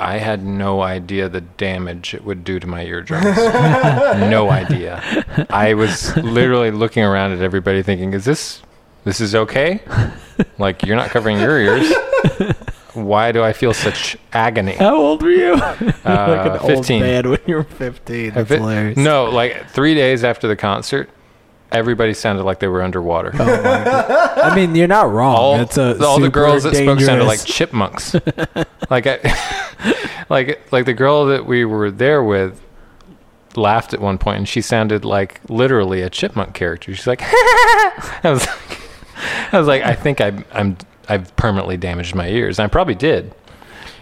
E: I had no idea the damage it would do to my eardrums. *laughs* no idea. I was literally looking around at everybody thinking, is this this is okay? Like you're not covering your ears. Why do I feel such agony?
F: *laughs* How old were you?
E: Uh,
F: like an
E: 15.
F: old man when you were 15. That's
E: If it-
F: hilarious.
E: no, like 3 days after the concert, everybody sounded like they were
F: *laughs*
E: underwater.
F: I mean, you're not wrong.
E: all,
F: That's a
E: all the girls that spoke sounded like
F: dangerous- *laughs*
E: chipmunks. like I, *laughs* like like the girl that we were there with laughed at one point and she sounded like literally a chipmunk character. She's like *laughs* I was like I was like I think I I'm I've permanently damaged my ears. And I probably did.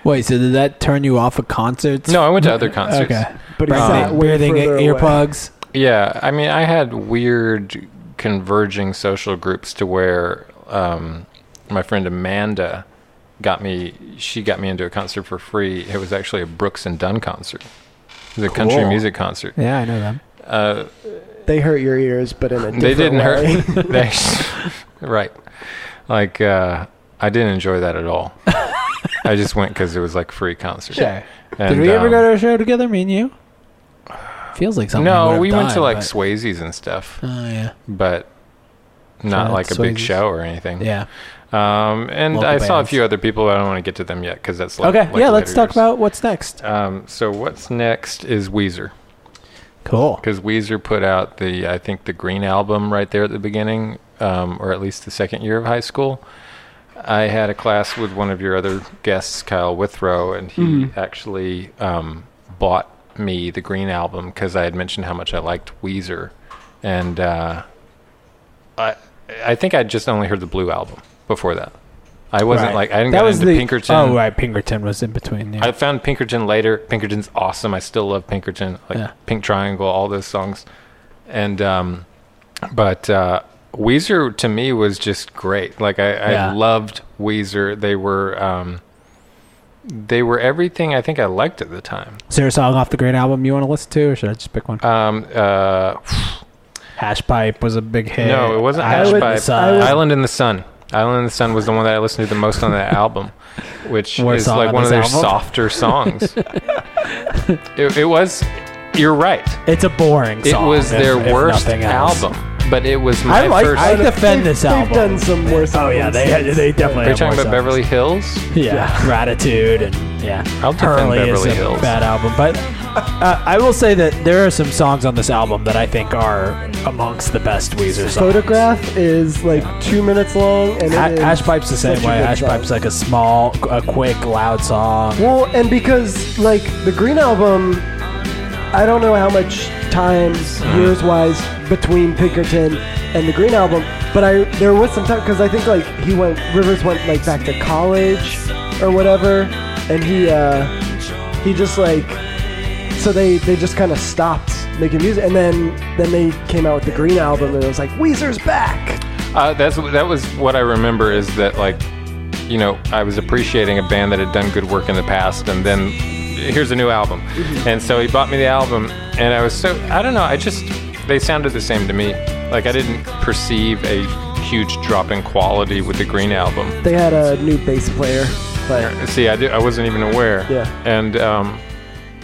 F: Wait, so did that turn you off of concerts?
E: No, I went to other concerts.
F: *laughs* Okay.
C: But he
F: Right.
C: sat way
F: Breathing
C: further away.
F: earplugs.
E: Yeah, I mean, I had weird converging social groups to where um, my friend Amanda got me. She got me into a concert for free. It was actually a Brooks and Dunn concert. It was a country
C: Cool.
E: music concert.
F: Yeah, I know them.
E: Uh,
C: They hurt your ears, but in a different
E: they didn't
C: way. *laughs*
E: hurt. *laughs* they, right. Like uh, I didn't enjoy that at
F: *laughs*
E: all. I just went because it was like a free concert.
F: Yeah.
E: And,
F: Did we ever
E: um,
F: go to a show together, me and you? Feels like something.
E: No,
F: would've
E: we went
F: done,
E: to like
F: but-
E: Swayze's and stuff,
F: Oh yeah,
E: but not
F: Shout out
E: like a
F: to
E: big
F: Swayze's.
E: show or anything.
F: yeah.
E: Um, and
F: Local
E: I saw a
F: bands.
E: few other people. I don't want to get to them yet because that's like,
F: Okay,
E: like
F: yeah. Let's
E: later
F: talk about what's next.
E: years. Um, so what's next is Weezer
F: Cool.
E: because Weezer put out the I think the Green album right there at the beginning, um, or at least the second year of high school. I had a class with one of your other guests, Kyle Withrow, and he
F: Mm-hmm.
E: actually um, bought me the Green album because I had mentioned how much I liked Weezer, and uh, I I think I just only heard the Blue album before that. I wasn't
F: Right.
E: like I didn't
F: That
E: get
F: was
E: into
F: the
E: Pinkerton.
F: Oh right, Pinkerton was in between. Yeah.
E: I found Pinkerton later. Pinkerton's awesome. I still love Pinkerton, like
F: Yeah.
E: Pink Triangle, all those songs. And um, but uh, Weezer to me was just great. Like I, I
F: Yeah.
E: loved Weezer. They were um, they were everything I think I liked at the time.
F: Is there a song off the Green album you want to listen to, or should I just pick one?
E: Um, uh,
F: Hashpipe was a big hit.
E: no, it wasn't
F: Island in the
E: Hashpipe.
F: Sun.
E: Island in the Sun. Island in the Sun was the one that I listened to the most on that album, which
F: Worst
E: is
F: song
E: like
F: on
E: one of their
F: this album.
E: softer
F: *laughs*
E: songs. it, it was. You're right.
F: It's a boring
E: It
F: song.
E: was
F: if-
E: their
F: if
E: worst
F: nothing else.
E: album, but it was my
F: I like-
E: first.
F: I
E: Are
F: defend this
C: they've
F: album.
C: done some worse.
F: Oh yeah,
C: albums
F: they had,
C: since.
F: they definitely.
E: you
F: have
E: talking about
F: more songs.
E: Beverly Hills?
F: Yeah, Gratitude and yeah.
E: I'll defend
F: Hurley
E: Beverly
F: is a
E: Hills.
F: bad album, but uh, I will say that there are some songs on this album that I think are amongst the best Weezer songs.
C: Photograph is like two minutes long, and it
F: Ha-
C: is
F: Hashpipe's the same
C: such a
F: way.
C: good
F: Hashpipe's
C: song.
F: like a small, a quick, loud song.
C: well, and because like the Green album, I don't know how much time years wise between Pinkerton and the Green album, but I there was some time because I think like he went Rivers went like back to college or whatever, and he uh, he just like so they they just kind of stopped making music, and then then they came out with the Green album, and it was like Weezer's back.
E: Uh, that's that was what I remember. Is that like, you know, I was appreciating a band that had done good work in the past, and then here's a new album, and so he bought me the album, and I was so I don't know. I just they sounded the same to me. Like I didn't perceive a huge drop in quality with the Green album.
C: They had a new bass player, but
E: See, I, do, I wasn't even aware.
C: Yeah.
E: And, um,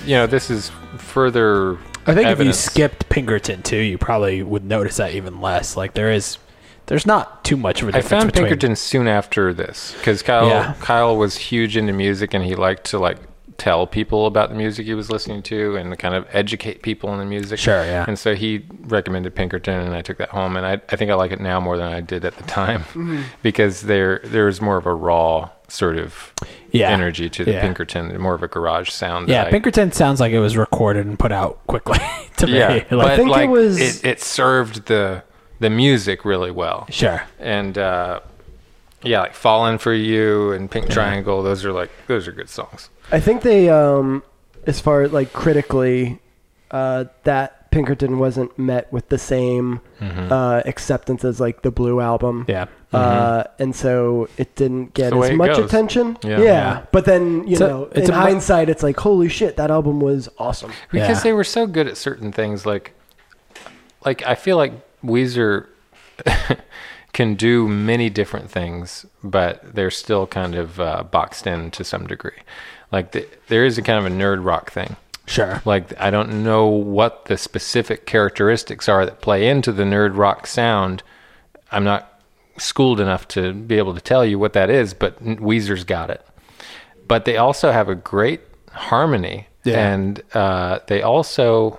E: you know, this is further.
F: I think
E: evidence.
F: if you skipped Pinkerton too, you probably would notice that even less. Like there is, there's not too much of a
E: I
F: difference.
E: found
F: between-
E: Pinkerton soon after this because Kyle
F: Yeah.
E: Kyle was huge into music and he liked to like tell people about the music he was listening to and kind of educate people on the music.
F: Sure, yeah.
E: And so he recommended Pinkerton and I took that home and I, I think I like it now more than I did at the
F: *laughs*
E: time
F: Mm-hmm.
E: because there there's more of a raw sort of
F: Yeah.
E: energy to the
F: Yeah.
E: Pinkerton, more of a garage sound. that
F: Yeah,
E: I-
F: Pinkerton sounds like it was recorded and put out quickly *laughs* to me.
E: Yeah,
F: Like,
E: but
C: think it
E: like,
C: was-
E: It, it served the the music really well,
F: sure.
E: and uh, yeah, like "Fallen for You" and "Pink Triangle." Those are like those are good songs.
C: I think they, um, as far as like critically, uh, that Pinkerton wasn't met with the same
E: Mm-hmm.
C: uh, acceptance as like the Blue album.
F: Yeah.
C: Uh, and so it didn't get
E: Mm-hmm. It's the way
C: as
E: it
C: much
E: goes.
C: attention.
E: Yeah.
F: Yeah.
C: but then you
F: It's a-
C: know,
F: it's
C: in
F: a mu-
C: hindsight, it's like, holy shit, that album was awesome.
E: because
F: Yeah.
E: they were so good at certain things like like i feel like weezer *laughs* can do many different things but they're still kind of uh, boxed in to some degree like th there is a kind of a nerd rock thing
F: Sure.
E: like i don't know what the specific characteristics are that play into the nerd rock sound i'm not schooled enough to be able to tell you what that is but weezer's got it but they also have a great harmony
F: Yeah.
E: and uh, they also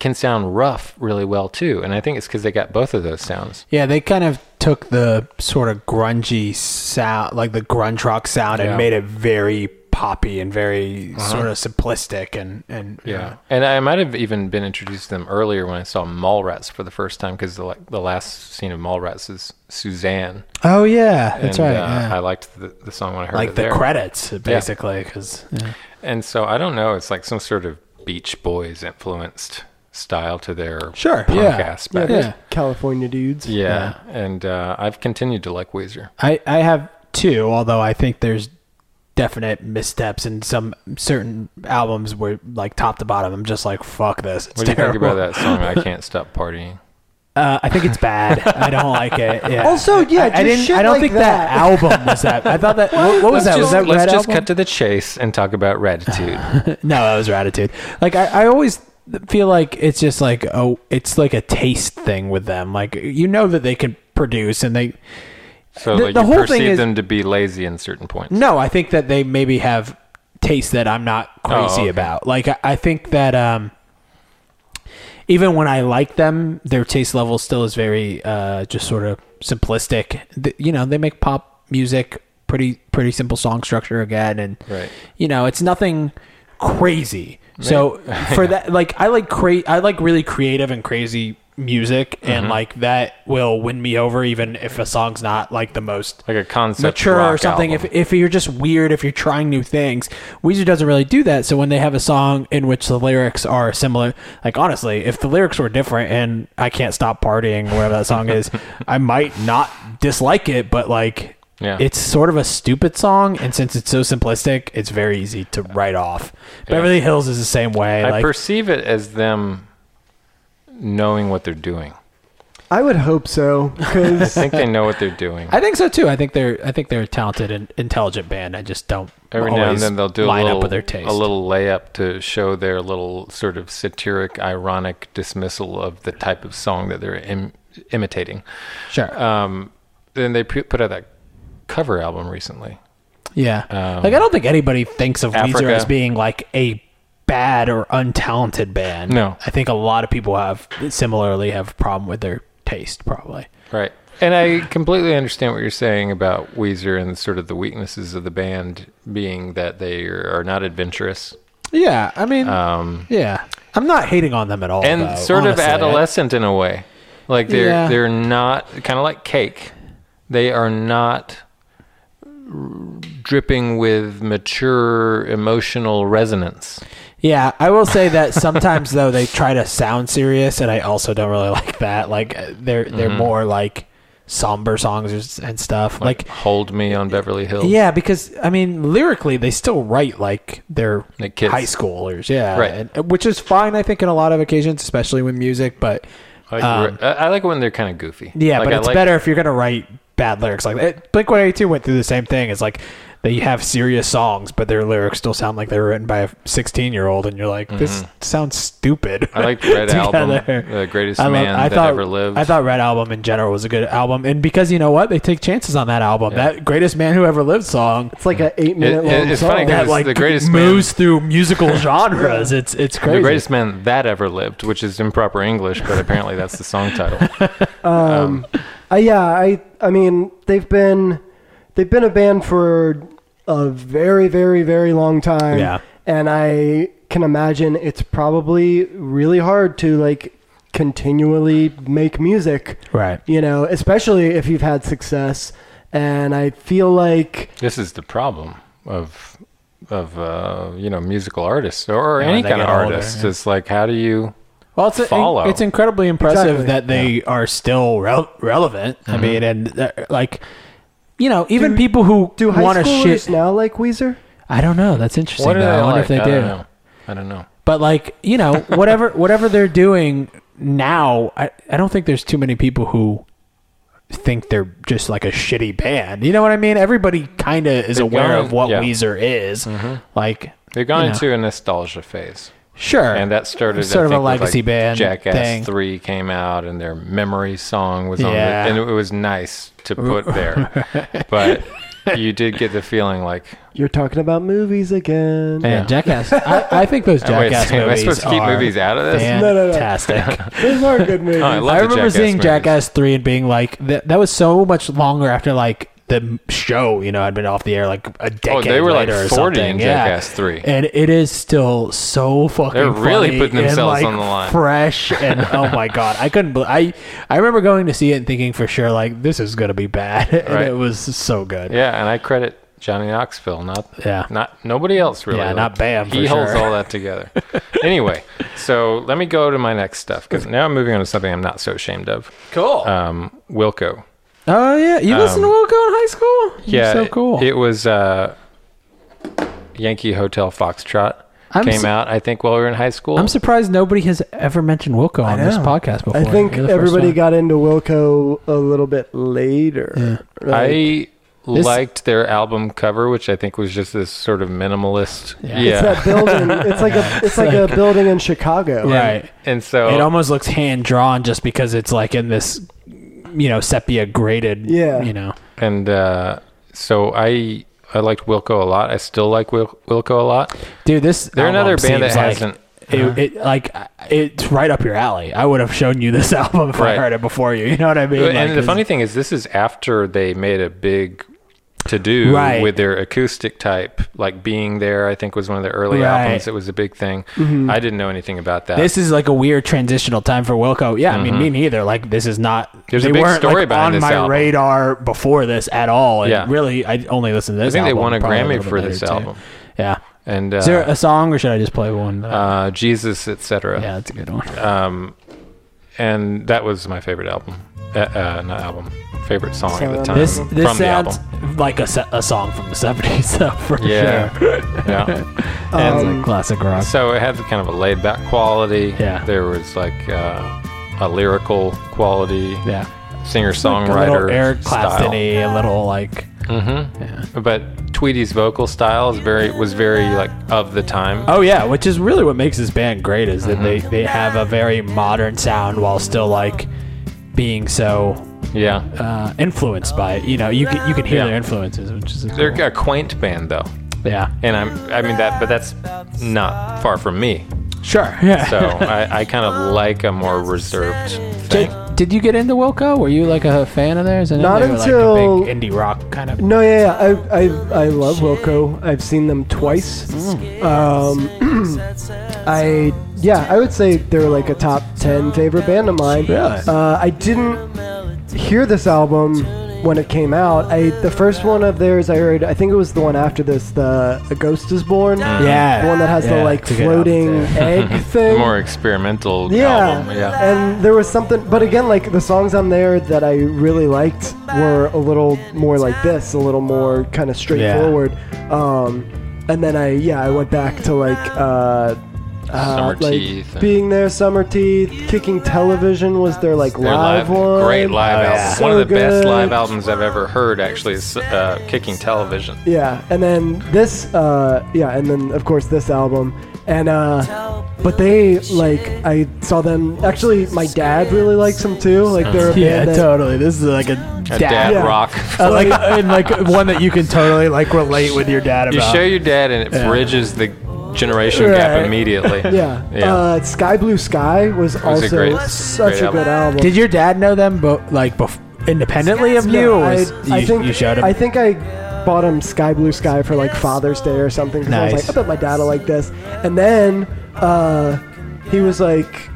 E: can sound rough really well too and i think it's because they got both of those sounds
F: Yeah, they kind of took the sort of grungy sound, like the grunge rock sound,
E: Yeah. Uh-huh.
F: and made it very poppy and very sort of simplistic and and
E: Yeah, and I might have even been introduced to them earlier when I saw Mallrats for the first time because the like the last scene of Mallrats is Suzanne.
F: Oh yeah, that's
E: and,
F: right.
E: uh,
F: yeah.
E: I liked the, the song when I heard
F: like
E: it
F: the
E: there.
F: credits basically, because
E: and so I don't know. It's like some sort of Beach Boys influenced style to their
F: Sure.
E: punk
F: Yeah.
E: aspect.
F: Yeah.
E: Yeah,
C: those California dudes.
E: and uh, I've continued to like Weezer.
F: I, I have two, although I think there's definite missteps in some certain albums where, like, top to bottom, I'm just like, fuck this.
E: What
F: It's
E: do you think
F: terrible.
E: about that
F: *laughs*
E: song? I can't stop partying.
F: Uh, I think it's bad. I don't like it. Yeah.
C: Also, yeah,
F: I, I
C: just
F: didn't.
C: shit
F: I don't
C: like
F: think that.
C: that.
F: album was that. I thought that. What, what
E: let's
F: was that?
E: just,
F: was that
E: let's
F: Red
E: just
F: album?
E: cut to the chase and talk about
F: *sighs*
E: Ratitude.
F: No, that was Ratitude. Like I, I always feel like it's just like oh, it's like a taste thing with them. Like you know that they can produce, and they
E: So
F: The-
E: like
F: the
E: you
F: whole thing
E: perceive
F: is-
E: them to be lazy in certain points.
F: no, I think that they maybe have taste that I'm not crazy
E: Oh, okay.
F: about. Like I, I think that um, even when I like them, their taste level still is very uh, just sort of simplistic. Th you know, they make pop music pretty pretty simple song structure again, and
E: Right.
F: you know, it's nothing crazy.
E: *laughs*
F: So for that, like I like cra- I like really creative and crazy music,
E: Mm-hmm.
F: and like that will win me over, even if a song's not like the most
E: Like a concept
F: mature or
E: rock
F: something.
E: album.
F: If if you're just weird, if you're trying new things, Weezer doesn't really do that. So when they have a song in which the lyrics are similar, like honestly, if the lyrics were different and I can't stop partying, whatever that song
E: *laughs*
F: is, I might not dislike it, but like.
E: Yeah.
F: It's sort of a stupid song, and since it's so simplistic, it's very easy to write off. Beverly Hills is the same way.
E: I
F: like,
E: perceive it as them knowing what they're doing.
C: I would hope so because
E: I think they know what they're doing.
F: I think so too. I think they're I think they're a talented and intelligent band. I just don't
E: Every now and
F: always
E: then they'll do a
F: line
E: little,
F: up with their taste.
E: a little layup to show their little sort of satiric, ironic dismissal of the type of song that they're Im- imitating.
F: sure.
E: Um, then they pu- put out that cover album recently.
F: Yeah.
E: Um,
F: like I don't think anybody thinks of Weezer
E: Africa.
F: as being like a bad or untalented band.
E: No.
F: I think a lot of people have similarly have a problem with their taste probably.
E: Right. And I completely understand what you're saying about Weezer and sort of the weaknesses of the band being that they are not adventurous.
F: Yeah, I mean
E: Um,
F: yeah. I'm not hating on them at all.
E: and
F: though,
E: sort
F: honestly.
E: of adolescent in a way. Like they're
F: Yeah.
E: they're not kind of like cake. They are not dripping with mature emotional resonance.
F: Yeah, I will say that sometimes though they try to sound serious, and I also don't really *laughs* like that. Like uh, they're they're
E: Mm-hmm.
F: more like somber songs and stuff.
E: Like,
F: Like,
E: hold me on Beverly Hills.
F: yeah, because I mean lyrically they still write like they're
E: Like kids.
F: high schoolers, yeah,
E: Right.
F: and- uh, which is fine I think in a lot of occasions, especially with music. But
E: I,
F: Um,
E: I I like when they're kind of goofy.
F: yeah,
E: Like,
F: but
E: I
F: it's
E: like-
F: better if you're gonna write bad lyrics like that. Blink One Eighty Two went through the same thing. It's like they have serious songs, but their lyrics still sound like they were written by a 16 year old, and you're like, this sounds stupid.
E: Mm-hmm. I liked
F: *laughs*
E: Red Album,
F: together.
E: The Greatest
F: I love-
E: Man
F: I
E: That
F: thought,
E: Ever Lived.
F: I thought Red Album in general was a good album, and because you know what, they take chances on that album. That Greatest Man Who Ever Lived song.
C: it's like an eight
E: It-
C: minute
E: it-
C: long
E: it's
C: song.
E: funny 'cause
F: That
E: it's
F: like
E: the greatest
F: moves through
E: *laughs*
F: musical genres. It's it's crazy.
E: The Greatest Man That Ever Lived, which is improper English, but apparently that's the song
F: *laughs*
E: title.
C: Uh, yeah, I I mean they've been they've been a band for a very very very long time.
F: Yeah.
C: and I can imagine it's probably really hard to like continually make music.
F: right?
C: You know, especially if you've had success. And I feel like
E: This is the problem of of uh, you know musical artists or
F: Yeah, when
E: any
F: they
E: kind of
F: get older,
E: artist.
F: yeah.
E: It's like how do you?
F: Well, it's
E: Follow.
F: it's incredibly impressive
C: Exactly.
F: that they are still rel- relevant.
E: Mm-hmm.
F: I mean, and uh, like you know, even people who
C: do high
F: want to
C: schoolers
F: shit.
C: now like Weezer?
F: I don't know. That's interesting.
E: What
F: though.
E: are
F: I
E: they
F: wonder
E: like?
F: if they
E: I
F: do.
E: Don't know. I don't know.
F: But like you
E: *laughs*
F: know, whatever whatever they're doing now, I, I don't think there's too many people who think they're just like a shitty band. You know what I mean? Everybody kind of is aware
E: gone-
F: of what
E: yeah. Mm-hmm.
F: Weezer is. Like,
E: They've gone
F: You know.
E: into a nostalgia phase,
F: sure,
E: and that started I
F: sort of a
E: think, with,
F: legacy
E: like,
F: band
E: Jackass
F: thing.
E: Three came out, and their memory song was on,
F: Yeah.
E: it, and it was nice to put there, but you did get the feeling like
C: You're talking about movies again.
F: Man,
E: Yeah.
F: Jackass. I, I think those
E: Oh, *laughs* wait,
F: Jackass
E: am I
F: movies
E: supposed to keep
F: are
E: movies out of this?
C: No, no, no.
F: Fantastic.
C: *laughs* Those are
F: *laughs*
C: good movies.
E: oh, I love
F: I
E: the
F: remember
E: Jackass
F: seeing
E: movies.
F: Jackass three and being like, that, that was so much longer after like the show. You know, had been off the air like a decade.
E: Oh, they were like
F: later or
E: 40 in
F: something. yeah.
E: Jackass 3.
F: and it is still so fucking.
E: They're really
F: funny
E: putting
F: and,
E: themselves
F: like,
E: on the line.
F: Fresh
E: *laughs*
F: and oh my god, I couldn't. bel I I remember going to see it and thinking for sure like this is gonna be bad, *laughs* and
E: Right.
F: it was so good.
E: Yeah, and I credit Johnny Knoxville, not
G: Yeah.
E: not nobody else really.
G: Yeah, not Bam,
E: He
G: for
E: holds
G: sure.
E: all that together. *laughs* anyway, so let me go to my next stuff because now I'm moving on to something I'm not so ashamed of.
G: Cool.
E: Um, Wilco.
G: oh yeah, you listened to Wilco in high school?
E: Um, Yeah,
G: so
E: it-
G: cool.
E: It, was uh, Yankee Hotel Foxtrot
F: I'm
E: came
F: su-
E: out. I think while we were in high school.
F: I'm surprised nobody has ever mentioned Wilco on this
G: know.
F: podcast before.
C: I think
F: You're the first
C: everybody
F: one.
C: got into Wilco a little bit later. Like,
E: I
F: This-
E: liked their album cover, which I think was just this sort of minimalist. Yeah.
C: it's that building. It's like
F: *laughs*
C: a it's like a building in Chicago.
F: right.
E: and so
F: It almost looks hand drawn just because it's like in this, you know, sepia graded.
C: Yeah.
F: You know.
E: and uh, so I I liked Wilco a lot. I still like Wil- Wilco a lot.
F: Dude, this
E: They're
F: album
E: another band that
F: seems like
E: hasn't. uh-huh.
F: it, it like it's right up your alley. I would have shown you this *laughs* album if
E: Right.
F: I heard it before you. You know what I mean? Like,
E: and the
F: it's-
E: funny thing is, this is after they made a big to do
F: Right.
E: with their acoustic type, like being there. I think was one of the early
F: Right. Mm-hmm.
E: albums. It was a big thing. I didn't know anything about that.
F: this is like a weird transitional time for Wilco. Yeah, I mean, me neither. Like, this is not.
E: Mm-hmm. There's a
F: they
E: big
F: weren't
E: story
F: like,
E: behind
F: on
E: this
F: my
E: album.
F: radar before this at all. And
E: Yeah.
F: really, I only listened to
E: I
F: this.
E: think they
F: album
E: won a
F: probably
E: Grammy
F: little bit
E: for
F: later,
E: this
F: too.
E: album.
F: Yeah.
E: And
F: Is there
E: uh,
F: a song, or should I just play one?
E: uh, Jesus, etc.
F: yeah, that's a good one.
E: um, and that was my favorite album, uh, uh, not album, favorite song at the
C: Song.
E: time.
F: This
E: from
F: this
E: the
F: sounds
E: album.
F: like a, se- a song from the seventies, *laughs* though, for
E: Yeah,
F: sure. *laughs*
E: yeah.
F: Sounds
E: And
F: like classic rock.
E: so it had kind of a laid back quality.
F: Yeah.
E: there was like uh, a lyrical quality.
F: Yeah,
E: singer
F: a little
E: songwriter
F: Eric Clapton-y, a little like
E: style. But Tweedy's vocal style is very was very like of the time.
F: Oh yeah, which is really what makes this band great is that
E: Mm-hmm.
F: they they have a very modern sound while still like being so
E: Yeah,
F: uh, influenced by it. You know, you can, you can hear
E: Yeah.
F: their influences, which is
E: they're
F: cool.
E: a quaint band though,
F: yeah,
E: and I'm I mean that, but that's not far from me.
F: sure. Yeah.
E: So I, I kind of like a more reserved thing.
F: Jake, did you get into Wilco? Were you like a fan of theirs? I know
C: Not
F: they were,
C: until-
F: like a big indie rock kind of.
C: No, yeah, yeah. I, I, I love Wilco. I've seen them twice. Um, *clears throat* I, yeah, I would say they're like a top 10 favorite band of mine.
F: Really?
C: Uh, I didn't hear this album when it came out. I The first one of theirs I heard, I think it was the one after this, the A Ghost is Born.
F: Yeah,
C: The one that has
F: yeah,
C: the like
F: it's a good album,
C: floating
F: too. *laughs*
C: egg thing.
E: more experimental
C: Yeah.
E: album. Yeah.
C: And there was something, but again, like the songs on there that I really liked were a little more like this, a little more kind of straightforward. Um, and then I, yeah, I went back to like, uh, uh,
E: Summer
C: like
E: Teeth and-
C: being there, summer teeth, kicking television was their like
E: They're
C: live, one.
E: great live
F: Oh,
E: album.
F: yeah.
E: One of the
C: So
E: best
C: good.
E: live albums I've ever heard, actually, is uh, Kicking Television.
C: Yeah, and then this, uh, yeah, and then of course this album, and uh, but they like I saw them. Actually, my dad really likes them too. Like they're
E: *laughs*
C: a
F: Yeah,
C: band that
F: totally. This is like a
E: A dad
C: Yeah.
E: rock. *laughs*
F: Uh, like and like one that you can totally like relate with your dad
E: You
F: about.
E: show your dad, and it bridges the generation gap
F: Right.
E: immediately.
C: Yeah.
E: Yeah.
C: Uh, Sky Blue Sky was,
E: was a
C: also
E: great-
C: such
E: great
C: a good album.
F: Did your dad know them, but like bef- independently of
C: Yeah,
F: you? or
C: I,
F: was- you,
C: I think
F: you showed him.
C: I think I bought him Sky Blue Sky for like Father's Day or something. 'cause I was
F: Nice.
C: like, I bet my dad will like this. And then uh, he was like,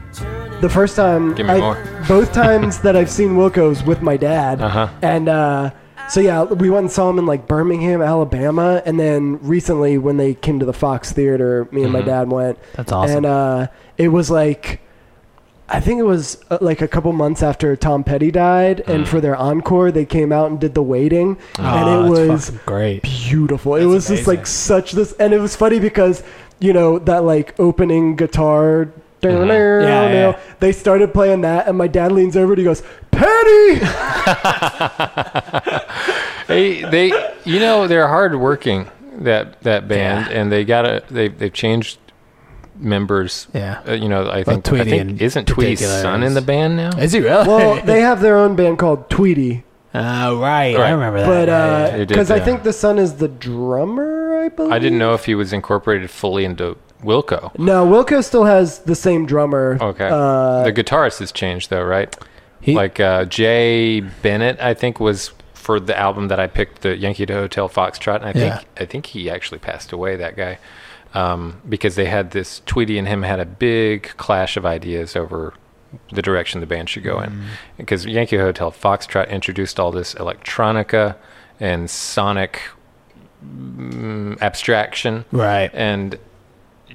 C: the first time,
E: Give me
C: I-
E: more.
F: *laughs*
C: both times that I've seen Wilco's with my dad,
E: Uh-huh.
C: and uh, so yeah, we went and saw him in like Birmingham, Alabama, and then recently when they came to the Fox Theater, me and my dad went.
F: Mm-hmm. That's awesome.
C: And uh, it was like. I think it was uh, like a couple months after Tom Petty died, and
F: Mm.
C: for their encore, they came out and did the waiting, and it
F: Oh, that's
C: was
F: fucking great.
C: beautiful. it was just like such this, and it was funny because you know that like opening guitar.
F: Mm-hmm. Yeah, yeah.
C: They started playing that, and my dad leans over and he goes,
F: *laughs*
C: "Petty!"
E: They, they, you know, they're hard working that that band, and they gotta they they've changed members.
F: Yeah.
E: Uh, you know, I think I
F: Tweety
E: think
F: in
E: isn't Tweety's
F: particular
E: son
F: is-
E: in the band now?
F: Is he really?
C: Well, they have their own band called Tweety, *laughs*
F: oh, right.
E: Right.
F: I remember that.
C: but
F: Yeah,
E: yeah, you
C: uh
E: did,
C: 'cause I
E: yeah.
C: think the son is the drummer. I believe
E: I didn't know if he was incorporated fully into Wilco.
C: No, Wilco still has the same drummer.
E: Okay.
C: uh,
E: the guitarist has changed though, right?
F: He-
E: like uh, Jay Bennett, I think was for the album that I picked, the Yankee Hotel Foxtrot. And I think
F: Yeah.
E: I think he actually passed away. That guy, um, because they had this Tweety and him had a big clash of ideas over the direction the band should go
F: Mm.
E: in. Because Yankee Hotel Foxtrot introduced all this electronica and sonic mm, abstraction,
F: Right.
E: and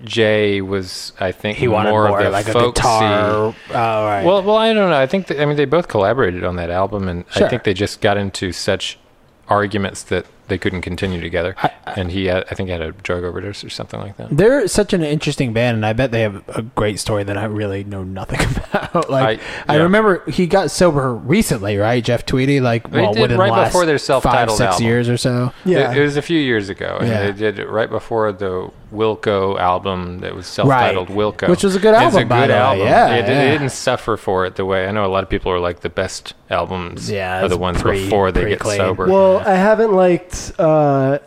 E: Jay was, I think,
F: He wanted more,
E: more, of the
F: like
E: folksy-
F: a guitar. All right.
E: Well, well, I don't know. I think that, I mean they both collaborated on that album, and
F: Sure.
E: I think they just got into such arguments that they couldn't continue together. and he, had, I think, had a drug overdose or something like that.
F: They're such an interesting band, and I bet they have a great story that I really know nothing *laughs* about. like, I,
E: I- yeah.
F: remember he got sober recently, right? Jeff Tweedy, like,
E: They
F: well,
E: did
F: within
E: right
F: the last
E: before their
F: five,
E: self-titled
F: six
E: album.
F: years or so.
C: Yeah.
E: It, it was a few years ago, and
F: Yeah.
E: they did it right before the Wilco album that was self-titled
F: Right.
E: Wilco,
F: Which was a good
E: It's a
F: album, by
E: good
F: the way.
E: album.
F: Yeah,
E: it, it
F: yeah.
E: didn't suffer for it the way I know a lot of people are like the best albums
F: Yeah,
E: are the
F: it's
E: ones
F: pretty-
E: before they
F: pretty
E: get
F: clean.
E: sober.
C: Well, I haven't liked uh,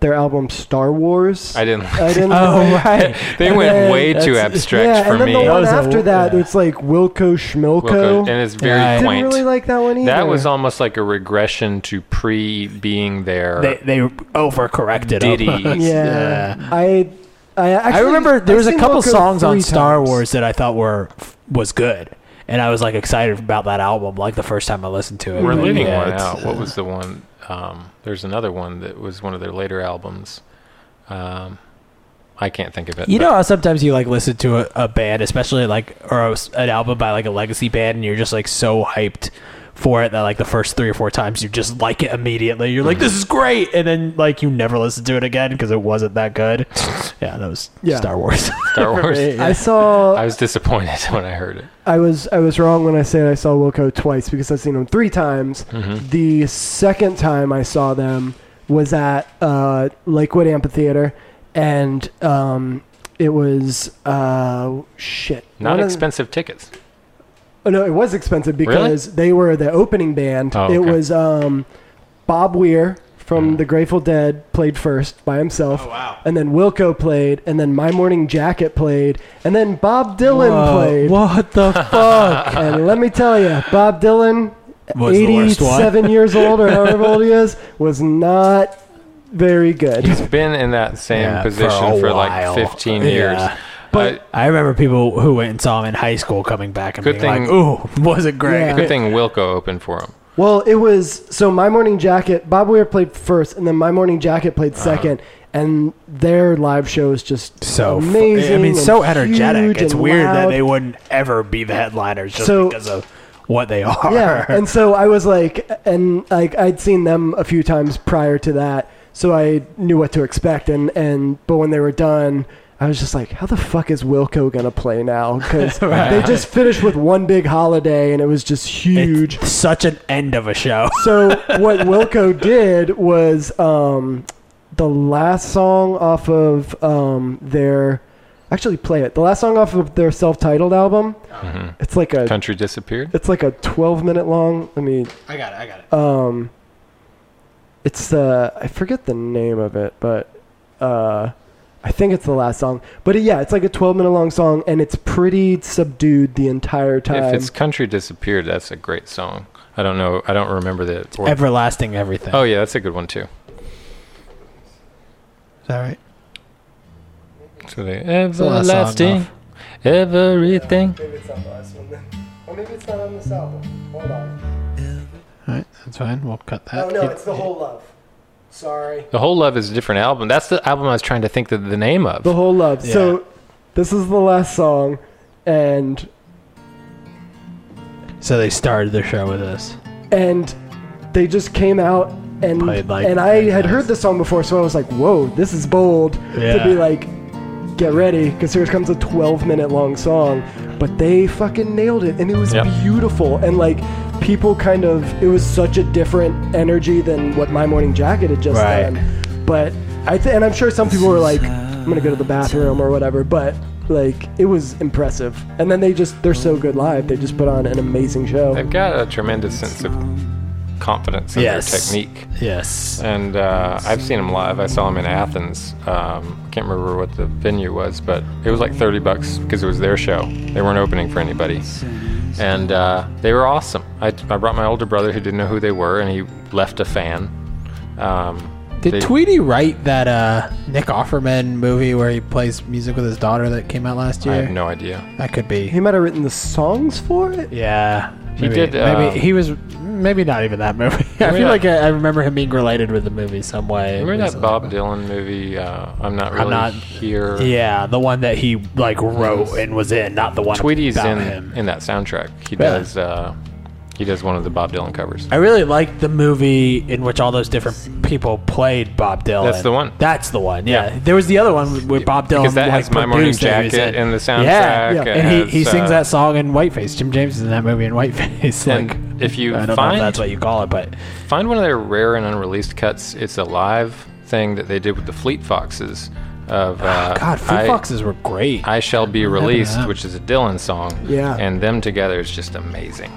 C: their album Star Wars.
E: I didn't.
F: *laughs*
E: Like
C: I
E: *laughs*
C: didn't.
F: right.
E: they
C: And
E: went
C: then-
E: way too
F: that's-
E: abstract
C: yeah,
E: for
C: and then
E: me.
C: the one
F: That was a-
C: after that,
F: yeah.
C: it's like Wilco Schmilko.
E: Wilco, and it's very
F: Yeah.
C: I
E: quaint.
C: didn't really like that one either.
E: That was almost like a regression to pre being there.
F: They, they overcorrected
E: Diddy.
F: almost.
C: Yeah. I I actually
F: I remember there
C: I've
F: was a
C: seen
F: couple
C: Wilco
F: songs on
C: three
F: Star
C: times.
F: Wars that I thought were was good, and I was like excited about that album. Like the first time I listened to it,
E: We're
F: but
E: leaving
F: Mm-hmm. yeah,
E: one
F: it's- uh,
E: out. What was the one? Um, there's another one that was one of their later albums. Um, I can't think of it.
F: You
E: but-
F: know
E: *laughs*
F: how sometimes you like listen to a, a band, especially like or a s an album by like a legacy band, and you're just like so hyped for it that like the first three or four times you just like it immediately. You're like, this is great, and then like you never listen to it again because it wasn't that good. yeah, that was
C: Yeah.
F: Star
C: *laughs*
F: Wars.
E: Star Wars.
C: I saw
E: I was disappointed *laughs* when I heard it.
C: I was I was wrong when I said I saw Wilco twice because I've seen them three times.
E: Mm-hmm.
C: The second time I saw them was at uh, Lakewood Amphitheater, and um, it was uh, shit.
E: Not
C: One of-
E: expensive tickets.
C: Oh no, it was expensive
E: Really?
C: because they were the opening band. It
E: Oh, okay. Mm-hmm.
C: was um, Bob Weir from The Grateful Dead played first by himself. Oh, wow. And then Wilco played, and then My Morning Jacket played, and then Bob Dylan played.
F: *laughs*
C: *laughs*
F: what the fuck?
C: And let me tell you, Bob Dylan,
F: Was the worst one.
C: 87 years old or however old he is, was not very good.
E: He's been in that same
F: Yeah, for a
E: position for,
F: while.
E: like 15 years.
F: Yeah.
E: But
F: I remember people who went and saw him in high school coming back and
E: Good
F: being like,
E: thing-
F: "Ooh, *laughs* was it great?"
C: Yeah.
E: good thing Wilco opened for him.
C: Well, it was so My Morning Jacket, Bob Weir played first, and then My Morning Jacket played
F: Uh-huh.
C: 2nd And their live show is just
F: So fu-
C: amazing.
F: I mean,
C: and
F: so energetic.
C: huge
F: It's
C: and
F: weird that
C: loud.
F: they wouldn't ever be the headliners just
C: So-
F: because of what they are.
C: Yeah,
F: *laughs*
C: and so I was like, and like I'd seen them a few times prior to that, so I knew what to expect. And and but when they were done, I was just like, how the fuck is Wilco gonna play now? Because they just finished with one big holiday, and it was just huge.
F: It's such an end of a
E: *laughs*
F: show.
C: so what Wilco did was um, the last song off of um, their. Actually, play it. The last song off of their self-titled album. It's like a
E: Country disappeared.
C: it's like a 12 minute long. Let me
F: I got it. I got it.
C: um it's uh i forget the name of it but uh i think it's the last song but uh, yeah it's like a 12 minute long song and it's pretty subdued the entire time
E: If it's Country Disappeared, that's a great song. I don't know. I don't remember that. or-
F: Everlasting everything.
E: Oh, yeah, that's a good one, too.
F: Is that right?
E: So they
F: the last song
E: everlasting,
F: off.
E: everything.
C: maybe it's not the last one then or maybe it's not on this album hold on
F: All right, that's fine. We'll cut that.
C: oh no it's the whole love sorry
E: The whole love is a different album. That's the album I was trying to think of the name of.
C: the whole love
F: Yeah.
C: so this is the last song and
F: So they started the show with this.
C: and they just came out and
F: Played, like,
C: and I had
F: nice.
C: heard the song before, so I was like, "Whoa, this is bold!"
F: Yeah.
C: To be like, "Get ready, because here comes a 12-minute long song," but they fucking nailed it, and it was
E: Yep.
C: beautiful, and like people kind of it was such a different energy than what my morning jacket had just
F: Right.
C: done, but I th- and I'm sure some people were like, "I'm gonna go to the bathroom" or whatever, but. Like it was impressive, and then they just—they're so good live. They just put on an amazing show.
E: They've got a tremendous sense of confidence in
F: Yes.
E: their technique.
F: Yes.
E: And uh, I've seen them live. I saw them in Athens. Um, I can't remember what the venue was, but it was like 30 bucks because it was their show. They weren't opening for anybody. And uh, they were awesome. I, I brought my older brother who didn't know who they were, and he left a fan. Um,
F: Did
E: they-
F: Tweety write that uh, Nick Offerman movie where he plays music with his daughter that came out last year?
E: I have no idea.
F: that could be.
C: He might have written the songs for it.
F: Yeah,
E: He did,
F: Maybe
E: um,
F: he was. mm, maybe not even that movie. *laughs* I
E: We're
F: feel
E: not-
F: like I, I remember him being related with the movie some way.
E: Remember that
F: recently.
E: Bob Dylan movie? Uh, I'm not really
F: not-
E: here.
F: Yeah, the one that he like wrote and was in, not the one
E: Tweety's in
F: about him.
E: in that soundtrack. He
F: Yeah.
E: does. Uh, he does one of the Bob Dylan covers.
F: I really liked the movie in which all those different people played Bob Dylan.
E: That's the one.
F: That's the one. Yeah,
E: Yeah.
F: there was the other one where Bob Dylan
E: Because that
F: like,
E: has My Morning
F: produced that he was
E: Jacket
F: in.
E: in the soundtrack.
F: Yeah,
E: It
F: and he, he
E: has,
F: sings
E: uh,
F: that song in Whiteface. Jim James is in that movie in Whiteface. *laughs*
E: And
F: like,
E: if you
F: I don't know if
E: find-
F: that's what you call it, but
E: Find one of their rare and unreleased cuts. It's a live thing that they did with the Fleet Foxes. Of uh,
F: Oh, God, Fleet
E: I-
F: Foxes were great.
E: I Shall Be
F: to
E: Released,
F: that?
E: which is a Dylan song.
C: Yeah.
E: And them together is just amazing.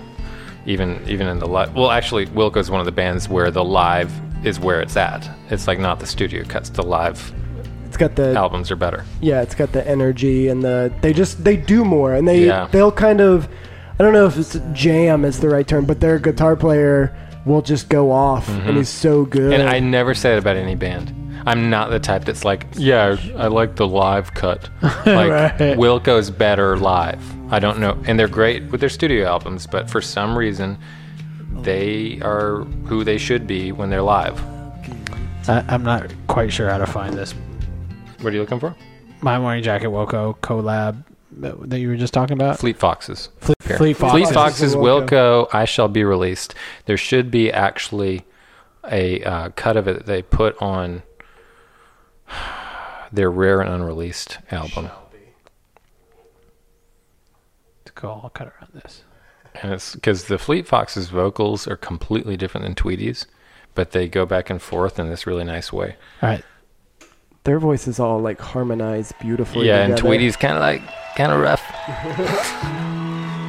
E: Even even in the live. Well, actually, Wilco's one of the bands where the live is where it's at. It's like not the studio cuts. The live
C: It's got the
E: albums are better.
C: yeah, it's got the energy and the they just they do more and they
E: Yeah.
C: they'll kind of I don't know if it's jam is the right term, but their guitar player will just go off and he's so good.
E: Mm-hmm. And I never say that about any band. I'm not the type that's like, yeah, I like the live cut. Like Wilco's better live. I don't know, and they're great with their studio albums, but for some reason, they are who they should be when they're live.
F: I, I'm not quite sure how to find this
E: What are you looking for?
F: My Morning Jacket Wilco collab that you were just talking about.
E: Fleet Foxes.
F: Fleet, Fleet Foxes.
E: Fleet Foxes,
C: Wilco.
E: Wilco, I Shall Be Released. There should be actually a uh, cut of it that they put on *sighs* their rare and unreleased album.
F: Cool. I'll cut around this.
E: And it's because the Fleet Foxes vocals are completely different than Tweety's, but they go back and forth in this really nice way.
F: All right.
C: Their voices all like harmonize beautifully.
E: yeah, and
C: together.
E: Tweety's kind of like, kind of rough.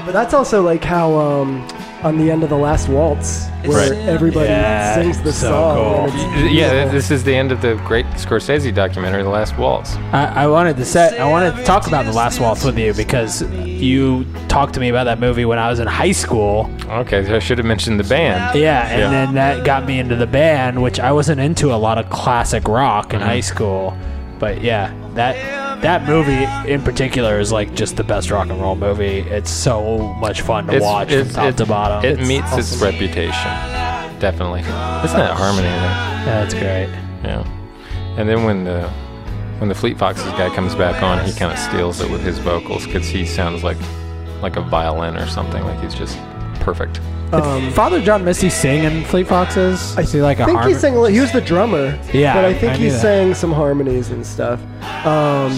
C: But that's also like how um, on the end of the last waltz, where
E: Right.
C: everybody
F: Yeah,
C: sings the
F: so
C: song.
F: cool.
C: and it's
E: Yeah,
C: beautiful.
E: this is the end of the great Scorsese documentary, The Last Waltz.
F: I, I wanted to set. I wanted to talk about the Last Waltz with you because you talked to me about that movie when I was in high school.
E: Okay, so I should have mentioned the band.
F: Yeah, and
E: Yeah.
F: then that got me into the band, which I wasn't into a lot of classic rock in high school. But yeah, that that movie in particular is like just the best rock and roll movie. It's so much fun to watch from top
E: it-
F: to bottom.
E: It
F: It's-
E: meets its reputation, definitely. It's not harmony there.
F: Yeah, it's great.
E: Yeah. And then when the when the Fleet Foxes guy comes back on, he kind of steals it with his vocals because he sounds like like a violin or something. Like he's just perfect.
C: um,
F: *laughs* Did Father John Misty sing in Fleet Foxes? I see like a
C: I think
F: harmon-
C: he sang. a li- He was the drummer.
F: Yeah,
C: but
F: I-
C: I think
F: I
C: he
F: knew that.
C: sang some harmonies and stuff. Um,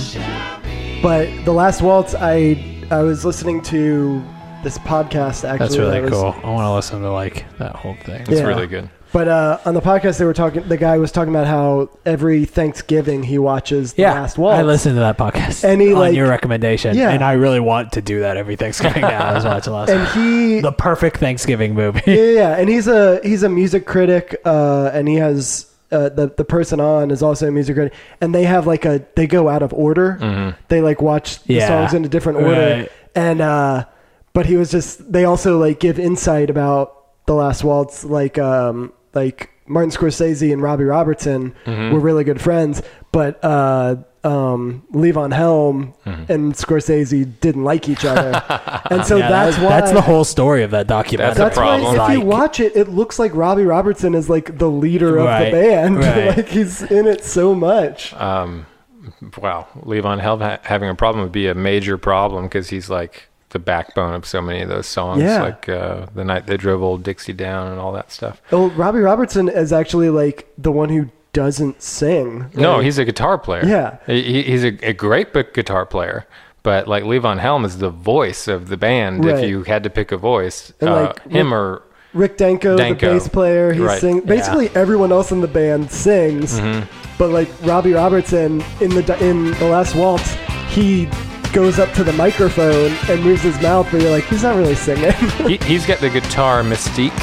C: but the last waltz, I I was listening to this podcast actually.
F: That's really
C: that was-
F: cool. I want to listen to like that whole thing.
E: It's
C: Yeah.
E: really good.
C: But uh, on the podcast, they were talking. The guy was talking about how every Thanksgiving he watches the
F: Yeah,
C: last waltz.
F: I listened to that podcast
C: And he,
F: on
C: like-
F: your recommendation.
C: Yeah.
F: and I really want to do that every Thanksgiving now.
C: *laughs*
F: I was watching last.
C: and he
F: the perfect Thanksgiving movie.
C: yeah, yeah, yeah. and he's a he's a music critic, uh, and he has uh, the the person on is also a music critic, and they have like a they go out of order. They like watch the
F: Yeah.
C: songs in a different order,
F: Right.
C: and uh, but he was just they also like give insight about the last waltz, like um like Martin Scorsese and Robbie Robertson were really good friends, but uh. Um, Levon Helm and Scorsese didn't like each other, and so
F: Yeah,
C: that's
F: that-
C: why
F: *laughs* that's the whole story of that documentary.
C: that's
E: That's the
C: why if
E: problem.
C: you
F: Like-
C: watch it, it looks like Robbie Robertson is like the leader of
F: Right,
C: the band. *laughs*
F: right.
C: like he's in it so much.
E: Um, wow, Levon Helm ha- having a problem would be a major problem because he's like the backbone of so many of those songs,
C: Yeah.
E: like uh, the night they drove old Dixie down and all that stuff.
C: well, Robbie Robertson is actually like the one who doesn't sing.
E: No,
C: Like,
E: he's a guitar player.
C: Yeah.
E: He- he, he's a, a great bu- guitar player. But like Levon Helm is the voice of the band.
C: Right.
E: If you had to pick a voice,
C: And,
E: uh,
C: like,
E: him or
C: Rick Danko,
E: Danko.
C: the bass player. He
E: Right.
C: sings. Basically, everyone else in the band sings, but like Robbie Robertson in the di- in the last waltz, he goes up to the microphone and moves his mouth, but you're like, he's not really singing. *laughs*
E: he, he's got the guitar mystique,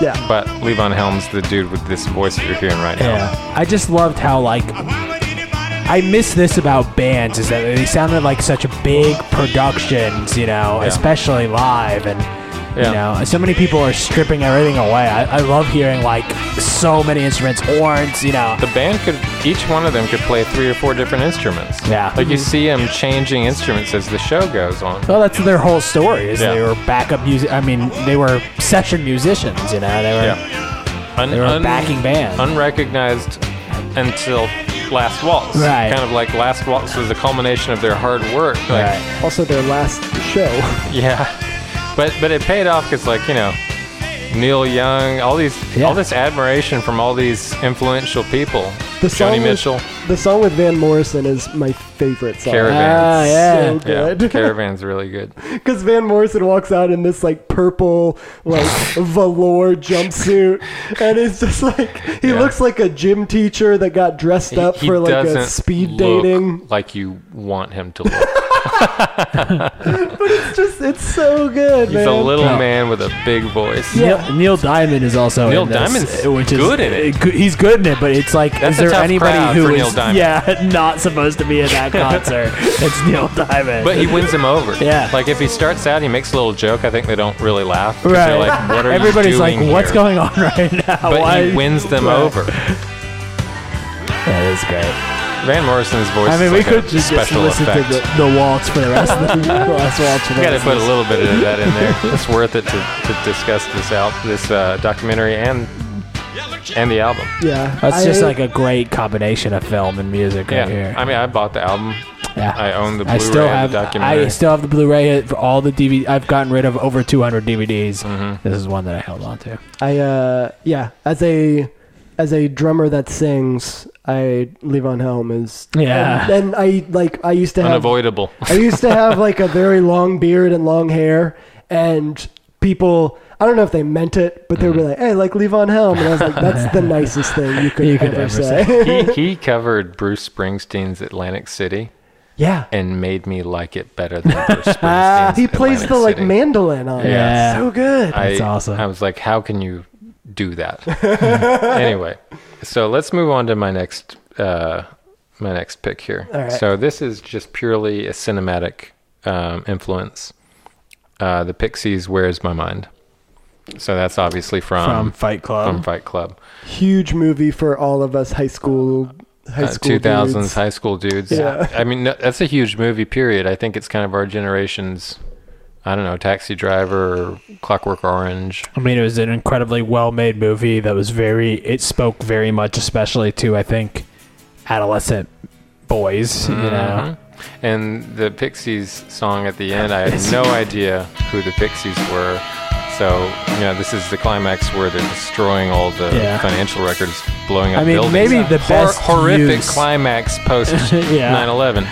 C: yeah.
E: but Levon Helm's the dude with this voice that you're hearing right now.
F: Yeah, I just loved how like I miss this about bands is that they sounded like such big productions, you know, especially live and
E: Yeah.
D: You know, so many people are stripping everything away. I, I love hearing like so many instruments, horns. You know,
E: The band could, each one of them could play three or four different instruments.
D: Yeah.
E: Like you see them changing instruments as the show goes on.
D: Well, that's their whole story. Is
E: Yeah.
D: they were backup music. I mean, they were session musicians. You know, they were.
E: Yeah. Un-
D: They were a backing band.
E: Unrecognized until Last Waltz.
D: Right.
E: Kind of like Last Waltz was the culmination of their hard work. Like,
D: Right.
C: Also, their last show.
E: Yeah. But but it paid off because like you know, Neil Young, all these,
D: Yeah.
E: all this admiration from all these influential people.
C: The song
E: Joni
C: with-
E: Mitchell,
C: The song with Van Morrison is my favorite song.
E: Caravan.
D: Ah, yeah.
C: So *laughs*
E: yeah, *laughs*
D: *laughs*
C: good.
E: Caravan's really good.
C: Because Van Morrison walks out in this like purple,
E: *laughs*
C: like velour jumpsuit, and it's just like he
E: Yeah.
C: looks like a gym teacher that got dressed up for like a
E: doesn't
C: speed
E: look
C: dating.
E: like you want him to look.
C: It's just it's so good,
E: He's
C: man.
E: a little man with a big voice.
D: Neil, Neil Diamond is also
E: Neil
D: in this,
E: Diamond's
D: uh, which is
E: good in it.
D: uh, good- He's good in it, but it's like
E: That's
D: is
E: a
D: there
E: tough
D: anybody
E: crowd
D: who
E: for
D: is
E: Neil Diamond.
D: yeah *laughs* not supposed to be in
E: *laughs*
D: that concert? it's Neil Diamond.
E: But he wins them over.
D: Yeah.
E: Like if he starts out, he makes a little joke. I think they don't really laugh. 'cause
D: right.
E: They're like, what are you
D: Everybody's like,
E: doing
D: what's
E: here?"
D: going on *laughs* right now?
E: But
D: Why?
E: he wins them over.
D: That is great.
E: Van Morrison's voice.
D: I mean,
E: is
D: we
E: like
D: could
E: a
D: just
E: special
D: listen
E: effect.
D: to the, the waltz for the rest
E: *laughs*
D: of the, *laughs* the last waltz. For the
E: We got to
D: rest of
E: put a little bit of that in
D: *laughs*
E: there. It's worth it to, to discuss this out, this uh, documentary and and the album.
C: yeah.
D: That's just
C: I-
D: like a great combination of film and music right
E: Yeah,
D: here.
E: I mean, I bought the album.
D: yeah.
E: I own the
D: I
E: Blu-ray
D: still have
E: and the documentary.
D: I still have the Blu-ray for all the DVD. I've gotten rid of over 200 DVDs.
E: Mm-hmm.
D: This is one that I held on to.
C: I uh yeah, as a as a drummer that sings, I Levon Helm is
D: Yeah.
C: And, and I like I used to have *laughs*
E: Unavoidable.
C: I used to have like a very long beard and long hair and people I don't know if they meant it, but they were like, "Hey, like Levon Helm," and I was like, "That's the nicest thing you could,
D: You could
C: ever,
D: ever
C: say."
E: he, he covered Bruce Springsteen's Atlantic City
C: *laughs* yeah, Uh,
E: and made me like it better than
C: *laughs*
E: Bruce Springsteen's
C: he plays
E: Atlantic
C: the like
E: City.
C: mandolin on
D: Yeah.
C: it. So good.
D: That's
E: I,
D: awesome.
E: I was like, how can you do
C: *laughs*
E: that? anyway, so let's move on to my next uh, my next pick here.
C: All right.
E: So this is just purely a cinematic um, influence. Uh, the Pixies, "Where's My Mind." So that's obviously
D: From
E: from
D: Fight Club.
E: from Fight Club,
C: Huge movie for all of us high school high
E: Uh,
C: school
E: 2000s
C: dudes.
E: high school dudes.
C: Yeah.
E: I mean, no- that's a huge movie. Period. I think it's kind of our generation's. I don't know, Taxi Driver, or Clockwork Orange.
D: I mean, it was an incredibly well-made movie that was very. It spoke very much, especially to I think adolescent boys. You
E: Mm-hmm.
D: know,
E: And the Pixies song at the end, I had no idea who the Pixies were. So, you know, this is the climax where they're destroying all the
D: Yeah.
E: financial records, blowing up
D: I mean,
E: buildings.
D: maybe the best
E: horrific
D: use- *laughs*
E: climax post
D: Yeah.
E: 9/11.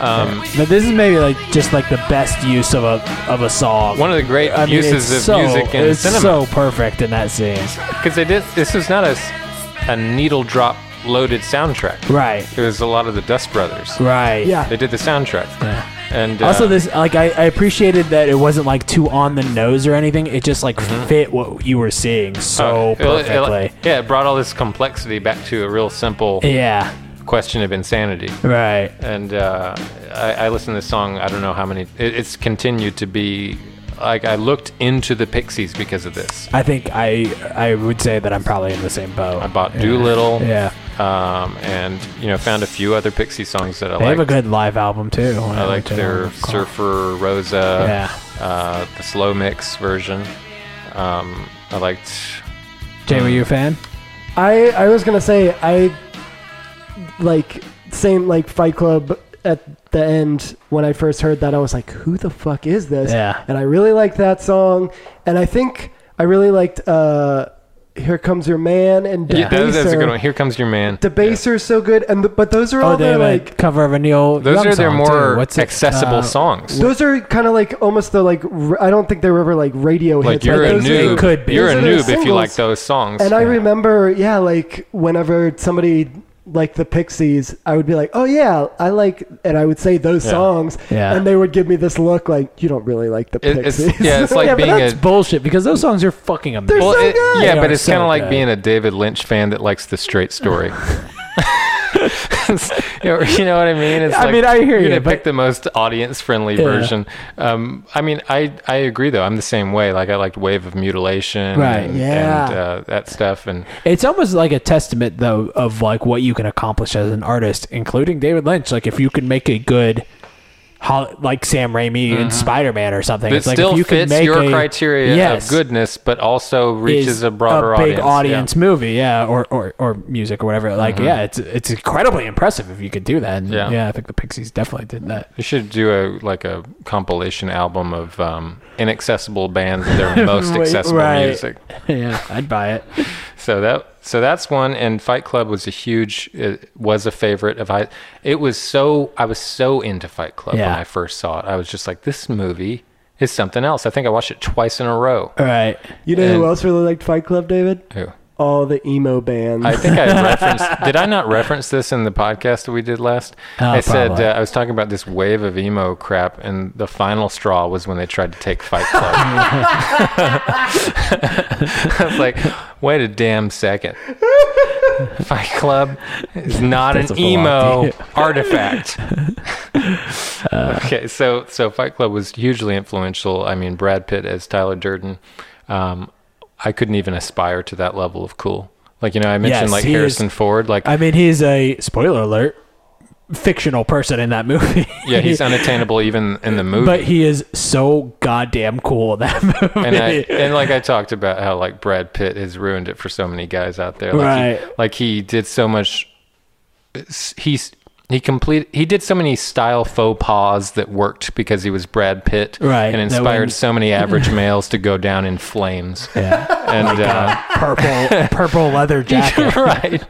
E: Um,
D: but this is maybe like just like the best use of a of a song.
E: One of the great
D: I mean,
E: uses
D: it's
E: of
D: so-
E: music in
D: it's
E: cinema.
D: so perfect in that scene.
E: because they did. This was not a, s- a needle drop loaded soundtrack.
D: Right.
E: It was a lot of the Dust Brothers.
D: Right.
C: Yeah.
E: They did the soundtrack. And
D: Also,
E: uh,
D: this like I, I appreciated that it wasn't like too on the nose or anything. It just like
E: Mm-hmm.
D: fit what you were seeing so
E: uh, it- it-
D: perfectly.
E: yeah, it brought all this complexity back to a real simple
D: yeah.
E: question of insanity.
D: Right.
E: and uh, I, I listened to this song. I don't know how many. It, it's continued to be like I looked into the Pixies because of this.
D: I think I I would say that I'm probably in the same boat.
E: I bought Doolittle,
D: Yeah.
E: um, and you know found a few other Pixie songs that I
D: They
E: like.
D: have a good live album too.
E: I liked their Surfer Rosa,
D: Yeah.
E: uh, the slow mix version. Um, I liked.
D: Jay, were you a fan?
C: I I was gonna say I like same like Fight Club at the end when I first heard that I was like, who the fuck is this?
D: Yeah.
C: And I really liked that song, and I think I really liked uh, Here Comes Your Man and Debaser.
E: Yeah, that- that's a good one. Here comes your man.
C: Debaser's so good, and the, but those are
D: Oh,
C: all
D: they
C: their
D: have a
C: like
D: cover of a Neil.
E: Those
D: Young
E: are their
D: song,
E: more
D: too. What's it,
E: accessible
D: uh,
E: songs.
C: those are kind of like almost the like r- I don't think they were ever like radio
E: Like
C: hits. but
E: you're a
C: those are-
E: noob.
D: could be.
E: You're a
C: Those are their
E: noob if you
C: singles.
E: like those songs.
C: And I remember, yeah, like whenever somebody like the Pixies, I would be like, "Oh yeah, I like," and I would say those songs,
D: Yeah.
C: and they would give me this look like, "You don't really like the
E: It-
C: Pixies." *laughs*
E: it's, yeah, it's like
D: *laughs* yeah,
E: being
D: but that's
E: a
D: bullshit because those songs are fucking amazing.
C: so
E: it-
C: good.
E: Yeah,
D: They
E: but
D: are
E: it's
D: so
E: kind of like
D: good.
E: being a David Lynch fan that likes the straight story. *laughs* you, know, you know what I mean? It's
F: I
E: like
F: mean, I hear
E: you're
F: you,
E: gonna
F: but-
E: pick the most audience-friendly version. Um, I mean, I I agree though. I'm the same way. Like I liked Wave of Mutilation,
F: Right,
E: And,
D: yeah.
E: and uh, that stuff. And
D: It's almost like a testament, though, of like what you can accomplish as an artist, including David Lynch. Like if you can make a good, hol- like Sam Raimi and Spider Man or something,
E: but it
D: it's like
E: Mm-hmm. still
D: if you
E: fits
D: can make
E: your
D: a-
E: criteria
D: yes,
E: of goodness, but also reaches
D: is
E: a broader
D: big
E: audience.
D: audience, movie, yeah, or, or or music or whatever. Like, yeah, it's it's incredibly impressive if you could do that. And
E: Mm-hmm. Yeah.
D: yeah. I think the Pixies definitely
E: *laughs*
D: did that.
E: You should do a like a compilation album of um, inaccessible bands and
D: *laughs*
E: their most
D: Right,
E: accessible
D: right.
E: music.
D: *laughs* yeah, I'd
E: *laughs*
D: buy it.
E: So that so that's one. And Fight Club was a huge it was a favorite of I. It was so I was so into Fight Club
D: Yeah.
E: when I first saw it. I was just like, this movie is something else. I think I watched it twice in a row.
D: All right,
C: You know
E: And-
C: who else really liked Fight Club, David?
E: Ew.
C: All the emo bands.
E: I think I referenced. *laughs* did I not reference this in the podcast that we did last?
D: Oh,
E: I said
D: probably.
E: uh, I was talking about this wave of emo crap, and the final straw was when they tried to take Fight
D: *laughs*
E: Club. *laughs* I was like, wait a damn second. Fight Club is not
D: That's
E: an
D: a full
E: emo
D: *laughs* idea. *laughs*
E: artifact.
D: Uh,
E: okay, so so Fight Club was hugely influential. I mean, Brad Pitt as Tyler Durden. Um, I couldn't even aspire to that level of cool. Like you know, I mentioned
D: Yes,
E: like
D: he is-
E: Harrison Ford. Like
D: I mean, he's a spoiler alert, fictional person in that movie.
E: yeah,
D: *laughs*
E: he's unattainable even in the movie.
D: but he is so goddamn cool in that *laughs* movie.
E: and I and like I talked about how like Brad Pitt has ruined it for so many guys out there. Like He,
D: Right.
E: like he did so much. He's he complete he did so many style faux pas that worked because he was Brad Pitt.
D: Right,
E: And
D: that
E: inspired
D: wouldn't-
E: so
D: *laughs*
E: many average males to go down in flames.
D: yeah.
E: *laughs* And uh, *laughs*
D: *laughs* purple purple leather jacket.
E: right.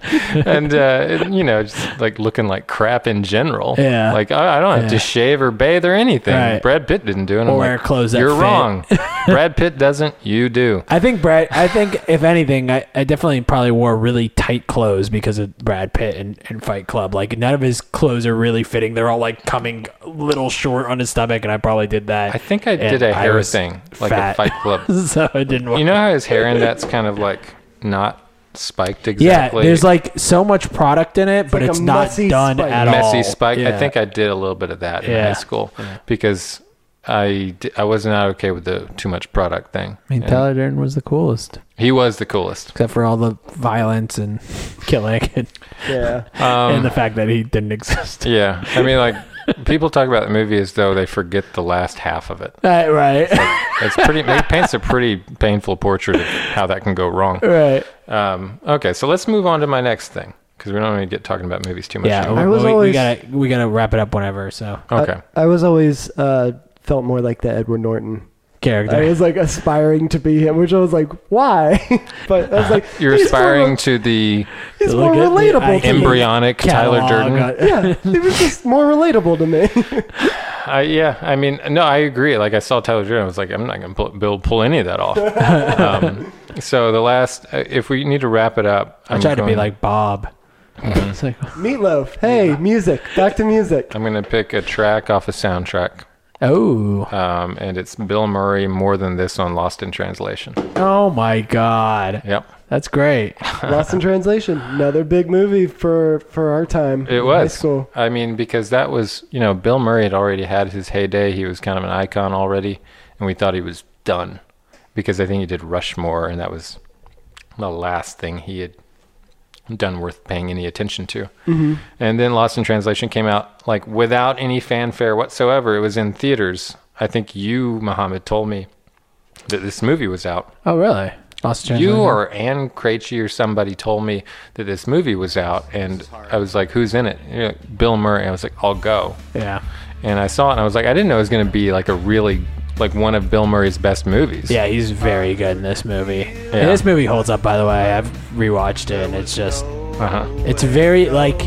E: And uh, you know, just like looking like crap in general.
D: Yeah.
E: Like I, I don't have to
D: Yeah.
E: shave or bathe or anything.
D: Right.
E: Brad Pitt didn't do it. And I'm
D: Or wear
E: like,
D: clothes that
E: You're
D: fit." *laughs*
E: wrong. Brad Pitt doesn't. You do.
D: I think Brad. I think if anything, I, I definitely probably wore really tight clothes because of Brad Pitt and, and Fight Club. Like none of his clothes are really fitting. They're all like coming a little short on his stomach, and I probably did that.
E: I think I
D: And
E: did a
D: I
E: hair
D: was
E: thing, like
D: fat.
E: a Fight Club.
D: *laughs* so it didn't work.
E: you know how his hair and that's kind of like not spiked
D: yeah,
E: exactly.
D: there's like so much product in it, but
C: like
D: it's
C: a
D: not
C: messy
D: done
C: spike.
D: at all.
E: messy spike. I
D: Yeah.
E: think I did a little bit of that in
D: Yeah.
E: high school because I di- I was not okay with the too much product thing.
D: I mean,
E: And
D: Tyler Durden was the coolest,
E: he was the coolest.
D: except for all the violence and *laughs* killing and,
C: *laughs* yeah.
E: Um,
D: and the fact that he didn't exist.
E: Yeah, I mean, like *laughs* people talk about the movie as though they forget the last half of it.
D: *laughs* Right, right, *laughs*
E: It's pretty. it paints a pretty painful portrait of how that can go wrong.
D: right.
E: Um, okay, so let's move on to my next thing because we don't want to get talking about movies too much.
D: Yeah, Uh,
E: anymore.
D: we,
C: I was
D: we- we
C: always-
E: Oh.
D: gotta we gotta wrap it up whenever. So
E: Okay.
C: I, I was always uh, felt more like the Edward Norton. I
D: character.
C: was like aspiring to be him, which I was like, why? *laughs* but
E: *laughs*
C: I was like,
E: You're
C: he's
E: aspiring
C: More,
E: to the
C: he's
D: Look
C: more
D: at the
C: relatable. to
D: icon.
C: me.
E: embryonic Tyler
D: catalog.
E: Durden.
D: Uh,
C: Yeah, he was just more relatable to me. *laughs*
E: I, yeah, I mean, no, I agree. Like I saw Tyler Durden, I was like, I'm not gonna pull, Bill pull any of that
D: *laughs*
E: off. um, so the last, uh, if we need to wrap it up,
D: I
E: I'm
D: tried to be
E: going-
D: like Bob. It's like,
C: Meatloaf, hey, music, back to
E: *laughs*
C: music.
E: I'm gonna pick a track off a soundtrack.
D: oh,
E: um, and it's Bill Murray more than this on Lost in Translation.
D: oh my God,
E: Yep,
D: that's great.
C: Lost in Translation, another big movie for for our time.
E: it
C: in
E: was.
C: high school.
E: I mean, because that was you know Bill Murray had already had his heyday. He was kind of an icon already, and we thought he was done because I think he did Rushmore, and that was the last thing he had done worth paying any attention to. Mm-hmm. And then Lost in Translation came out like without any fanfare whatsoever. It was in theaters. I think you, Muhammad, told me that this movie was out.
D: Oh really? Lost
E: you
D: Translation?
E: or Anne Krejci or somebody told me that this movie was out, and I was like, "Who's in it?" And you're like, Bill Murray. I was like, "I'll go,"
D: yeah,
E: and I saw it, and I was like, "I didn't know it was going to be like a really like one of Bill Murray's best movies."
D: yeah. He's very good in this movie.
E: Yeah.
D: And this movie holds up. By the way, I've rewatched it, and it's just
E: uh-huh.
D: it's very like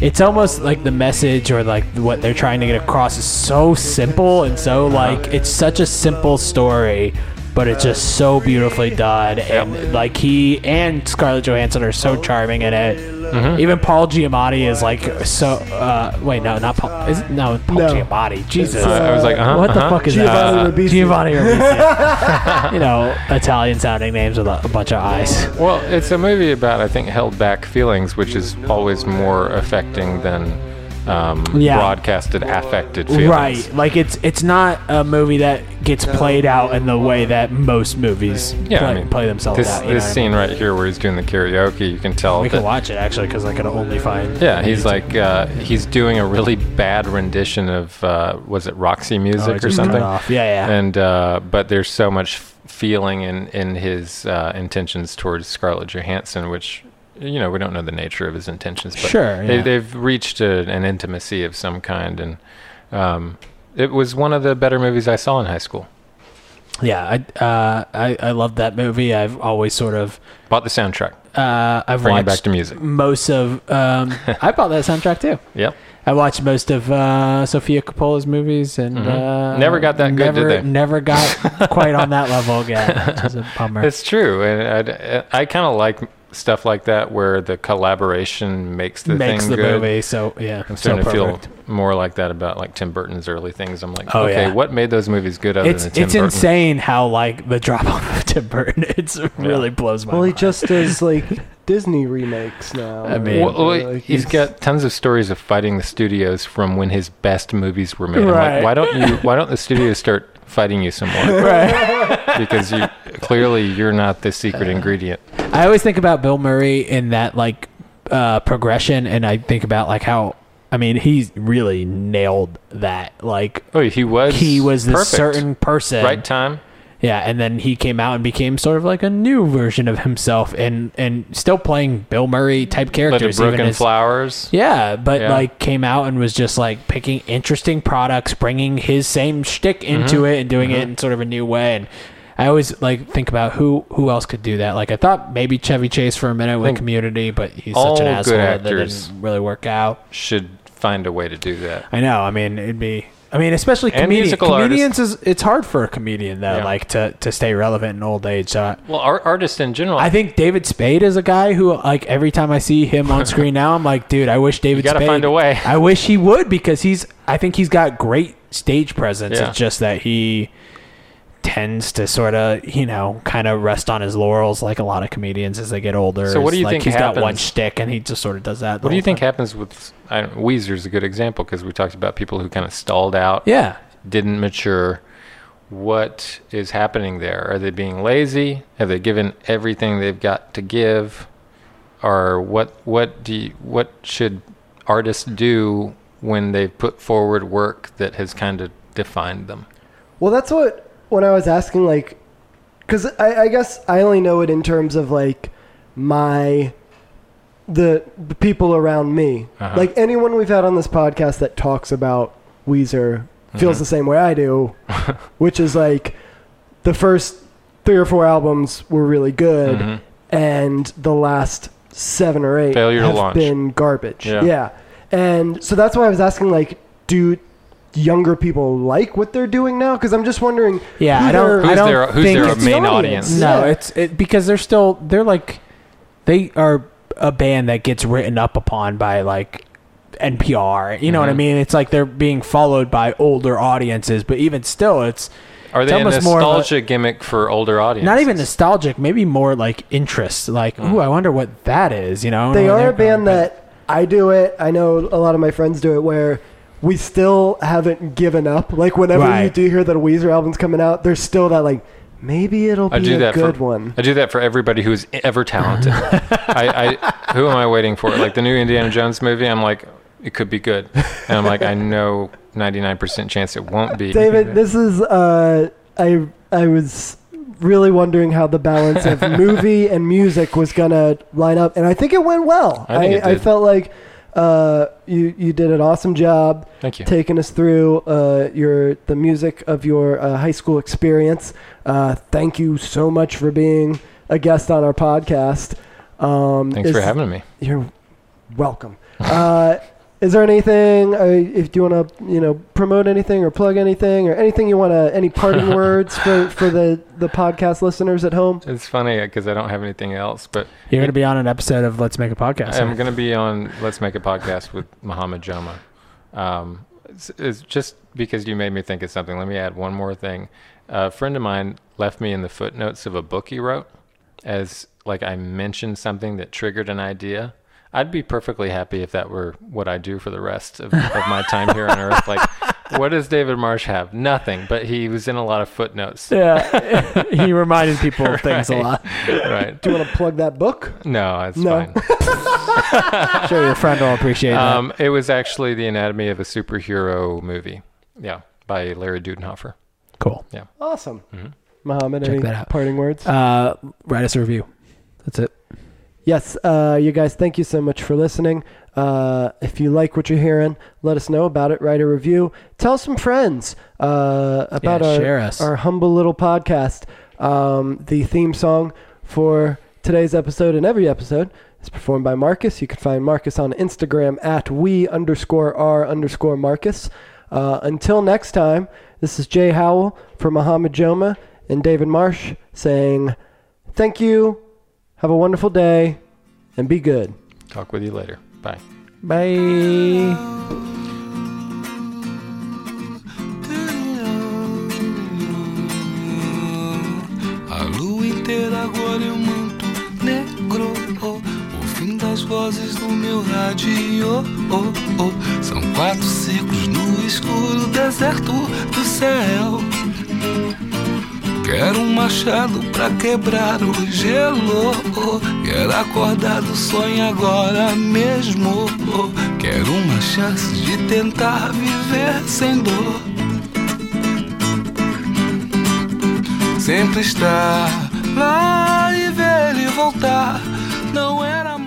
D: it's almost like the message or like what they're trying to get across is so simple and so
E: Uh-huh.
D: like it's such a simple story but it's just so beautifully done and like he and Scarlett Johansson are so charming in it
E: Mm-hmm.
D: Even Paul Giamatti is like so. Uh, wait, no, not Paul. Is, no, Paul
C: No.
D: Giamatti. Jesus,
E: I- I was like, uh-huh,
D: what the
E: uh-huh.
D: fuck is
C: Giovanni
D: that?
C: Ribisi. *laughs*
D: Giovanni Ribisi. you know, Italian sounding names with a, a bunch of eyes.
E: Well, it's a movie about I think held back feelings, which is always more affecting than um,
D: Yeah.
E: broadcasted affected feelings.
D: Right, like it's it's not a movie that gets played out in the way that most movies
E: Yeah,
D: play,
E: I mean,
D: play themselves
E: This
D: out. you know
E: this
D: what I mean?
E: scene right here where he's doing the karaoke, you can tell.
D: we
E: that,
D: can watch it actually because I could only find.
E: yeah, he's like uh, he's doing a really bad rendition of uh, was it Roxy
D: Oh, I
E: music or
D: just cut it
E: something?
D: off. Yeah, yeah.
E: And uh, but there's so much f- feeling in in his uh, intentions towards Scarlett Johansson, which you know we don't know the nature of his intentions. But
D: Sure,
E: they,
D: yeah.
E: they've reached a, an intimacy of some kind, and um, it was one of the better movies I saw in high school.
D: Yeah, I uh, I, I love that movie. I've always sort of
E: Bought the soundtrack.
D: uh, I've
E: Bring it
D: watched
E: back to music.
D: most of.
E: *laughs*
D: Um, I bought that soundtrack too.
E: Yep.
D: I watched most of uh, Sofia Coppola's movies and uh,
E: Mm-hmm. Never got that good, did
D: Never,
E: they?
D: never got quite
E: *laughs*
D: on that level again, which is a bummer.
E: It's true, and I'd- I, I kind of like stuff like that where the collaboration makes the
D: Makes
E: thing
D: the
E: good.
D: movie so yeah.
E: I'm
D: so
E: starting to feel
D: perfect.
E: more like that about like Tim Burton's early things. I'm like,
D: Oh,
E: okay,
D: yeah.
E: what made those movies good other
D: It's
E: than Tim
D: it's
E: Burton?
D: insane how like the drop *laughs* off of Tim Burton. It's really blows my
C: Well, he
D: mind.
C: just does like *laughs* Disney remakes now.
D: I mean-
E: Well, well,
C: Like,
E: he's got tons of stories of fighting the studios from when his best movies were made. I'm
D: Right.
E: like, why don't you? Why don't the studios start fighting you
D: *laughs*
E: some more? because you clearly you're not the
D: Uh,
E: secret ingredient.
D: I always think about Bill Murray in that like uh, progression, and I think about like how I mean he's really nailed that. Like
E: Oh, he was.
D: he was this
E: perfect.
D: certain person,
E: right time.
D: Yeah, and then he came out and became sort of like a new version of himself, and and still playing Bill Murray type
E: Let
D: characters.
E: the
D: even
E: broken
D: as-
E: flowers.
D: Yeah, but
E: Yeah.
D: like came out and was just like picking interesting products, bringing his same shtick into
E: Mm-hmm.
D: it and doing it in sort of a new way. And I always like think about who who else could do that. Like I thought maybe Chevy Chase for a minute with
E: think
D: Community, but he's
E: all
D: such an
E: good
D: asshole that that
E: actors-
D: didn't really work out.
E: Should find a way to do that.
D: I know. I mean, it'd be. I mean, especially
E: And
D: comedians.
E: musical
D: Comedians is it's hard for a comedian though,
E: Yeah.
D: like to to stay relevant in old age. So I-
E: Well, art, artists in general.
D: I think David Spade is a guy who, like, every time I see him
E: *laughs*
D: on screen now, I'm like, dude, I wish David
E: gotta
D: Spade.
E: find a way.
D: *laughs* I wish he would because he's. I think he's got great stage presence.
E: Yeah.
D: It's just that he tends to sort of, you know, kind of rest on his laurels, like a lot of comedians as they get older.
E: So what do
D: It's
E: you
D: like
E: think
D: He's got one
E: happens?
D: shtick, and he just sort of does that. the
E: What do you
D: whole
E: think
D: time.
E: happens with I don't, Weezer's a good example because we talked about people who kind of stalled out,
D: Yeah,
E: didn't mature. What is happening there? Are they being lazy? Have they given everything they've got to give? Or what what do you, what should artists do when they've put forward work that has kind of defined them?
C: Well, that's what when I was asking, like, because I, I guess I only know it in terms of like my the, the people around me.
E: Uh-huh.
C: Like anyone we've had on this podcast that talks about Weezer feels the same way I do, which is like the first three or four albums were really good,
D: Mm-hmm.
E: Mhm.
C: and the last seven or eight
E: Failure to
C: have
E: launch.
C: been garbage.
E: Yeah.
C: yeah, and so that's why I was asking, like, do younger people like what they're doing now? Because I'm just wondering.
D: yeah. I
C: who
D: don't.
C: their-
D: I
E: Who's
D: don't
E: their- who's
D: think
E: their
D: it's-
C: the
E: main
C: audience.
E: audience?
D: No,
C: Yeah.
D: it's it, because they're still they're like they are a band that gets written up upon by like NPR. You know what I
E: Mhm.
D: mean? It's like they're being followed by older audiences, but even still, it's
E: Are they
D: Tell
E: a
D: us more about-
E: nostalgia gimmick for older audiences?
D: not even nostalgic. Maybe more like interest. Like,
E: Mm.
D: ooh, I wonder what that is. You know?
C: They
D: And
C: are
D: they're
C: a band
D: going,
C: that I do it. I know a lot of my friends do it where we still haven't given up. Like whenever you
D: Right.
C: do hear that a Weezer album's coming out, there's still that like maybe it'll
E: I
C: be
E: do
C: a
E: that
C: good
E: for,
C: one.
E: I do that for everybody who's
C: *laughs*
E: ever talented. I, I who am I waiting for? Like the new Indiana Jones movie, I'm like, it could be good, and I'm like, I know 99% chance it won't be.
C: David, this is uh, I I was really wondering how the balance
E: *laughs*
C: of movie and music was gonna line up, and I think it went well.
E: I think it
C: I
E: did.
C: felt like uh, you you did an awesome job.
E: Thank you.
C: taking us through uh, your the music of your uh, high school experience. Uh, thank you so much for being a guest on our podcast. Um,
E: Thanks for
C: is-
E: having me.
C: You're welcome. Uh, Is there anything? Uh, if do you want to, you know, promote anything or plug anything or anything you want to, any
D: *laughs*
C: parting words for, for the the podcast listeners at home?
E: It's funny because I don't have anything else, but
D: You're going to be on an episode of Let's Make a Podcast.
E: I'm going to be on Let's Make a Podcast with Muhammad Jama. Um, it's, it's just because you made me think of something. Let me add one more thing. a friend of mine left me in the footnotes of a book he wrote as like I mentioned something that triggered an idea. I'd be perfectly happy if that were what I do for the rest of, of my time here on Earth. Like, what does David Marsh have? Nothing, but he was in a lot of footnotes.
D: Yeah, *laughs* he reminded people
E: *laughs*
D: of things a lot.
E: Right.
C: Do you want to plug that book?
E: No, it's
C: No.
E: fine.
D: I'm sure your friend will appreciate that.
E: Um, it was actually the anatomy of a superhero movie. Yeah, by Larry Dudenhofer.
D: Cool.
C: Awesome. Mohammed,
D: Mm-hmm. Check
C: any
D: that out.
C: parting words?
D: Uh, write us a review. That's it.
C: Yes, uh, you guys, thank you so much for listening. Uh, if you like what you're hearing, let us know about it. Write a review. Tell some friends uh, about
D: Yeah,
C: our,
D: share us.
C: our humble little podcast. Um, the theme song for today's episode and every episode is performed by Marcus. You can find Marcus on Instagram at we underscore r underscore Marcus. Uh, until next time, this is Jay Howell for Muhammad Joma and David Marsh saying thank you. Have a wonderful day and be good.
E: Talk with you later. Bye.
D: Bye.
H: A lua inteira agora eu manto negro. oh. O fim das vozes do meu rádio. oh, oh. São quatro ciclos no escuro deserto do céu. Quero um machado pra quebrar o gelo. oh. Quero acordar do sonho agora mesmo. oh. Quero uma chance de tentar viver sem dor. sempre estar lá e ver ele voltar. Não era